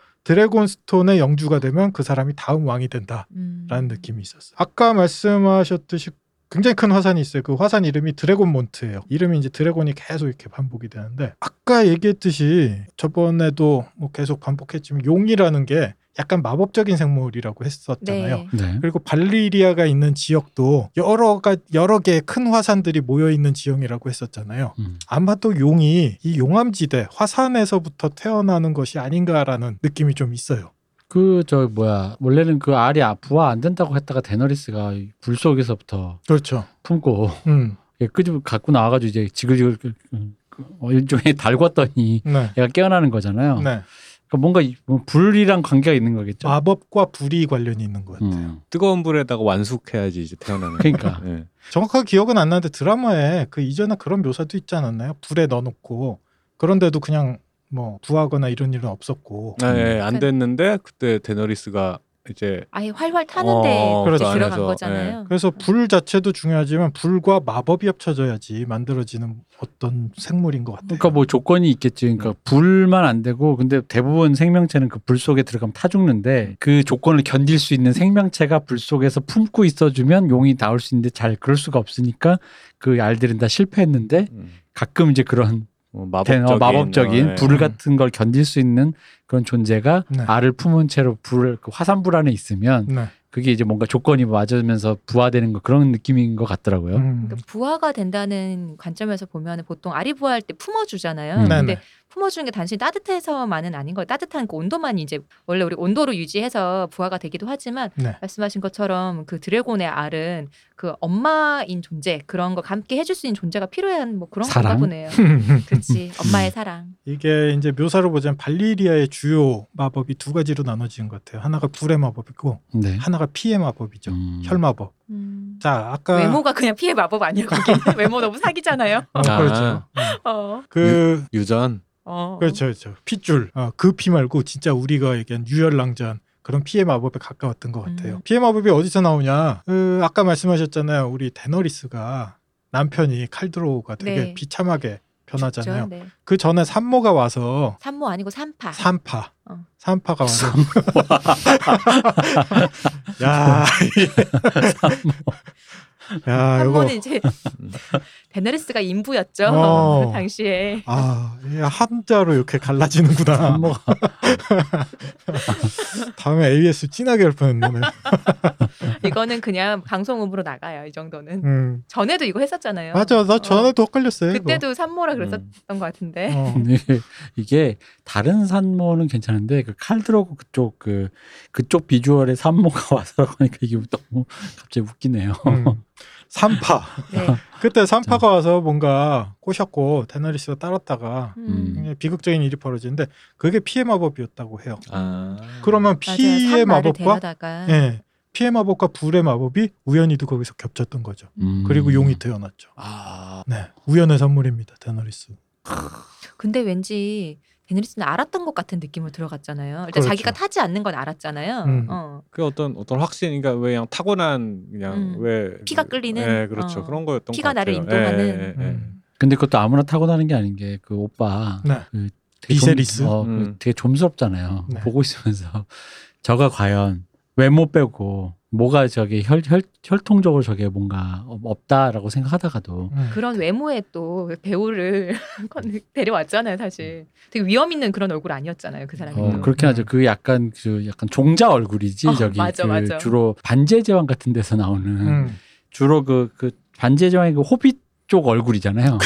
Speaker 2: 드래곤스톤의 영주가 되면 그 사람이 다음 왕이 된다라는
Speaker 1: 음.
Speaker 2: 느낌이 있었어요. 아까 말씀하셨듯이 굉장히 큰 화산이 있어요. 그 화산 이름이 드래곤몬트예요. 이름이 이제 드래곤이 계속 이렇게 반복이 되는데 아까 얘기했듯이 저번에도 뭐 계속 반복했지만 용이라는 게 약간 마법적인 생물이라고 했었잖아요.
Speaker 1: 네.
Speaker 3: 네.
Speaker 2: 그리고 발리리아가 있는 지역도 여러 가 여러 개의 큰 화산들이 모여 있는 지형이라고 했었잖아요.
Speaker 3: 음.
Speaker 2: 아마도 용이 이 용암지대 화산에서부터 태어나는 것이 아닌가라는 느낌이 좀 있어요.
Speaker 3: 그 저 뭐야 원래는 그 알이 아- 부화 안 된다고 했다가 데너리스가 불 속에서부터
Speaker 2: 그렇죠.
Speaker 3: 품고
Speaker 2: 음,
Speaker 3: 얘 끄집 갖고 나와가지고 이제 지글지글 그- 그- 그- 어, 일종의 달궜더니
Speaker 2: 네,
Speaker 3: 얘가 깨어나는 거잖아요.
Speaker 2: 네. 아,
Speaker 3: 그러니까 뭔가 이- 뭐 불이랑 관계가 있는 거겠죠.
Speaker 2: 마법과 불이 관련이 있는 것 같아요.
Speaker 3: 음.
Speaker 4: 뜨거운 불에다가 완숙해야지 이제 태어나는.
Speaker 3: 그러니까.
Speaker 6: 네.
Speaker 4: 거예요. 예.
Speaker 2: 정확하게 기억은 안 나는데 드라마에 그 이전에 그런 묘사도 있지 않았나요? 불에 넣어놓고 그런데도 그냥 뭐 부하거나 이런 일은 없었고
Speaker 4: 아, 예,
Speaker 1: 그
Speaker 4: 안 됐는데 그때 데너리스가 이제
Speaker 1: 아예 활활 타는데
Speaker 4: 어,
Speaker 2: 그렇죠.
Speaker 1: 들어간
Speaker 4: 안에서, 네.
Speaker 1: 거잖아요.
Speaker 2: 그래서 불 자체도 중요하지만 불과 마법이 합쳐져야지 만들어지는 어떤 생물인 것 같아요.
Speaker 3: 그러니까 뭐 조건이 있겠지.
Speaker 4: 음.
Speaker 3: 그러니까 불만 안 되고 근데 대부분 생명체는 그 불 속에 들어가면 타
Speaker 4: 음.
Speaker 3: 죽는데 그 조건을 견딜 수 있는 생명체가 불 속에서 품고 있어주면 용이 나올 수 있는데 잘 그럴 수가 없으니까 그 알들은 다 실패했는데
Speaker 4: 음,
Speaker 3: 가끔 이제 그런
Speaker 4: 뭐
Speaker 3: 대-
Speaker 4: 마법적인,
Speaker 3: 어, 마법적인
Speaker 6: 네.
Speaker 4: 어, 예.
Speaker 3: 불 같은 걸 견딜 수 있는 그런 존재가
Speaker 2: 네.
Speaker 3: 알을 품은 채로 불 그 화산불 안에 있으면
Speaker 2: 네.
Speaker 3: 그게 이제 뭔가 조건이 맞으면서 부화되는 거 그런 느낌인 것 같더라고요.
Speaker 2: 음.
Speaker 1: 그러니까 부화가 된다는 관점에서 보면 보통 알이 부화할 때 품어주잖아요.
Speaker 3: 음.
Speaker 1: 근데
Speaker 2: 네네.
Speaker 1: 품어주는 게 단순히 따뜻해서만은 아닌 거예요. 따뜻한 그 온도만 이제 원래 우리 온도로 유지해서 부화가 되기도 하지만
Speaker 2: 네.
Speaker 1: 말씀하신 것처럼 그 드래곤의 알은 그 엄마인 존재 그런 거 함께 해줄 수 있는 존재가 필요한 뭐 그런 건가
Speaker 3: 사랑?
Speaker 1: 보네요. 그렇지
Speaker 2: 음.
Speaker 1: 엄마의 사랑.
Speaker 2: 이게 이제 묘사로 보자면 발리리아의 주요 마법이 두 가지로 나눠지는 것 같아요. 하나가 불의 마법이고
Speaker 3: 네.
Speaker 2: 하나가 피의 마법이죠.
Speaker 3: 음.
Speaker 2: 혈마법.
Speaker 1: 음.
Speaker 2: 자 아까
Speaker 1: 외모가 그냥 피해 마법 아니야 거기는 외모 너무 사기잖아요.
Speaker 2: 어, 그렇죠.
Speaker 1: 어.
Speaker 2: 그
Speaker 4: 유전.
Speaker 1: 어.
Speaker 2: 그렇죠, 그렇죠. 핏줄, 어, 그피 말고 진짜 우리가 얘기한 유혈낭전 그런 피해 마법에 가까웠던 것 같아요.
Speaker 1: 음.
Speaker 2: 피해 마법이 어디서 나오냐? 그 아까 말씀하셨잖아요. 우리 데너리스가 남편이 칼드로우가 되게
Speaker 1: 네.
Speaker 2: 비참하게 변하잖아요.
Speaker 1: 그렇죠, 네.
Speaker 2: 그 전에 산모가 와서
Speaker 1: 산모 아니고 산파.
Speaker 2: 산파,
Speaker 1: 어.
Speaker 2: 산파가 와서 야, 야, 이거 아,
Speaker 1: 산모는 이제 베네리스가 인부였죠 그
Speaker 2: 어.
Speaker 1: 당시에.
Speaker 2: 아, 이 한자로 이렇게 갈라지는구나.
Speaker 3: 안목아.
Speaker 2: 다음에 AS 진하게 할 뻔했네. 내가.
Speaker 1: 이거는 그냥 방송음으로 나가요 이 정도는.
Speaker 2: 음.
Speaker 1: 전에도 이거 했었잖아요.
Speaker 2: 맞아, 나
Speaker 1: 어.
Speaker 2: 전에도 엇갈렸어요. 이거.
Speaker 1: 그때도 네. 산모라 그랬었던 것 같은데.
Speaker 2: 어.
Speaker 3: 이게- 네. 이게 다른 산모는 괜찮은데 그 칼드로그 그쪽 그 그쪽 비주얼의 산모가 와서 그러니까 이게 너무 갑자기 웃기네요.
Speaker 2: 음. 삼파.
Speaker 1: 네.
Speaker 2: 그때 삼파가 와서 뭔가 꼬셨고 테너리스가 따랐다가
Speaker 1: 음.
Speaker 2: 굉장히 비극적인 일이 벌어지는데 그게 피해 마법이었다고 해요.
Speaker 6: 아.
Speaker 2: 그러면
Speaker 1: 음. 맞아요.
Speaker 2: 피해
Speaker 1: 산마를
Speaker 2: 마법과
Speaker 1: 대하다가
Speaker 2: 예, 피해 마법과 불의 마법이 우연히도 거기서 겹쳤던 거죠.
Speaker 3: 음.
Speaker 2: 그리고 용이 태어났죠.
Speaker 4: 아,
Speaker 2: 네, 우연의 산물입니다. 테너리스.
Speaker 1: 근데 왠지 베네리스는 알았던 것 같은 느낌으로 들어갔잖아요. 일단
Speaker 2: 그렇죠.
Speaker 1: 자기가 타지 않는 건 알았잖아요.
Speaker 2: 음.
Speaker 1: 어.
Speaker 6: 그 어떤 어떤 확신, 그러니까 왜 그냥 타고난 그냥
Speaker 1: 음.
Speaker 6: 왜
Speaker 1: 피가 끌리는?
Speaker 6: 예, 그렇죠.
Speaker 1: 어.
Speaker 6: 그런 거였던
Speaker 1: 피가
Speaker 6: 것 같아요.
Speaker 1: 나를 인도하는?
Speaker 6: 예, 예,
Speaker 3: 네.
Speaker 6: 예.
Speaker 2: 음.
Speaker 3: 근데 그것도 아무나 타고나는 게 아닌 게 그 오빠
Speaker 2: 네.
Speaker 3: 되게 좀-
Speaker 2: 비세리스?
Speaker 3: 어, 그
Speaker 6: 음.
Speaker 3: 되게 좀스럽잖아요.
Speaker 2: 네.
Speaker 3: 보고 있으면서 저가 과연 외모 빼고 뭐가 저게 혈, 혈, 혈통적으로 저게 뭔가 없다라고 생각하다가도
Speaker 2: 음.
Speaker 1: 그런 외모에 또 배우를 건- 데려왔잖아요, 사실. 되게 위험 있는 그런 얼굴 아니었잖아요, 그 사람이.
Speaker 3: 어,
Speaker 1: 또.
Speaker 3: 그렇긴 하죠. 그 약간 그 약간 종자 얼굴이지
Speaker 1: 어,
Speaker 3: 저기
Speaker 1: 맞아,
Speaker 3: 그
Speaker 1: 맞아.
Speaker 3: 주로 반지의 제왕 같은 데서 나오는
Speaker 2: 음.
Speaker 3: 주로 그 그 반지의 제왕의 그 호빗 쪽 얼굴이잖아요.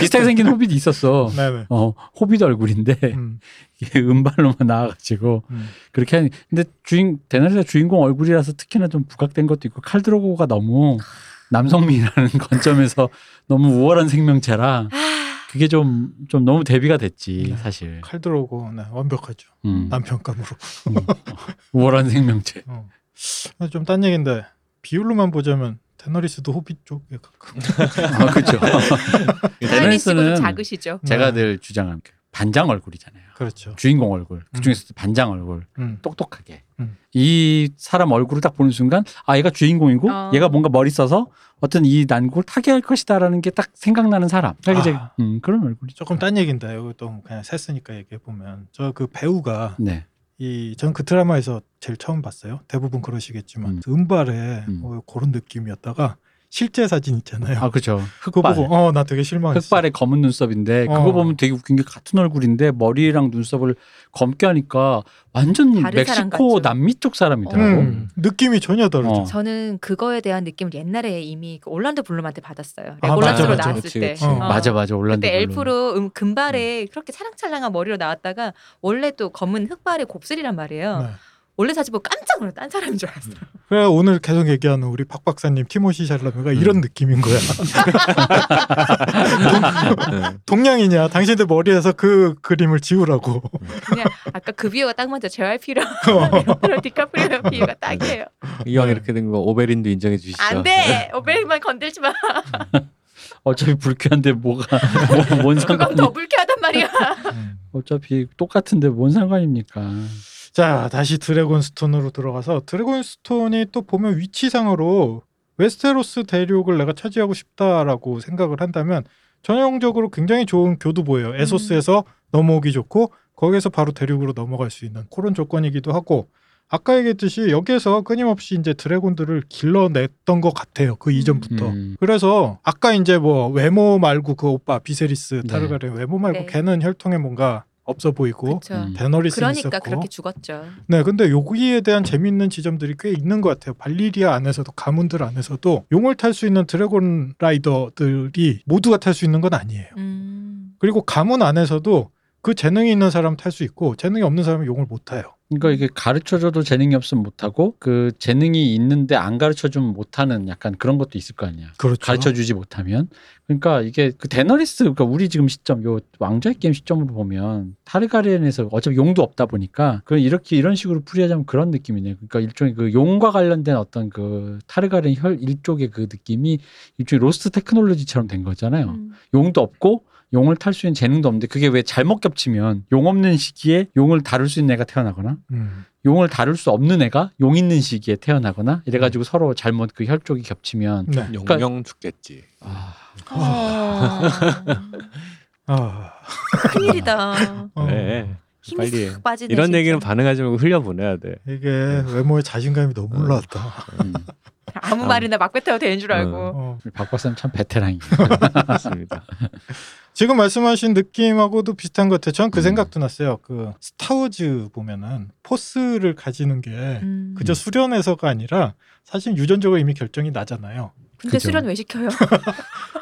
Speaker 3: 비슷하게 생긴 호빗이 있었어. 네.
Speaker 2: 네네.
Speaker 3: 어 호빗 얼굴인데
Speaker 2: 음.
Speaker 3: 이게 음발로만 나와가지고
Speaker 2: 음.
Speaker 3: 그렇게 하니 근데 주인 대나리가 주인공 얼굴이라서 특히나 좀 부각된 것도 있고 칼드로고가 너무 남성미라는 관점에서 너무 우월한 생명체라
Speaker 1: 아.
Speaker 3: 그게 좀 좀 너무 대비가 됐지
Speaker 2: 네.
Speaker 3: 사실
Speaker 2: 칼 들어오고 네, 완벽하죠.
Speaker 3: 음,
Speaker 2: 남편감으로.
Speaker 3: 우월한 생명체
Speaker 2: 어. 좀 딴 얘기인데 비율로만 보자면 테너리스도 호빗 쪽에 예, 그, 가까워.
Speaker 3: 아 그렇죠
Speaker 1: 사연이시고도
Speaker 3: 베네리스는
Speaker 1: 작으시죠.
Speaker 3: 제가
Speaker 2: 네.
Speaker 3: 늘 주장한 그 반장 얼굴이잖아요
Speaker 2: 그렇죠.
Speaker 3: 주인공 얼굴 그 중에서도 반장 얼굴
Speaker 2: 음.
Speaker 3: 똑똑하게
Speaker 2: 음.
Speaker 3: 이 사람 얼굴을 딱 보는 순간 아 얘가 주인공이고
Speaker 1: 어.
Speaker 3: 얘가 뭔가 머리 써서 어떤 이 난국을 타개할 것이다라는 게 딱 생각나는 사람 그러니까 이제,
Speaker 2: 아.
Speaker 3: 음, 그런 얼굴이죠
Speaker 2: 조금 딴 얘기인데 이것도 그냥 샜으니까 얘기해 보면 저 그 배우가
Speaker 3: 네
Speaker 2: 이 전 그 드라마에서 제일 처음 봤어요. 대부분 그러시겠지만
Speaker 3: 음.
Speaker 2: 음. 발에
Speaker 3: 음.
Speaker 2: 뭐 그런 느낌이었다가 실제 사진 있잖아요.
Speaker 3: 아 그렇죠
Speaker 2: 그거
Speaker 3: 흑발.
Speaker 2: 보고 어 나 되게 실망했어.
Speaker 3: 흑발에 검은 눈썹인데
Speaker 2: 어.
Speaker 3: 그거 보면 되게 웃긴 게 같은 얼굴인데 머리랑 눈썹을 검게 하니까 완전
Speaker 1: 다른 사람
Speaker 3: 멕시코
Speaker 1: 같죠.
Speaker 3: 남미 쪽 사람이더라고.
Speaker 2: 음, 느낌이 전혀 다르죠.
Speaker 3: 어.
Speaker 1: 저는 그거에 대한 느낌을 옛날에 이미 그 올란도 블룸한테 받았어요.
Speaker 2: 아,
Speaker 1: 레골란트로
Speaker 2: 맞아, 맞아.
Speaker 1: 나왔을
Speaker 6: 그치,
Speaker 1: 때.
Speaker 6: 그치.
Speaker 2: 어.
Speaker 3: 맞아 맞아 올란도.
Speaker 1: 그때
Speaker 3: 별로.
Speaker 1: 엘프로 음, 금발에 그렇게 차랑차랑한 머리로 나왔다가 원래 또 검은 흑발의 곱슬이란
Speaker 3: 어.
Speaker 1: 말이에요.
Speaker 2: 네.
Speaker 1: 원래 사실 뭐 깜짝 놀라 딴 사람인 줄 알았어요.
Speaker 2: 그래 오늘 계속 얘기하는 우리 박 박사님 티모시 샬라메가 이런 느낌인 거야.
Speaker 6: 예.
Speaker 2: 동양이냐? 당신들 머리에서 그 그림을 지우라고.
Speaker 1: 그냥 아까 그 비유가 딱 맞아. JYP랑 레오나르도 디카프리오 비유가 딱이에요.
Speaker 6: 이왕 이렇게 된 거 오베린도 인정해 주시죠.
Speaker 1: 안 돼. 오백만 건들지 마.
Speaker 3: 어차피 불쾌한데 뭐가 뭐- 뭔
Speaker 1: 그건
Speaker 3: 상관이?
Speaker 1: 더 불쾌하단 말이야.
Speaker 3: 음. 어차피 똑같은데 뭔 상관입니까?
Speaker 2: 자 다시 드래곤스톤으로 들어가서 드래곤스톤이 또 보면 위치상으로 웨스테로스 대륙을 내가 차지하고 싶다라고 생각을 한다면 전형적으로 굉장히 좋은 교두보예요. 에소스에서 넘어오기 좋고 거기에서 바로 대륙으로 넘어갈 수 있는 그런 조건이기도 하고 아까 얘기했듯이 여기에서 끊임없이 이제 드래곤들을 길러냈던 것 같아요. 그 이전부터.
Speaker 3: 음.
Speaker 2: 그래서 아까 이제 뭐 외모 말고 그 오빠 비세리스
Speaker 3: 네.
Speaker 2: 타르가렌 외모 말고
Speaker 1: 네.
Speaker 2: 걔는 혈통에 뭔가 없어 보이고 음.
Speaker 1: 그렇죠.
Speaker 2: 베너리스
Speaker 1: 그러니까
Speaker 2: 있었고
Speaker 1: 그렇게 죽었죠.
Speaker 2: 네, 근데 여기에 대한 재미있는 지점들이 꽤 있는 것 같아요. 발리리아 안에서도 가문들 안에서도 용을 탈 수 있는 드래곤 라이더들이 모두가 탈 수 있는 건 아니에요.
Speaker 1: 음.
Speaker 2: 그리고 가문 안에서도 그 재능이 있는 사람 탈 수 있고 재능이 없는 사람은 용을 못 타요.
Speaker 3: 그러니까 이게 가르쳐줘도 재능이 없으면 못하고 그 재능이 있는데 안 가르쳐주면 못하는 약간 그런 것도 있을 거 아니야.
Speaker 2: 그렇죠.
Speaker 3: 가르쳐 주지 못하면 그러니까 이게 그 데너리스 그러니까 우리 지금 시점 요 왕좌의 게임 시점으로 보면 타르가리엔에서 어차피 용도 없다 보니까 그 이렇게 이런 식으로 풀이하자면 그런 느낌이네. 그러니까 일종의 그 용과 관련된 어떤 그 타르가리엔 혈 일족의 그 느낌이 일종의 로스트 테크놀로지처럼 된 거잖아요.
Speaker 1: 음.
Speaker 3: 용도 없고 용을 탈 수 있는 재능도 없는데 그게 왜 잘못 겹치면 용 없는 시기에 용을 다룰 수 있는 애가 태어나거나
Speaker 2: 음.
Speaker 3: 용을 다룰 수 없는 애가 용 있는 시기에 태어나거나 이래가지고 서로 잘못 그 혈족이 겹치면
Speaker 2: 네.
Speaker 6: 영영 죽겠지.
Speaker 3: 아,
Speaker 2: 아,
Speaker 1: 어. 큰일이다.
Speaker 2: 어.
Speaker 6: 네.
Speaker 1: 힘이
Speaker 6: 빨리 해.
Speaker 1: 싹 빠지네.
Speaker 6: 이런
Speaker 1: 진짜.
Speaker 6: 얘기는 반응하지 말고 흘려보내야 돼.
Speaker 3: 어.
Speaker 2: 이게 외모에 자신감이 너무 올라왔다.
Speaker 3: 음.
Speaker 1: 아무 말이나 막 뱉어도 되는 줄 알고.
Speaker 2: 어.
Speaker 3: 박박사님 음. 참 베테랑이에요.
Speaker 4: 맞습니다.
Speaker 2: 지금 말씀하신 느낌하고도 비슷한 것 같아요. 전 그
Speaker 3: 음.
Speaker 2: 생각도 났어요. 그 스타워즈 보면은 포스를 가지는 게
Speaker 1: 음.
Speaker 2: 그저 수련해서가 아니라 사실 유전적으로 이미 결정이 나잖아요.
Speaker 1: 근데
Speaker 3: 그죠.
Speaker 1: 수련 왜 시켜요?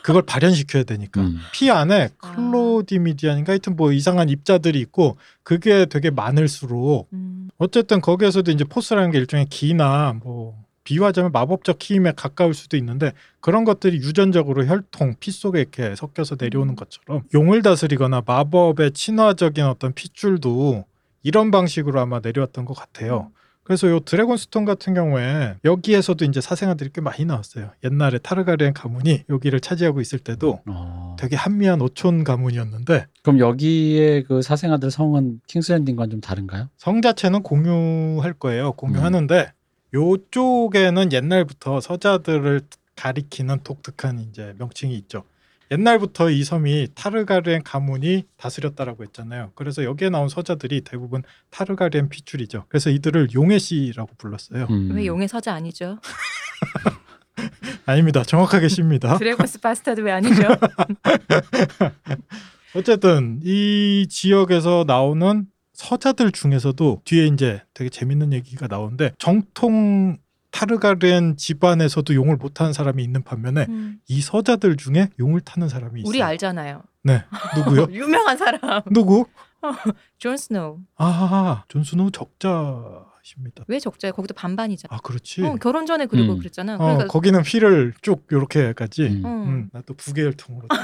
Speaker 2: 그걸 발현시켜야 되니까.
Speaker 3: 음.
Speaker 2: 피 안에
Speaker 1: 아.
Speaker 2: 클로디미디안인가 하여튼 뭐 이상한 입자들이 있고 그게 되게 많을수록
Speaker 1: 음.
Speaker 2: 어쨌든 거기에서도 이제 포스라는 게 일종의 기나 뭐 비화자면 마법적 힘에 가까울 수도 있는데 그런 것들이 유전적으로 혈통, 피 속에 이렇게 섞여서 내려오는 것처럼 용을 다스리거나 마법의 친화적인 어떤 핏줄도 이런 방식으로 아마 내려왔던 것 같아요. 그래서 요 드래곤스톤 같은 경우에 여기에서도 이제 사생아들이 꽤 많이 나왔어요. 옛날에 타르가리엔 가문이 여기를 차지하고 있을 때도
Speaker 3: 어.
Speaker 2: 되게 한미한 오촌 가문이었는데
Speaker 3: 그럼 여기에 그 사생아들 성은 킹스랜딩과는 좀 다른가요?
Speaker 2: 성 자체는 공유할 거예요. 공유하는데 요쪽에는 옛날부터 서자들을 가리키는 독특한 이제 명칭이 있죠. 옛날부터 이 섬이 타르가렌 가문이 다스렸다라고 했잖아요. 그래서 여기에 나온 서자들이 대부분 타르가렌 피줄이죠. 그래서 이들을 용의 씨라고 불렀어요.
Speaker 3: 음.
Speaker 1: 왜 용의 서자 아니죠?
Speaker 2: 아닙니다. 정확하게 씨입니다.
Speaker 1: 드래곤스 바스타드 왜 아니죠?
Speaker 2: 어쨌든 이 지역에서 나오는 서자들 중에서도 뒤에 이제 되게 재밌는 얘기가 나오는데 정통 타르가렌 집안에서도 용을 못하는 사람이 있는 반면에
Speaker 1: 음.
Speaker 2: 이 서자들 중에 용을 타는 사람이 있어요.
Speaker 1: 우리 알잖아요.
Speaker 2: 네. 누구요?
Speaker 1: 유명한 사람.
Speaker 2: 누구?
Speaker 1: 존 스노우.
Speaker 2: 아, 존스노우 적자십니다.
Speaker 1: 왜 적자야? 거기도 반반이잖아.
Speaker 2: 아, 그렇지.
Speaker 1: 어, 결혼 전에 그리고
Speaker 3: 음.
Speaker 1: 그랬잖아.
Speaker 2: 어,
Speaker 1: 그러니까
Speaker 2: 거기는 휘를 쭉 요렇게까지.
Speaker 3: 음.
Speaker 1: 어.
Speaker 2: 음, 나 또 부계혈통으로.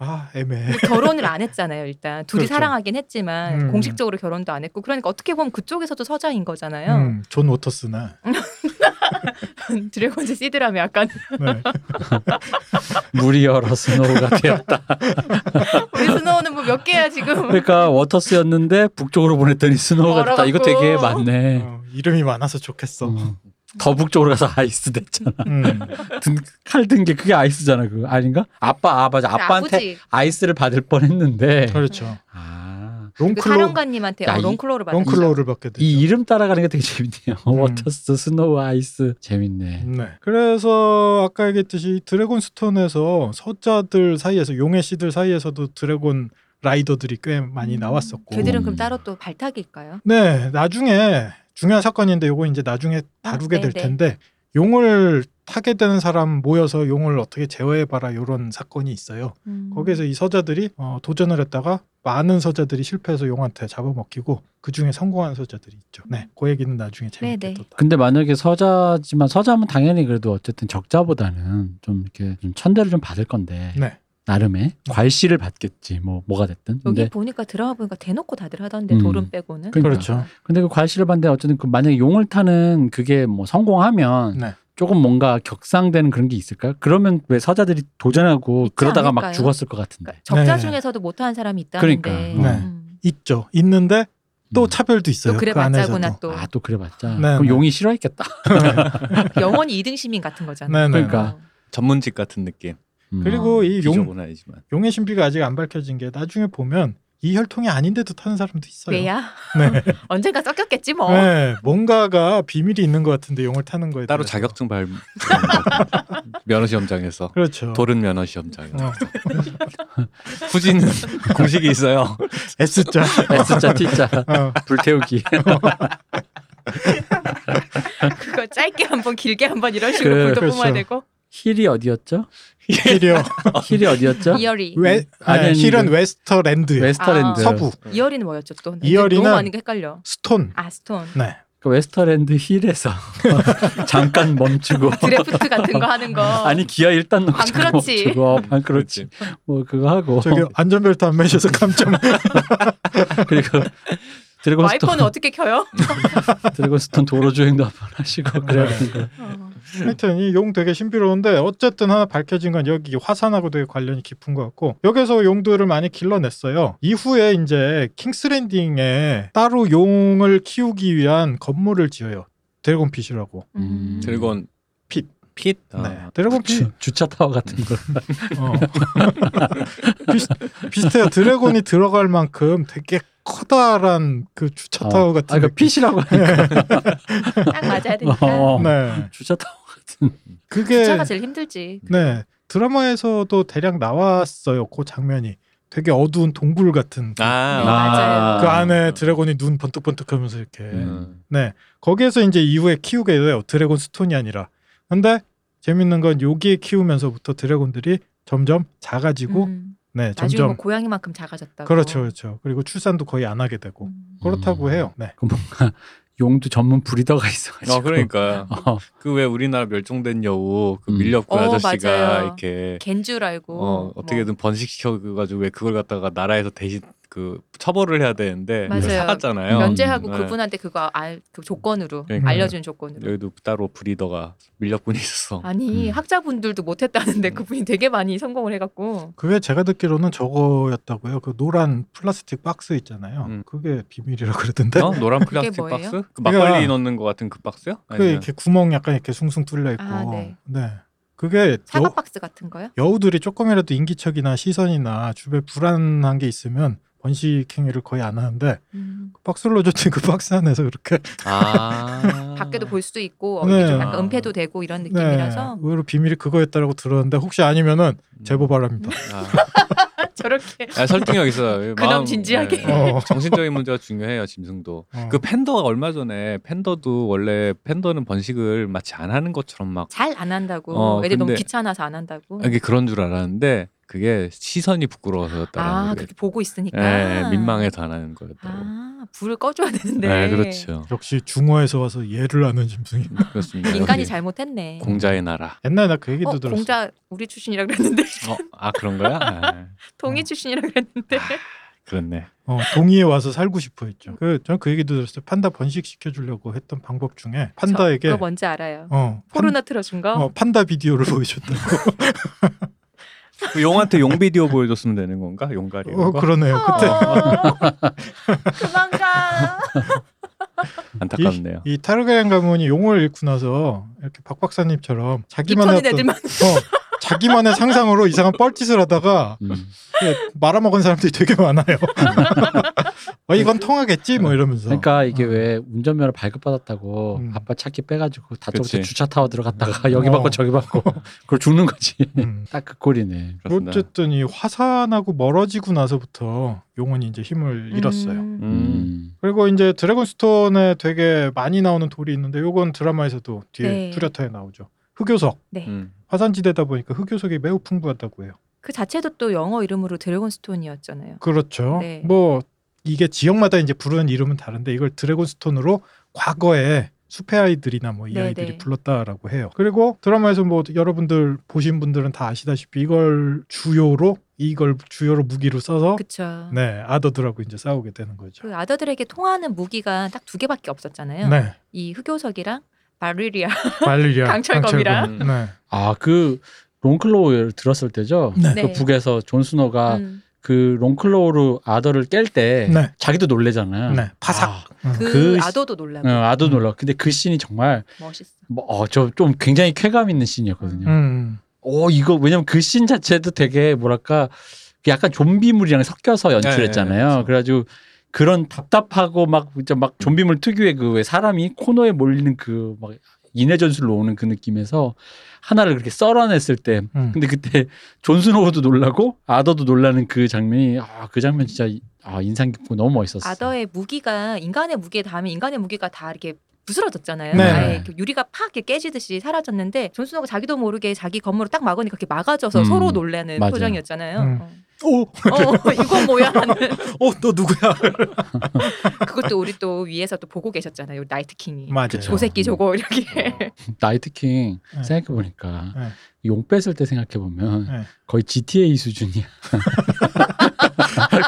Speaker 2: 아, 애매해.
Speaker 1: 결혼을 안 했잖아요. 일단 둘이
Speaker 2: 그렇죠.
Speaker 1: 사랑하긴 했지만
Speaker 2: 음.
Speaker 1: 공식적으로 결혼도 안 했고 그러니까 어떻게 보면 그쪽에서도 서자인 거잖아요.
Speaker 2: 음, 존 워터스나. 음.
Speaker 1: 드래곤즈 시드라며 약간
Speaker 2: 네.
Speaker 3: 무리어러 스노우가 되었다.
Speaker 1: 우리 스노우는 뭐 몇 개야 지금?
Speaker 3: 그러니까 워터스였는데 북쪽으로 보냈더니 스노우가 됐다. 이거 되게
Speaker 1: 멀어갖고.
Speaker 3: 많네.
Speaker 2: 어, 이름이 많아서 좋겠어.
Speaker 3: 어. 더 북쪽으로 가서 아이스 됐잖아.
Speaker 2: 음.
Speaker 3: 칼든게 그게 아이스잖아. 그거 아닌가? 아빠 아 맞아. 아빠한테
Speaker 1: 아버지.
Speaker 3: 아이스를 받을 뻔했는데.
Speaker 2: 그렇죠.
Speaker 3: 아.
Speaker 1: 그
Speaker 2: 롱클로
Speaker 1: 사령관님한테
Speaker 3: 야,
Speaker 1: 어,
Speaker 3: 이-
Speaker 1: 롱클로를 받았죠.
Speaker 2: 롱클로를 받게 되죠.
Speaker 3: 이 이름 따라가는 게 되게 재밌네요.
Speaker 2: 음.
Speaker 3: 워터스, 스노우, 아이스. 재밌네.
Speaker 2: 네. 그래서 아까 얘기했듯이 드래곤 스톤에서 서자들 사이에서 용의 씨들 사이에서도 드래곤 라이더들이 꽤 많이
Speaker 1: 음.
Speaker 2: 나왔었고.
Speaker 1: 걔들은
Speaker 3: 음.
Speaker 1: 그럼 따로 또 발탁일까요?
Speaker 2: 네, 나중에 중요한 사건인데 요거 이제 나중에 다루게
Speaker 1: 아,
Speaker 2: 될
Speaker 1: 네네.
Speaker 2: 텐데 용을 타게 되는 사람 모여서 용을 어떻게 제어해 봐라 요런 사건이 있어요.
Speaker 1: 음.
Speaker 2: 거기에서 이 서자들이 어, 도전을 했다가 많은 서자들이 실패해서 용한테 잡아먹히고 그 중에 성공한 서자들이 있죠. 네, 그 얘기는 나중에 재밌게
Speaker 1: 네네.
Speaker 2: 또.
Speaker 3: 근데 만약에 서자지만 서자면 당연히 그래도 어쨌든 적자보다는 좀 이렇게 좀 천대를 좀 받을 건데
Speaker 2: 네.
Speaker 3: 나름의 괄시를 받겠지 뭐 뭐가 됐든
Speaker 1: 여기
Speaker 3: 근데
Speaker 1: 보니까 드라마 보니까 대놓고 다들 하던데
Speaker 3: 음.
Speaker 1: 돌은 빼고는.
Speaker 3: 그러니까.
Speaker 2: 그렇죠.
Speaker 3: 근데 그 괄시를 받는데 어쨌든 그 만약에 용을 타는 그게 뭐 성공하면
Speaker 2: 네.
Speaker 3: 조금 뭔가 격상되는 그런 게 있을까요? 그러면 왜 서자들이 도전하고 그러다가 막
Speaker 1: 않을까요?
Speaker 3: 죽었을 것 같은데
Speaker 1: 그러니까 적자
Speaker 2: 네.
Speaker 1: 중에서도 못하는 사람이 있다는데.
Speaker 3: 그러니까.
Speaker 2: 네.
Speaker 1: 음.
Speaker 2: 있죠. 있는데 또
Speaker 3: 음.
Speaker 2: 차별도 있어요.
Speaker 1: 또 그래
Speaker 2: 그 안에서도.
Speaker 1: 봤자구나 또.
Speaker 3: 아 또 그래봤자
Speaker 2: 네,
Speaker 3: 그럼
Speaker 2: 네.
Speaker 3: 용이 싫어했겠다.
Speaker 1: 영원히 이등 시민 같은
Speaker 2: 네,
Speaker 1: 거잖아요.
Speaker 2: 네.
Speaker 3: 그러니까.
Speaker 1: 어.
Speaker 4: 전문직 같은 느낌.
Speaker 3: 음.
Speaker 2: 그리고 어, 이 용,
Speaker 4: 비좁은 아니지만.
Speaker 2: 용의 신비가 아직 안 밝혀진 게 나중에 보면 이 혈통이 아닌데도 타는 사람도 있어요.
Speaker 1: 왜야?
Speaker 2: 네.
Speaker 1: 언젠가 섞였겠지 뭐.
Speaker 2: 네, 뭔가가 비밀이 있는 것 같은데 용을 타는 거에
Speaker 4: 따로
Speaker 2: 대해서.
Speaker 4: 자격증 발 면허 시험장에서
Speaker 2: 그렇죠.
Speaker 4: 돌은 면허 시험장.
Speaker 2: 어,
Speaker 4: 후진 공식이 있어요.
Speaker 2: S자.
Speaker 3: S자 네, T자
Speaker 2: 어,
Speaker 3: 불태우기.
Speaker 1: 그거 짧게 한번 길게 한번 이런 식으로
Speaker 3: 그,
Speaker 1: 불도 뿜어야
Speaker 2: 그렇죠.
Speaker 1: 되고.
Speaker 3: 힐이 어디였죠?
Speaker 2: 힐이요.
Speaker 3: 힐이 어디였죠?
Speaker 1: 이어리.
Speaker 2: 웨,
Speaker 3: 아니,
Speaker 2: 아니,
Speaker 3: 아니,
Speaker 2: 힐은
Speaker 3: 그- 네.
Speaker 2: 웨스터랜드예요.
Speaker 3: 웨스터랜드.
Speaker 2: 서부
Speaker 1: 이어리는 뭐였죠 또?
Speaker 2: 이어리는-
Speaker 1: 너무 많은 게 헷갈려.
Speaker 2: 스톤.
Speaker 1: 아스톤.
Speaker 2: 네.
Speaker 3: 그 웨스터랜드 힐에서 잠깐 멈추고
Speaker 1: 드래프트 같은 거 하는 거.
Speaker 3: 아니 기아 일단 넣고 잠깐
Speaker 1: 반크러치.
Speaker 3: 멈추고 어, 반크러치 뭐 그거 하고
Speaker 2: 저기 안전벨트 안 매셔서 깜짝.
Speaker 3: 아, 그리고 드래곤스톤
Speaker 1: 와이퍼는 어떻게 켜요?
Speaker 3: 드래곤스톤 도로 주행도 한번
Speaker 2: 아,
Speaker 3: 하시고 그래야 되는데
Speaker 1: 어.
Speaker 2: 하여튼 이 용 되게 신비로운데 어쨌든 하나 밝혀진 건 여기 화산하고 되게 관련이 깊은 것 같고 여기서 용들을 많이 길러냈어요. 이후에 이제 킹스랜딩에 따로 용을 키우기 위한 건물을 지어요. 드래곤핏이라고.
Speaker 3: 음.
Speaker 4: 드래곤
Speaker 2: 핏.
Speaker 4: 핏.
Speaker 2: 네.
Speaker 4: 아,
Speaker 2: 드래곤핏.
Speaker 3: 주- 주차 타워 같은 거
Speaker 2: 음. 어. 비슷, 비슷해요. 드래곤이 들어갈 만큼 되게 커다란 그 주차 타워 같은
Speaker 3: 아, 그러니까
Speaker 2: 느낌.
Speaker 3: 핏이라고 하니까.
Speaker 1: 딱 맞아야 되니까.
Speaker 3: 어,
Speaker 2: 네.
Speaker 3: 주차 타워 같은.
Speaker 2: 그게
Speaker 1: 주차가 제일 힘들지.
Speaker 2: 네. 드라마에서도 대략 나왔어요. 그 장면이. 되게 어두운 동굴 같은
Speaker 4: 아,
Speaker 1: 맞아요.
Speaker 2: 그 안에 드래곤이 눈 번뜩번뜩하면서 이렇게
Speaker 4: 음.
Speaker 2: 네 거기에서 이제 이후에 키우게 돼요 드래곤 스톤이 아니라 근데 재밌는 건 여기에 키우면서부터 드래곤들이 점점 작아지고
Speaker 1: 음.
Speaker 2: 네
Speaker 1: 나중에 뭐
Speaker 2: 점점
Speaker 1: 고양이만큼 작아졌다고.
Speaker 2: 그렇죠 그렇죠 그리고 출산도 거의 안 하게 되고
Speaker 4: 뭐.
Speaker 1: 음.
Speaker 2: 그렇다고
Speaker 3: 음.
Speaker 2: 해요 네
Speaker 3: 그 뭔가 용두 전문 브리더가 있어가지고.
Speaker 4: 아 그러니까
Speaker 3: 어,
Speaker 4: 그 왜 우리나라 멸종된 여우 그
Speaker 3: 음.
Speaker 4: 밀렵 그
Speaker 1: 어,
Speaker 4: 아저씨가
Speaker 1: 맞아요.
Speaker 4: 이렇게
Speaker 1: 갠 줄 알고.
Speaker 4: 네.
Speaker 1: 뭐
Speaker 4: 어, 어떻게든 번식시켜 가지고 왜 그걸 갖다가 나라에서 대신 그 처벌을 해야 되는데
Speaker 1: 맞아요.
Speaker 4: 그걸 사갔잖아요.
Speaker 1: 뭐 면제하고
Speaker 4: 네.
Speaker 1: 그분한테 그거 알, 그 조건으로
Speaker 4: 그러니까요.
Speaker 1: 알려준 조건으로.
Speaker 4: 여기도 따로 브리더가 밀렵군이 있었어.
Speaker 1: 아니
Speaker 3: 음.
Speaker 1: 학자분들도
Speaker 4: 음.
Speaker 1: 못했다는데 그분이 되게 많이 성공을 해갖고.
Speaker 2: 그게 제가 듣기로는 저거였다고요 그 노란 플라스틱 박스 있잖아요
Speaker 4: 음.
Speaker 2: 그게 비밀이라 그러던데
Speaker 4: 어? 노란 플라스틱
Speaker 1: 뭐예요?
Speaker 4: 박스? 그 막걸리
Speaker 2: 그러니까-
Speaker 4: 넣는 것 같은 그 박스요?
Speaker 2: 그
Speaker 4: 아니면-
Speaker 2: 이렇게 구멍 약간 이렇게 숭숭 뚫려 있고
Speaker 1: 아, 네.
Speaker 2: 그게 여-
Speaker 1: 사과 박스 같은 거요?
Speaker 2: 여우들이 조금이라도 인기척이나 시선이나 주변에 불안한 게 있으면 번식 행위를 거의 안 하는데
Speaker 1: 음.
Speaker 2: 박스로 줬지 그 박스 안에서 그렇게
Speaker 4: 아
Speaker 1: 음, 밖에도 볼 수도 있고
Speaker 2: 네.
Speaker 1: 어디 좀 약간 은폐도 되고 이런 그 느낌이라서
Speaker 2: 네, 의외로 비밀이 그거였다라고 들었는데 혹시 아니면은
Speaker 4: 음.
Speaker 2: 음. 제보 바랍니다.
Speaker 4: 아,
Speaker 1: 저렇게
Speaker 4: 아, 설득력 있어요.
Speaker 1: 그놈
Speaker 4: 마음-
Speaker 1: 진지하게.
Speaker 4: 네.
Speaker 2: 어.
Speaker 4: 정신적인 문제가 중요해요 짐승도.
Speaker 2: 어.
Speaker 4: 그 팬더가 얼마 전에 팬더도 원래 팬더는 번식을 마치 안 하는 것처럼 막
Speaker 1: 잘 안 한다고
Speaker 4: 어,
Speaker 1: 애들 너무
Speaker 4: 근데-
Speaker 1: 귀찮아서 안 한다고
Speaker 4: 이게 그런 줄 알았는데 그게 시선이 부끄러워서였다라는
Speaker 1: 아
Speaker 4: 거예요.
Speaker 1: 그렇게 보고 있으니까
Speaker 4: 예, 민망해서 안 하는 거였다고.
Speaker 1: 아 불을 꺼줘야 되는데
Speaker 4: 네, 그렇죠.
Speaker 2: 역시 중어에서 와서 얘를 아는 짐승이.
Speaker 4: 그렇습니다.
Speaker 1: 인간이
Speaker 4: 역시
Speaker 1: 잘못했네
Speaker 4: 공자의 나라.
Speaker 2: 옛날에 나 그 얘기도
Speaker 1: 어,
Speaker 2: 들었어.
Speaker 1: 공자 우리 출신이라 그랬는데
Speaker 4: 어, 아 그런 거야? 아,
Speaker 1: 동이
Speaker 2: 어.
Speaker 1: 출신이라 그랬는데
Speaker 4: 그렇네.
Speaker 2: 어, 동이에 와서 살고 싶어했죠. 그 저는 그 얘기도 들었어요. 판다 번식 시켜주려고 했던 방법 중에 판다에게
Speaker 1: 그렇죠. 그거 뭐 뭔지 알아요
Speaker 2: 어, 판,
Speaker 1: 포르노 틀어준 거 음.
Speaker 2: 어 판다 비디오를 보여줬다고.
Speaker 4: 그 용한테 용 비디오 보여줬으면 되는 건가? 용가리.
Speaker 2: 어, 그러네요. 그때
Speaker 1: 어, 그만 가
Speaker 4: 안타깝네요.
Speaker 2: 이 타르가yen 가문이 용어를 잃고 나서 이렇게 박 박사님처럼
Speaker 1: 이천인
Speaker 2: 자기만의 어떤
Speaker 1: 애들만
Speaker 2: 어, 자기만의 상상으로 이상한 뻘짓을 하다가
Speaker 3: 음.
Speaker 2: 이렇게 말아먹은 사람들이 되게 많아요. 어, 이건 통하겠지 뭐 이러면서.
Speaker 3: 그러니까 이게
Speaker 2: 어.
Speaker 3: 왜 운전면허 발급받았다고
Speaker 2: 음.
Speaker 3: 아빠 차키 빼가지고 다짜고짜
Speaker 4: 그치.
Speaker 3: 주차 타워 들어갔다가 여기 받고
Speaker 2: 어.
Speaker 3: 저기 받고 그걸 죽는 거지.
Speaker 2: 음.
Speaker 3: 딱 그 꼴이네.
Speaker 4: 그렇습니다.
Speaker 2: 어쨌든 이 화산하고 멀어지고 나서부터 용은 이제 힘을 잃었어요.
Speaker 1: 음.
Speaker 4: 음.
Speaker 2: 그리고 이제 드래곤스톤에 되게 많이 나오는 돌이 있는데 요건 드라마에서도 뒤에
Speaker 1: 네.
Speaker 2: 뚜렷하게 나오죠. 흑요석.
Speaker 1: 네.
Speaker 4: 음.
Speaker 2: 화산지대다 보니까 흑요석이 매우 풍부하다고 해요.
Speaker 1: 그 자체도 또 영어 이름으로 드래곤스톤이었잖아요
Speaker 2: 그렇죠.
Speaker 1: 네.
Speaker 2: 뭐 이게 지역마다 이제 부르는 이름은 다른데 이걸 드래곤스톤으로 과거에 숲의 아이들이나 뭐 이
Speaker 1: 네,
Speaker 2: 아이들이
Speaker 1: 네.
Speaker 2: 불렀다라고 해요. 그리고 드라마에서 뭐 여러분들 보신 분들은 다 아시다시피 이걸 주요로 이걸 주요로 무기로 써서
Speaker 1: 그쵸
Speaker 2: 네 아더들하고 이제 싸우게 되는 거죠.
Speaker 1: 그 아더들에게 통하는 무기가 딱 두 개밖에 없었잖아요.
Speaker 2: 네,
Speaker 1: 이 흑요석이랑 바리리아.
Speaker 2: 발리리아
Speaker 1: 강철검이랑.
Speaker 2: 강철검. 네,
Speaker 3: 아그 롱클로우를 들었을 때죠.
Speaker 2: 네.
Speaker 1: 네.
Speaker 3: 그 북에서 존 스노가
Speaker 1: 음,
Speaker 3: 그 롱클로우로 아더를 깰 때
Speaker 2: 네.
Speaker 3: 자기도 놀래잖아요.
Speaker 2: 네, 파삭.
Speaker 3: 아,
Speaker 1: 그,
Speaker 3: 그
Speaker 1: 아더도 놀라고
Speaker 3: 어, 아더
Speaker 2: 음.
Speaker 3: 놀라. 근데 그 씬이 정말
Speaker 1: 멋있어.
Speaker 3: 뭐저좀 굉장히 쾌감 있는 씬이었거든요.
Speaker 2: 음,
Speaker 3: 오 이거 왜냐면 그 씬 자체도 되게 뭐랄까 그 약간 좀비물이랑 섞여서 연출했잖아요.
Speaker 4: 네, 네, 네.
Speaker 3: 그래가지고 그런 답답하고 막 진짜 막 좀비물 특유의 그 왜 사람이 코너에 몰리는 그 막 인해 전술로 오는 그 느낌에서 하나를 그렇게 썰어냈을 때
Speaker 2: 음.
Speaker 3: 근데 그때 존스노우도 놀라고 아더도 놀라는 그 장면이 아 그 장면 진짜 이- 아 인상 깊고 너무 멋있었어.
Speaker 1: 아더의 무기가 인간의 무기에 닿으면 인간의 무기가 다 이렇게 부스러졌잖아요.
Speaker 2: 네.
Speaker 1: 아예 이렇게 유리가 팍 이렇게 깨지듯이 사라졌는데 존스노가 자기도 모르게 자기 건물을 딱 막으니까 이렇게 막아져서
Speaker 3: 음,
Speaker 1: 서로 놀라는
Speaker 3: 맞아요.
Speaker 1: 표정이었잖아요.
Speaker 2: 음.
Speaker 1: 어.
Speaker 2: 오,
Speaker 1: 어, 이건 뭐야 하는.
Speaker 2: 어, 너 누구야?
Speaker 1: 그것도 우리 또 위에서 또 보고 계셨잖아요. 나이트 킹이.
Speaker 2: 맞아요. 음.
Speaker 3: 그쵸.
Speaker 1: 조새끼 저거 이렇게.
Speaker 3: 나이트킹
Speaker 2: 네.
Speaker 3: 생각해 보니까
Speaker 2: 네.
Speaker 3: 용 뺐을 때 생각해 보면
Speaker 2: 네.
Speaker 3: 거의 GTA 수준이야.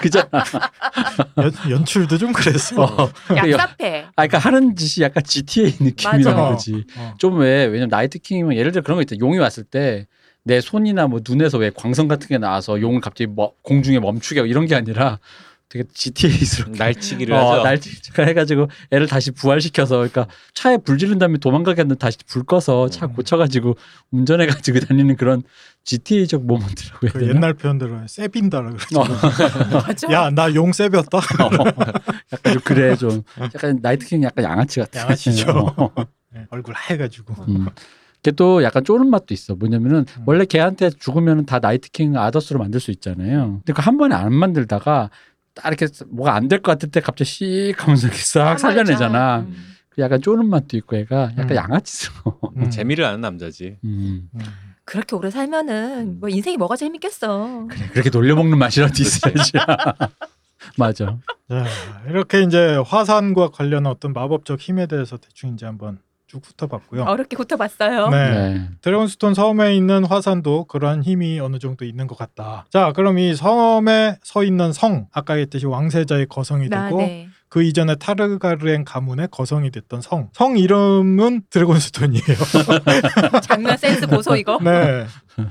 Speaker 3: 그잖아.
Speaker 2: 연, 연출도 좀 그래서.
Speaker 3: 어.
Speaker 1: 얍삽해.
Speaker 3: 아, 그러니까 하는 짓이 약간 GTA 느낌이라는
Speaker 1: 맞아.
Speaker 3: 거지.
Speaker 2: 어.
Speaker 3: 좀 왜, 왜냐면 나이트킹이면 예를 들어 그런 거 있잖아. 용이 왔을 때 내 손이나 뭐 눈에서 왜 광선 같은 게 나와서 용을 갑자기 뭐- 공중에 멈추게 하고 이런 게 아니라 되게
Speaker 1: 음.
Speaker 3: GTA스럽게
Speaker 8: 날치기를
Speaker 3: 어,
Speaker 8: 하죠.
Speaker 3: 날치기가 해가지고 애를 다시 부활시켜서 그러니까 차에 불 지른 다음에 도망가겠는데 다시 불 꺼서 차
Speaker 8: 음.
Speaker 3: 고쳐가지고 운전해가지고 다니는 그런 GTA적 모먼트라고 해야
Speaker 2: 그
Speaker 3: 되나?
Speaker 2: 옛날 표현대로 세빈다라 그러죠.
Speaker 3: 어.
Speaker 1: 맞아.
Speaker 2: 야, 나 용 세볐다.
Speaker 3: 약간 좀 그래 좀 약간 나이트킹 약간 양아치 같아.
Speaker 2: 양아치죠.
Speaker 3: 어.
Speaker 2: 네, 얼굴 하얘가지고.
Speaker 3: 음. 걔또 약간 쪼른 맛도 있어. 뭐냐면은
Speaker 2: 음.
Speaker 3: 원래 걔한테 죽으면 다 나이트킹 아더스로 만들 수 있잖아요. 근데 그 한 번에 안 만들다가 딱 이렇게 뭐가 안 될 것 같을 때 갑자기 씩 하면서 이렇게 싹 살려내잖아.
Speaker 1: 음.
Speaker 3: 그 약간 쪼른 맛도 있고 얘가 약간
Speaker 2: 음.
Speaker 3: 양아치스러워.
Speaker 2: 음.
Speaker 8: 재미를 아는 남자지.
Speaker 3: 음.
Speaker 2: 음.
Speaker 1: 그렇게 오래 살면은 뭐 인생이 뭐가 재밌겠어.
Speaker 3: 그래 그렇게 놀려먹는 맛이라도 있어야지. 맞아.
Speaker 2: 자, 이렇게 이제 화산과 관련한 어떤 마법적 힘에 대해서 대충 이제 한번 쭉 훑어봤고요.
Speaker 1: 어렵게 훑어봤어요.
Speaker 2: 네.
Speaker 3: 네.
Speaker 2: 드래곤스톤 섬에 있는 화산도 그러한 힘이 어느 정도 있는 것 같다. 자, 그럼 이 섬에 서 있는 성, 아까 했듯이 왕세자의 거성이
Speaker 1: 나,
Speaker 2: 되고
Speaker 1: 네.
Speaker 2: 그 이전에 타르가르엔 가문의 거성이 됐던 성. 성 이름은 드래곤스톤이에요.
Speaker 1: 장면 센스 고소 이거.
Speaker 2: 네.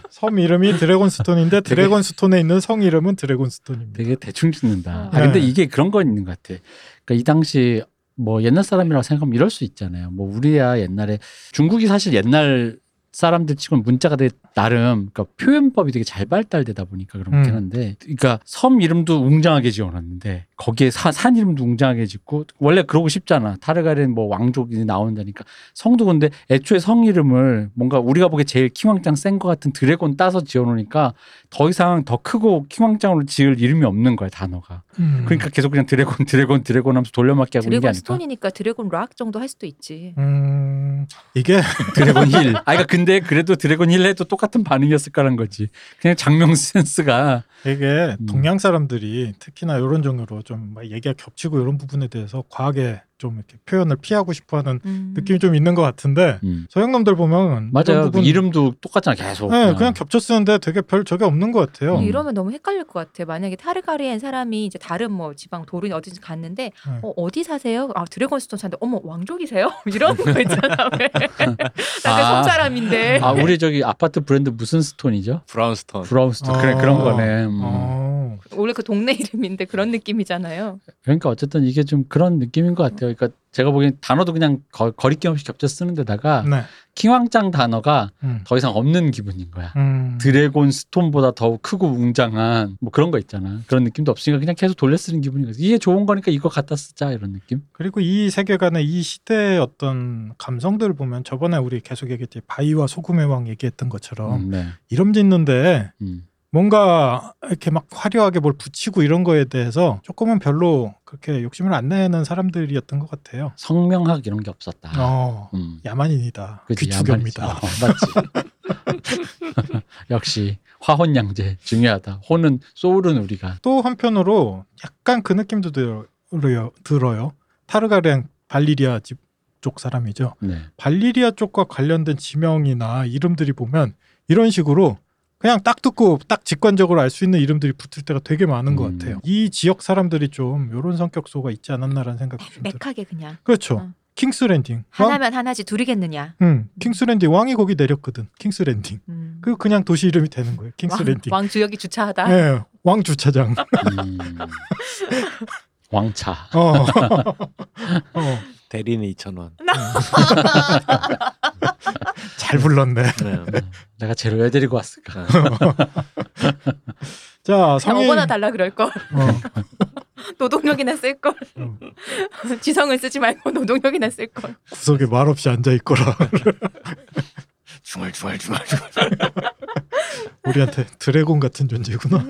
Speaker 2: 섬 이름이 드래곤스톤인데 드래곤스톤에 있는 성 이름은 드래곤스톤입니다.
Speaker 3: 되게 대충 짓는다. 아
Speaker 2: 네.
Speaker 3: 근데 이게 그런 건 있는 것 같아. 그러니까 이 당시 뭐 옛날 사람이라고 생각하면 이럴 수 있잖아요. 뭐 우리야 옛날에 중국이 사실 옛날 사람들 치고는 문자가 되게 나름 그러니까 표현법이 되게 잘 발달되다 보니까 그런 긴
Speaker 2: 음.
Speaker 3: 한데 그러니까 섬 이름도 웅장하게 지어놨는데 거기에 사- 산 이름도 웅장하게 짓고 원래 그러고 싶잖아 타르가렌 뭐 왕족이 나온다니까 성도 근데 애초에 성 이름을 뭔가 우리가 보기에 제일 킹왕짱 센 것 같은 드래곤 따서 지어놓으니까 더 이상 더 크고 킹왕짱으로 지을 이름이 없는 거야 단어가
Speaker 2: 음.
Speaker 3: 그러니까 계속 그냥 드래곤 드래곤 드래곤 하면서 돌려막기 하고 있는 게
Speaker 1: 드래곤
Speaker 3: 아닐까
Speaker 1: 스톤이니까 드래곤 락 정도 할 수도 있지.
Speaker 2: 음, 이게
Speaker 3: 드래곤 힐 아 그러니까 근데 그래도 드래곤 힐 해도 똑같은 반응이었을까라는 거지 그냥 장명 센스가
Speaker 2: 되게
Speaker 3: 음.
Speaker 2: 동양 사람들이 특히나 이런 종류로 좀막 얘기가 겹치고 이런 부분에 대해서 과하게 좀 이렇게 표현을 피하고 싶어하는
Speaker 1: 음.
Speaker 2: 느낌이 좀 있는 것 같은데
Speaker 3: 음.
Speaker 2: 서양놈들 보면 이런
Speaker 3: 맞아요 그
Speaker 2: 부분-
Speaker 3: 이름도 똑같잖아 계속
Speaker 2: 네, 그냥 겹쳐 쓰는데 되게 별 적이 없는 것 같아요.
Speaker 1: 근데
Speaker 3: 음.
Speaker 1: 이러면 너무 헷갈릴 것 같아. 만약에 타르가리엔 사람이 이제 다른 뭐 지방 도른 어디든지 갔는데
Speaker 2: 네.
Speaker 1: 어, 어디 사세요? 아 드래곤 스톤 사는데 어머 왕족이세요? 이런 거 있잖아. 왜?
Speaker 3: 아.
Speaker 1: 나그 사람인데.
Speaker 3: 아 우리 저기 아파트 브랜드 무슨 스톤이죠
Speaker 8: 브라운스톤.
Speaker 3: 브라운 스톤
Speaker 2: 아.
Speaker 3: 그래 그런 거네 음.
Speaker 2: 어.
Speaker 1: 원래 그 동네 이름인데 그런 느낌이잖아요.
Speaker 2: 그렇죠.
Speaker 3: 그러니까 어쨌든 이게 좀 그런 느낌인 것 같아요. 그러니까 제가 보기엔 단어도 그냥 거, 거리낌 없이 겹쳐 쓰는데다가
Speaker 2: 네.
Speaker 3: 킹왕짱 단어가
Speaker 2: 음.
Speaker 3: 더 이상 없는 기분인 거야.
Speaker 2: 음.
Speaker 3: 드래곤 스톤보다 더 크고 웅장한 뭐 그런 거 있잖아. 그런 느낌도 없으니까 그냥 계속 돌려 쓰는 기분인 거지. 이게 좋은 거니까 이거 갖다 쓰자 이런 느낌.
Speaker 2: 그리고 이 세계관의 이 시대의 어떤 감성들을 보면 저번에 우리 계속 얘기했지 바위와 소금의 왕 얘기했던 것처럼
Speaker 3: 음, 네.
Speaker 2: 이름 짓는데
Speaker 3: 음.
Speaker 2: 뭔가 이렇게 막 화려하게 뭘 붙이고 이런 거에 대해서 조금은 별로 그렇게 욕심을 안 내는 사람들이었던 것 같아요.
Speaker 3: 성명학 이런 게 없었다.
Speaker 2: 어.
Speaker 3: 음.
Speaker 2: 야만인이다.
Speaker 3: 그치,
Speaker 2: 귀추경이다.
Speaker 3: 야만이지. 어, 맞지. 역시 화혼양제 중요하다. 혼은 소울은 우리가.
Speaker 2: 또 한편으로 약간 그 느낌도 들어요. 들어요. 타르가렌 발리리아 집 쪽 사람이죠.
Speaker 3: 네.
Speaker 2: 발리리아 쪽과 관련된 지명이나 이름들이 보면 이런 식으로 그냥 딱 듣고 딱 직관적으로 알 수 있는 이름들이 붙을 때가 되게 많은 것
Speaker 3: 음.
Speaker 2: 같아요. 이 지역 사람들이 좀 이런 성격소가 있지 않았나라는 생각이 좀 들어요.
Speaker 1: 맥맥하게 그냥
Speaker 2: 그렇죠.
Speaker 1: 어.
Speaker 2: 킹스랜딩. 왕,
Speaker 1: 하나면 하나지 둘이겠느냐.
Speaker 2: 음, 킹스랜딩. 왕이 거기 내렸거든. 킹스랜딩.
Speaker 1: 음.
Speaker 2: 그 그냥 도시 이름이 되는 거예요. 킹스랜딩.
Speaker 1: 왕, 왕 주역이 주차하다.
Speaker 2: 예, 왕 주차장.
Speaker 3: 음. 왕차.
Speaker 2: 어. 어.
Speaker 8: 대리는 2,000원.
Speaker 2: 잘 불렀네.
Speaker 1: 음.
Speaker 8: 네.
Speaker 3: 내가 재료 왜 데리고 왔을까?
Speaker 2: 자,
Speaker 1: 그냥
Speaker 2: 성인
Speaker 1: 어거나 달라 그럴 걸.
Speaker 2: 어,
Speaker 1: 노동력이나 쓸 걸.
Speaker 2: 음.
Speaker 1: 지성을 쓰지 말고 노동력이나 쓸 걸.
Speaker 2: 구석에 말없이 앉아 있거라.
Speaker 8: 중얼중얼중얼.
Speaker 2: 우리한테 드래곤 같은 존재구나.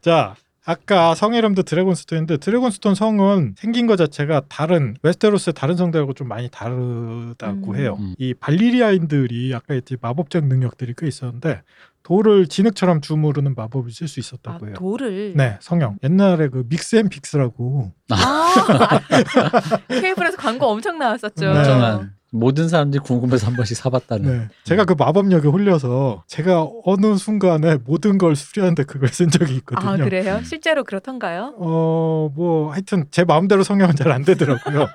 Speaker 2: 자, 아까 성 이름도 드래곤스톤인데 드래곤스톤 성은 생긴 것 자체가 다른 웨스테로스의 다른 성들하고 좀 많이 다르다고
Speaker 1: 음.
Speaker 2: 해요.
Speaker 3: 음.
Speaker 2: 이 발리리아인들이 아까 했지 마법적 능력들이 꽤 있었는데 돌을 진흙처럼 주무르는 마법을 쓸
Speaker 1: 아,
Speaker 2: 수 있었다고 해요.
Speaker 1: 돌을.
Speaker 2: 네, 성형. 옛날에 그 믹스앤픽스라고
Speaker 1: 아, 케이블에서 광고 엄청 나왔었죠.
Speaker 2: 네.
Speaker 3: 정말 모든 사람들이 궁금해서 한 번씩 사봤다는.
Speaker 2: 네. 제가 그 마법력에 홀려서 제가 어느 순간에 모든 걸 수리하는데 그걸 쓴 적이 있거든요.
Speaker 1: 아 그래요? 실제로 그렇던가요?
Speaker 2: 어, 뭐, 하여튼 제 마음대로 성형은 잘 안 되더라고요.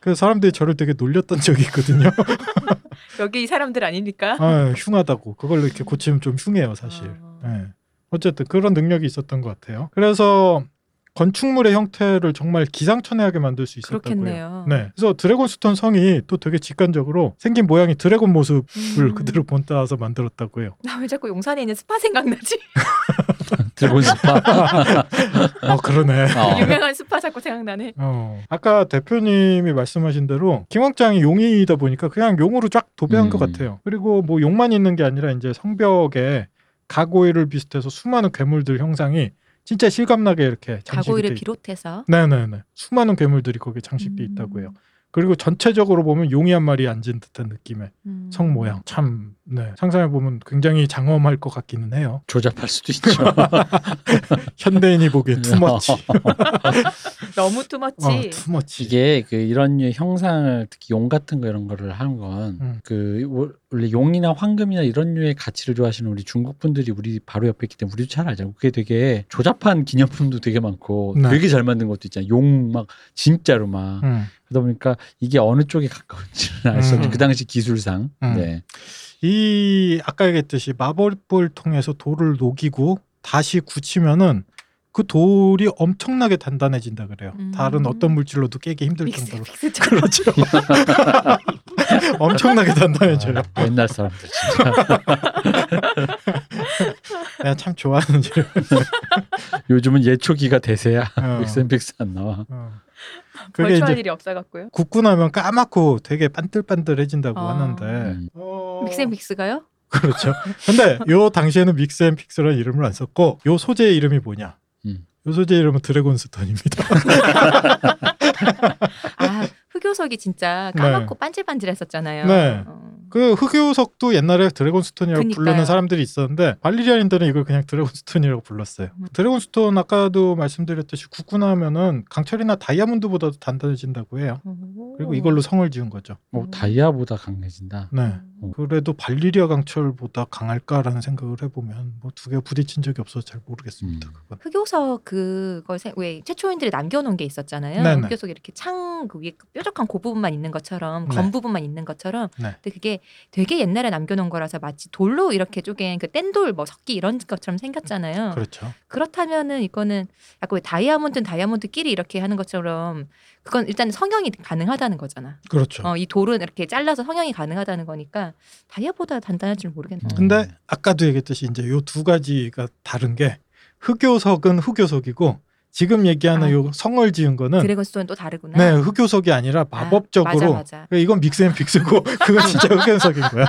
Speaker 2: 그래서 사람들이 저를 되게 놀렸던 적이 있거든요.
Speaker 1: 여기 이 사람들 아니니까.
Speaker 2: 아, 흉하다고. 그걸 이렇게 고치면 좀 흉해요, 사실. 네,
Speaker 1: 아.
Speaker 2: 예. 어쨌든 그런 능력이 있었던 것 같아요. 그래서 건축물의 형태를 정말 기상천외하게 만들 수 있었다고요.
Speaker 1: 그렇겠네요.
Speaker 2: 네. 그래서 드래곤스톤 성이 또 되게 직관적으로 생긴 모양이 드래곤 모습을
Speaker 1: 음.
Speaker 2: 네, 그대로 본따서 만들었다고 해요.
Speaker 1: 나 왜 자꾸 용산에 있는 스파 생각나지?
Speaker 3: 드래곤 스파.
Speaker 2: 아 그러네.
Speaker 3: 어.
Speaker 1: 유명한 스파 자꾸 생각나네.
Speaker 2: 어. 아까 대표님이 말씀하신 대로 김왕장이 용이다 보니까 그냥 용으로 쫙 도배한
Speaker 3: 음.
Speaker 2: 것 같아요. 그리고 뭐 용만 있는 게 아니라 이제 성벽에 가고일을 비슷해서 수많은 괴물들 형상이 진짜 실감나게 이렇게 장식이 돼
Speaker 1: 가고일을
Speaker 2: 있고.
Speaker 1: 비롯해서
Speaker 2: 네네네. 수많은 괴물들이 거기
Speaker 5: 음.
Speaker 2: 장식돼 있다고 해요. 그리고 전체적으로 보면 용이 한 마리 앉은 듯한 느낌의
Speaker 1: 음.
Speaker 2: 성 모양. 참, 네. 상상해 보면 굉장히 장엄할 것 같기는 해요.
Speaker 3: 조잡할 수도 있죠.
Speaker 2: 현대인이 보기에 투머치.
Speaker 1: 너무 투머치.
Speaker 2: 어, 투머치.
Speaker 3: 이게 그 이런 류의 형상을 특히 용 같은 거 이런 거를 하는 건
Speaker 2: 음.
Speaker 3: 그 원래 용이나 황금이나 이런 류의 가치를 좋아하시는 우리 중국 분들이 우리 바로 옆에 있기 때문에 우리도 잘 알잖아요. 그게 되게 조잡한 기념품도 되게 많고
Speaker 2: 네.
Speaker 3: 되게 잘 만든 것도 있잖아요. 용 막 진짜로 막
Speaker 2: 음.
Speaker 3: 그러다 보니까 이게 어느 쪽에 가까운지는 알 수 없는
Speaker 2: 음.
Speaker 3: 그 당시 기술상
Speaker 2: 음.
Speaker 3: 네.
Speaker 2: 이 아까 얘기했듯이 마법을 통해서 돌을 녹이고 다시 굳히면은 그 돌이 엄청나게 단단해진다 그래요.
Speaker 1: 음.
Speaker 2: 다른 어떤 물질로도 깨기 힘들
Speaker 1: 믹스
Speaker 2: 정도로
Speaker 1: 믹스 저-
Speaker 2: 그렇죠. 엄청나게 단단해져요.
Speaker 3: 아, 옛날 사람들 진짜
Speaker 2: 내가 참 좋아하는 재료.
Speaker 3: 요즘은 예초기가 대세야.
Speaker 2: 어,
Speaker 3: 믹스앤믹스 안 나와.
Speaker 2: 어. 그게
Speaker 1: 벌초할
Speaker 2: 이제
Speaker 1: 일이 없어갖고요.
Speaker 2: 굽고 나면 까맣고 되게 반들반들해진다고
Speaker 1: 아.
Speaker 2: 하는데.
Speaker 3: 음.
Speaker 2: 어,
Speaker 1: 믹스 믹스가요?
Speaker 2: 그렇죠. 근데 요 당시에는 믹스앤픽스라는 이름을 안 썼고 요 소재의 이름이 뭐냐?
Speaker 3: 음.
Speaker 2: 요 소재 이름은 드래곤스톤입니다.
Speaker 1: 아 흑요석이 진짜 까맣고 반질반질했었잖아요.
Speaker 2: 네.
Speaker 1: 어.
Speaker 2: 그 흑요석도 옛날에 드래곤스톤이라고
Speaker 1: 그니까요.
Speaker 2: 부르는 사람들이 있었는데 발리리안인들은 이걸 그냥 드래곤스톤이라고 불렀어요.
Speaker 1: 음.
Speaker 2: 드래곤스톤 아까도 말씀드렸듯이 굳거나 하면은 강철이나 다이아몬드보다도 단단해진다고 해요.
Speaker 1: 오.
Speaker 2: 그리고 이걸로 성을 지은 거죠.
Speaker 3: 어, 다이아보다 강해진다.
Speaker 2: 네. 그래도 발리리아 강철보다 강할까라는 생각을 해보면 뭐 두 개 부딪힌 적이 없어서 잘 모르겠습니다.
Speaker 3: 음.
Speaker 2: 그건.
Speaker 1: 흑요석 그걸 세- 왜 최초인들이 남겨놓은 게 있었잖아요.
Speaker 2: 네네.
Speaker 1: 흑요석 이렇게 창그 위에 뾰족한 고 부분만 있는 것처럼
Speaker 2: 네.
Speaker 1: 검 부분만 있는 것처럼.
Speaker 2: 네.
Speaker 1: 근데 그게 되게 옛날에 남겨놓은 거라서 마치 돌로 이렇게 쪼갠 그 뗀돌 뭐 석기 이런 것처럼 생겼잖아요.
Speaker 2: 그렇죠.
Speaker 1: 그렇다면은 이거는 약간 왜 다이아몬드는 다이아몬드끼리 이렇게 하는 것처럼 그건 일단 성형이 가능하다는 거잖아.
Speaker 2: 그렇죠.
Speaker 1: 어, 이 돌은 이렇게 잘라서 성형이 가능하다는 거니까 다이아보다 단단할 줄 모르겠네.
Speaker 3: 음.
Speaker 2: 근데 아까도 얘기했듯이 이제 요 두 가지가 다른 게 흑요석은 흑요석이고 지금 얘기하는
Speaker 1: 아.
Speaker 2: 요 성을 지은 거는
Speaker 1: 드래곤 스톤은 또 다르구나.
Speaker 2: 네, 흑요석이 아니라
Speaker 1: 아,
Speaker 2: 마법적으로
Speaker 1: 맞아, 맞아.
Speaker 2: 그러니까 이건 믹스앤픽스고 그건 진짜 흑연석인 거야.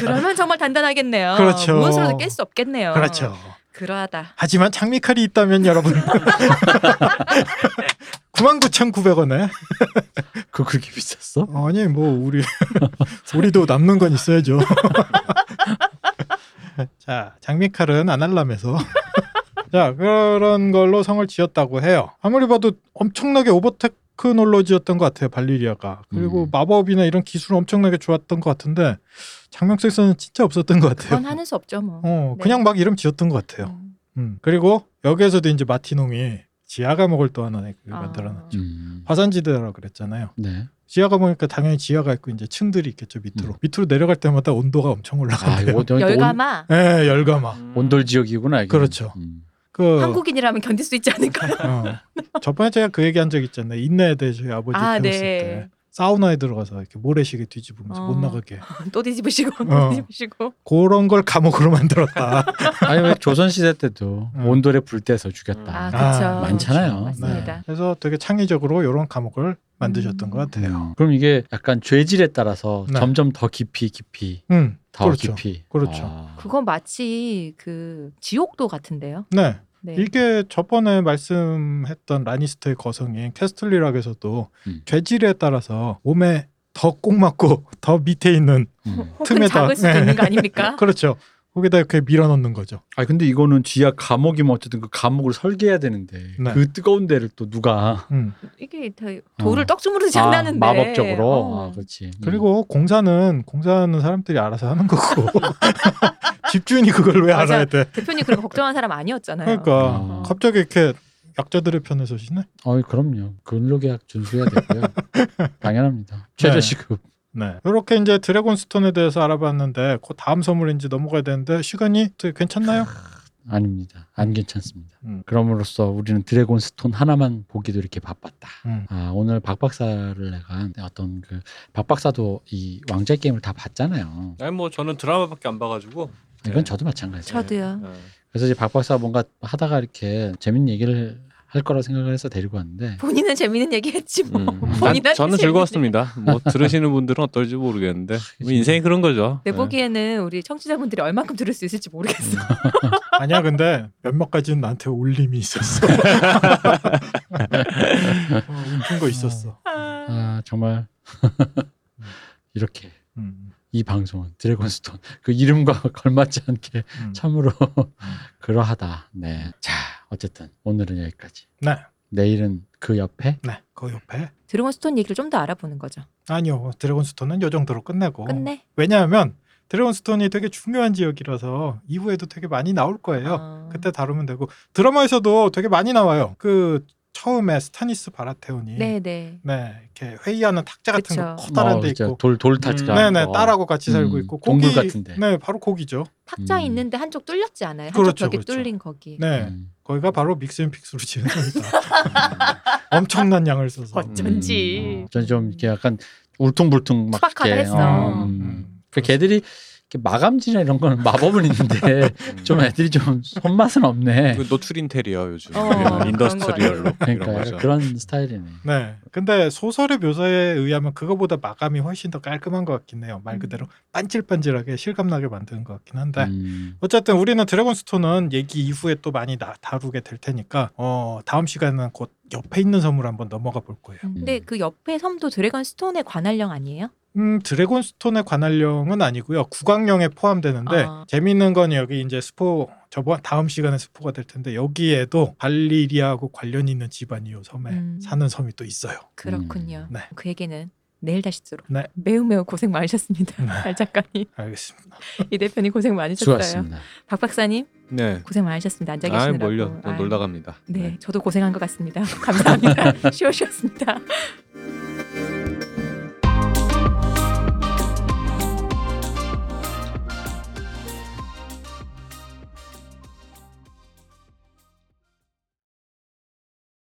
Speaker 1: 그러면 정말 단단하겠네요.
Speaker 2: 그렇죠.
Speaker 1: 무엇으로도 깰 수 없겠네요.
Speaker 2: 그렇죠.
Speaker 1: 그러하다.
Speaker 2: 하지만 장미칼이 있다면 여러분 99,900원에
Speaker 3: 그거 그렇게 비쌌어?
Speaker 2: 아니 뭐 우리 우리도 남는 건 있어야죠. 자 장미칼은 아날람에서 자 그런 걸로 성을 지었다고 해요. 아무리 봐도 엄청나게 오버테크놀로지였던 것 같아요 발리리아가 그리고
Speaker 3: 음.
Speaker 2: 마법이나 이런 기술은 엄청나게 좋았던 것 같은데 장명색선은 진짜 없었던 것 같아요.
Speaker 1: 그건 하는 수 없죠 뭐.
Speaker 2: 어
Speaker 1: 네.
Speaker 2: 그냥 막 이름 지었던 것 같아요.
Speaker 1: 음.
Speaker 2: 음. 그리고 여기에서도 이제 마티농이 지하 감옥을 또 하나 만들어놨.
Speaker 1: 아.
Speaker 3: 음.
Speaker 2: 화산지대라고 그랬잖아요.
Speaker 3: 네.
Speaker 2: 지하가 보니까 당연히 지하가 있고 이제 층들이 있겠죠 밑으로 밑으로 내려갈 때마다 온도가 엄청
Speaker 3: 음. 아,
Speaker 2: 올라가요.
Speaker 3: 이거 또
Speaker 1: 열감아
Speaker 2: 예, 열감아.
Speaker 1: 음.
Speaker 3: 온, 돌 지역이구나. 이게.
Speaker 2: 그렇죠.
Speaker 3: 음.
Speaker 2: 그
Speaker 1: 한국인이라면 견딜 수 있지 않을까요?
Speaker 2: 어, 저번에 제가 그 얘기한 적 있잖아요. 인내에 대해 저희 아버지
Speaker 1: 아, 네.
Speaker 2: 배웠을 때 사우나에 들어가서 이렇게 모래시계 뒤집으면서 못
Speaker 1: 어.
Speaker 2: 나가게
Speaker 1: 또 뒤집으시고
Speaker 2: 어.
Speaker 1: 또 뒤집으시고.
Speaker 2: 그런 걸 감옥으로 만들었다. 네.
Speaker 3: 아니 왜 조선 시대 때도
Speaker 2: 음.
Speaker 3: 온돌에 불 떼서
Speaker 1: 아
Speaker 3: 죽였다.
Speaker 1: 그렇
Speaker 2: 아, 네.
Speaker 3: 많잖아요.
Speaker 1: 맞습니다. 음.
Speaker 2: 그래서 되게 창의적으로 이런 감옥을 만드셨던 것
Speaker 3: 네.
Speaker 2: 같아요.
Speaker 3: 어. 그럼 이게 약간 죄질에 따라서
Speaker 2: 네.
Speaker 3: 점점 더 깊이 깊이
Speaker 2: 음,
Speaker 3: 더
Speaker 2: 그렇죠.
Speaker 3: 네. 깊이.
Speaker 2: 그렇죠.
Speaker 3: 아.
Speaker 1: 그건 마치 그 지옥도 같은데요.
Speaker 2: 네,
Speaker 1: 네.
Speaker 2: 이게 저번에 말씀했던 라니스터의 거성인 캐스틀리락에서도
Speaker 3: 음.
Speaker 2: 죄질에 따라서 몸에 더 꼭 맞고 더 밑에 있는
Speaker 3: 음.
Speaker 1: 혹은
Speaker 2: 틈에다-
Speaker 1: 잡을 수도 있는 거 아닙니까?
Speaker 2: 그렇죠. 거기다 이렇게 밀어넣는 거죠.
Speaker 3: 아 근데 이거는 지하 감옥이면 어쨌든 그 감옥을 설계해야 되는데
Speaker 2: 네.
Speaker 3: 그 뜨거운 데를 또 누가
Speaker 2: 음.
Speaker 1: 이게 다 돌을 떡 주무르지
Speaker 3: 아,
Speaker 1: 않았는데
Speaker 3: 마법적으로.
Speaker 1: 어.
Speaker 3: 아, 그렇지. 음.
Speaker 2: 그리고 공사는 공사는 사람들이 알아서 하는 거고 집주인이 그걸 왜
Speaker 1: 맞아.
Speaker 2: 알아야 돼?
Speaker 1: 대표님 그런 거 걱정한 사람 아니었잖아요. 어.
Speaker 2: 그러니까
Speaker 3: 아.
Speaker 2: 갑자기 이렇게 약자들의 편에 서시네.
Speaker 3: 어, 그럼요. 근로계약 준수해야 되고요. 당연합니다. 최저시급.
Speaker 2: 네. 이렇게 이제 드래곤스톤에 대해서 알아봤는데 그 다음 선물인지 넘어가야 되는데 시간이 되게 괜찮나요?
Speaker 3: 아닙니다. 안 괜찮습니다.
Speaker 2: 음.
Speaker 3: 그럼으로써 우리는 드래곤 스톤 하나만 보기도 이렇게 바빴다.
Speaker 2: 음.
Speaker 3: 아, 오늘 박 박사를 내가 어떤 그 박 박사도 이 왕좌의 게임을 다 봤잖아요.
Speaker 8: 아니 뭐 저는 드라마밖에 안 봐가지고.
Speaker 2: 네.
Speaker 3: 이건 저도 마찬가지예요.
Speaker 1: 저도요.
Speaker 8: 네.
Speaker 3: 그래서 이제 박 박사가 뭔가 하다가 이렇게 재밌는 얘기를 할 거라고 생각을 해서 데리고 왔는데
Speaker 1: 본인은 재밌는 얘기했지 뭐.
Speaker 4: 음.
Speaker 1: 본인한테
Speaker 4: 난- 저는
Speaker 1: 재밌는 아,
Speaker 4: 즐거웠습니다. 뭐 들으시는 분들은 어떨지 모르겠는데 뭐 인생이 그런 거죠.
Speaker 1: 내 보기에는 우리 청취자분들이 얼만큼 들을 수 있을지 모르겠어.
Speaker 2: 아니야 근데 몇몇 가지는 나한테 울림이 있었어. 어, 웃긴 거 있었어.
Speaker 3: 아 정말 이렇게
Speaker 2: 음,
Speaker 3: 이 방송은 드래곤스톤 그 이름과 걸맞지 않게
Speaker 2: 음.
Speaker 3: 참으로 그러하다. 네. 자 어쨌든 오늘은 여기까지.
Speaker 2: 네,
Speaker 3: 내일은 그 옆에
Speaker 2: 네, 그 옆에
Speaker 1: 드래곤스톤 얘기를 좀 더 알아보는 거죠.
Speaker 2: 아니요 드래곤스톤은 요 정도로 끝내고
Speaker 1: 끝내.
Speaker 2: 왜냐하면 드래곤스톤이 되게 중요한 지역이라서 이후에도 되게 많이 나올 거예요.
Speaker 1: 어.
Speaker 2: 아, 그때 다루면 되고 드라마에서도 되게 많이 나와요. 그 처음에 스타니스 바라테온이 네,
Speaker 1: 네네.
Speaker 2: 이렇게 회의하는 탁자 같은
Speaker 1: 그쵸.
Speaker 2: 거 커다란
Speaker 3: 어,
Speaker 2: 데
Speaker 3: 진짜
Speaker 2: 있고 음.
Speaker 3: 돌 돌타지가
Speaker 2: 네네 딸하고 같이 살고
Speaker 3: 음,
Speaker 2: 있고 고기
Speaker 3: 동굴 같은데.
Speaker 2: 네 바로 거기죠.
Speaker 1: 탁자
Speaker 3: 음.
Speaker 1: 있는데 한쪽 뚫렸지 않아요? 한쪽
Speaker 2: 그렇죠,
Speaker 1: 벽이
Speaker 2: 그렇죠.
Speaker 1: 뚫린 거기.
Speaker 2: 네
Speaker 3: 음.
Speaker 2: 거기가 바로 믹스앤픽스로 지은 거다. 엄청난 양을 써서
Speaker 1: 어쩐지.
Speaker 3: 음, 어, 저는 좀 이렇게 약간 울퉁불퉁 막
Speaker 1: 투박하다
Speaker 3: 이렇게,
Speaker 1: 했어.
Speaker 2: 음.
Speaker 3: 어, 음. 그 걔들이 이렇게 마감질이나 이런 거는 마법은 있는데 좀 애들이 좀 손맛은 없네.
Speaker 4: 음. 그 노출 인테리어 요즘
Speaker 1: 어,
Speaker 4: 이런 인더스트리얼로
Speaker 3: 그러니까
Speaker 4: 이런 거죠.
Speaker 3: 약간 그런 스타일이네.
Speaker 2: 네. 근데 소설의 묘사에 의하면 그거보다 마감이 훨씬 더 깔끔한 것 같긴 해요. 말 그대로 반질반질하게 실감나게 만드는 것 같긴 한데.
Speaker 3: 음,
Speaker 2: 어쨌든 우리는 드래곤스톤은 얘기 이후에 또 많이 나- 다루게 될 테니까 어, 다음 시간은 곧 옆에 있는 섬으로 한번 넘어가 볼 거예요.
Speaker 1: 음. 근데 그 옆에 섬도 드래곤스톤에 관할령 아니에요?
Speaker 2: 음, 드래곤스톤의 관할령은 아니고요. 구강령에 포함되는데
Speaker 1: 아.
Speaker 2: 재미있는 건 여기 이제 스포 저번 다음 시간에 스포가 될 텐데 여기에도 발리리아하고 관련 있는 집안이요 섬에
Speaker 1: 음.
Speaker 2: 사는 섬이 또 있어요.
Speaker 1: 그렇군요.
Speaker 2: 네.
Speaker 1: 그 얘기는 내일 다시 들어.
Speaker 2: 네.
Speaker 1: 매우 매우 고생 많으셨습니다.
Speaker 2: 네.
Speaker 1: 알 작가님,
Speaker 2: 알겠습니다.
Speaker 1: 이 대표님 고생 많으셨어요.
Speaker 3: 수고하셨습니다.
Speaker 1: 박 박사님
Speaker 8: 네.
Speaker 1: 고생 많으셨습니다. 앉아
Speaker 8: 아
Speaker 1: 계시느라고.
Speaker 8: 몰려. 또
Speaker 1: 아유,
Speaker 4: 네.
Speaker 8: 놀다 네. 갑니다.
Speaker 1: 네, 저도 고생한 것 같습니다. 감사합니다. 쉬오쉬었습니다.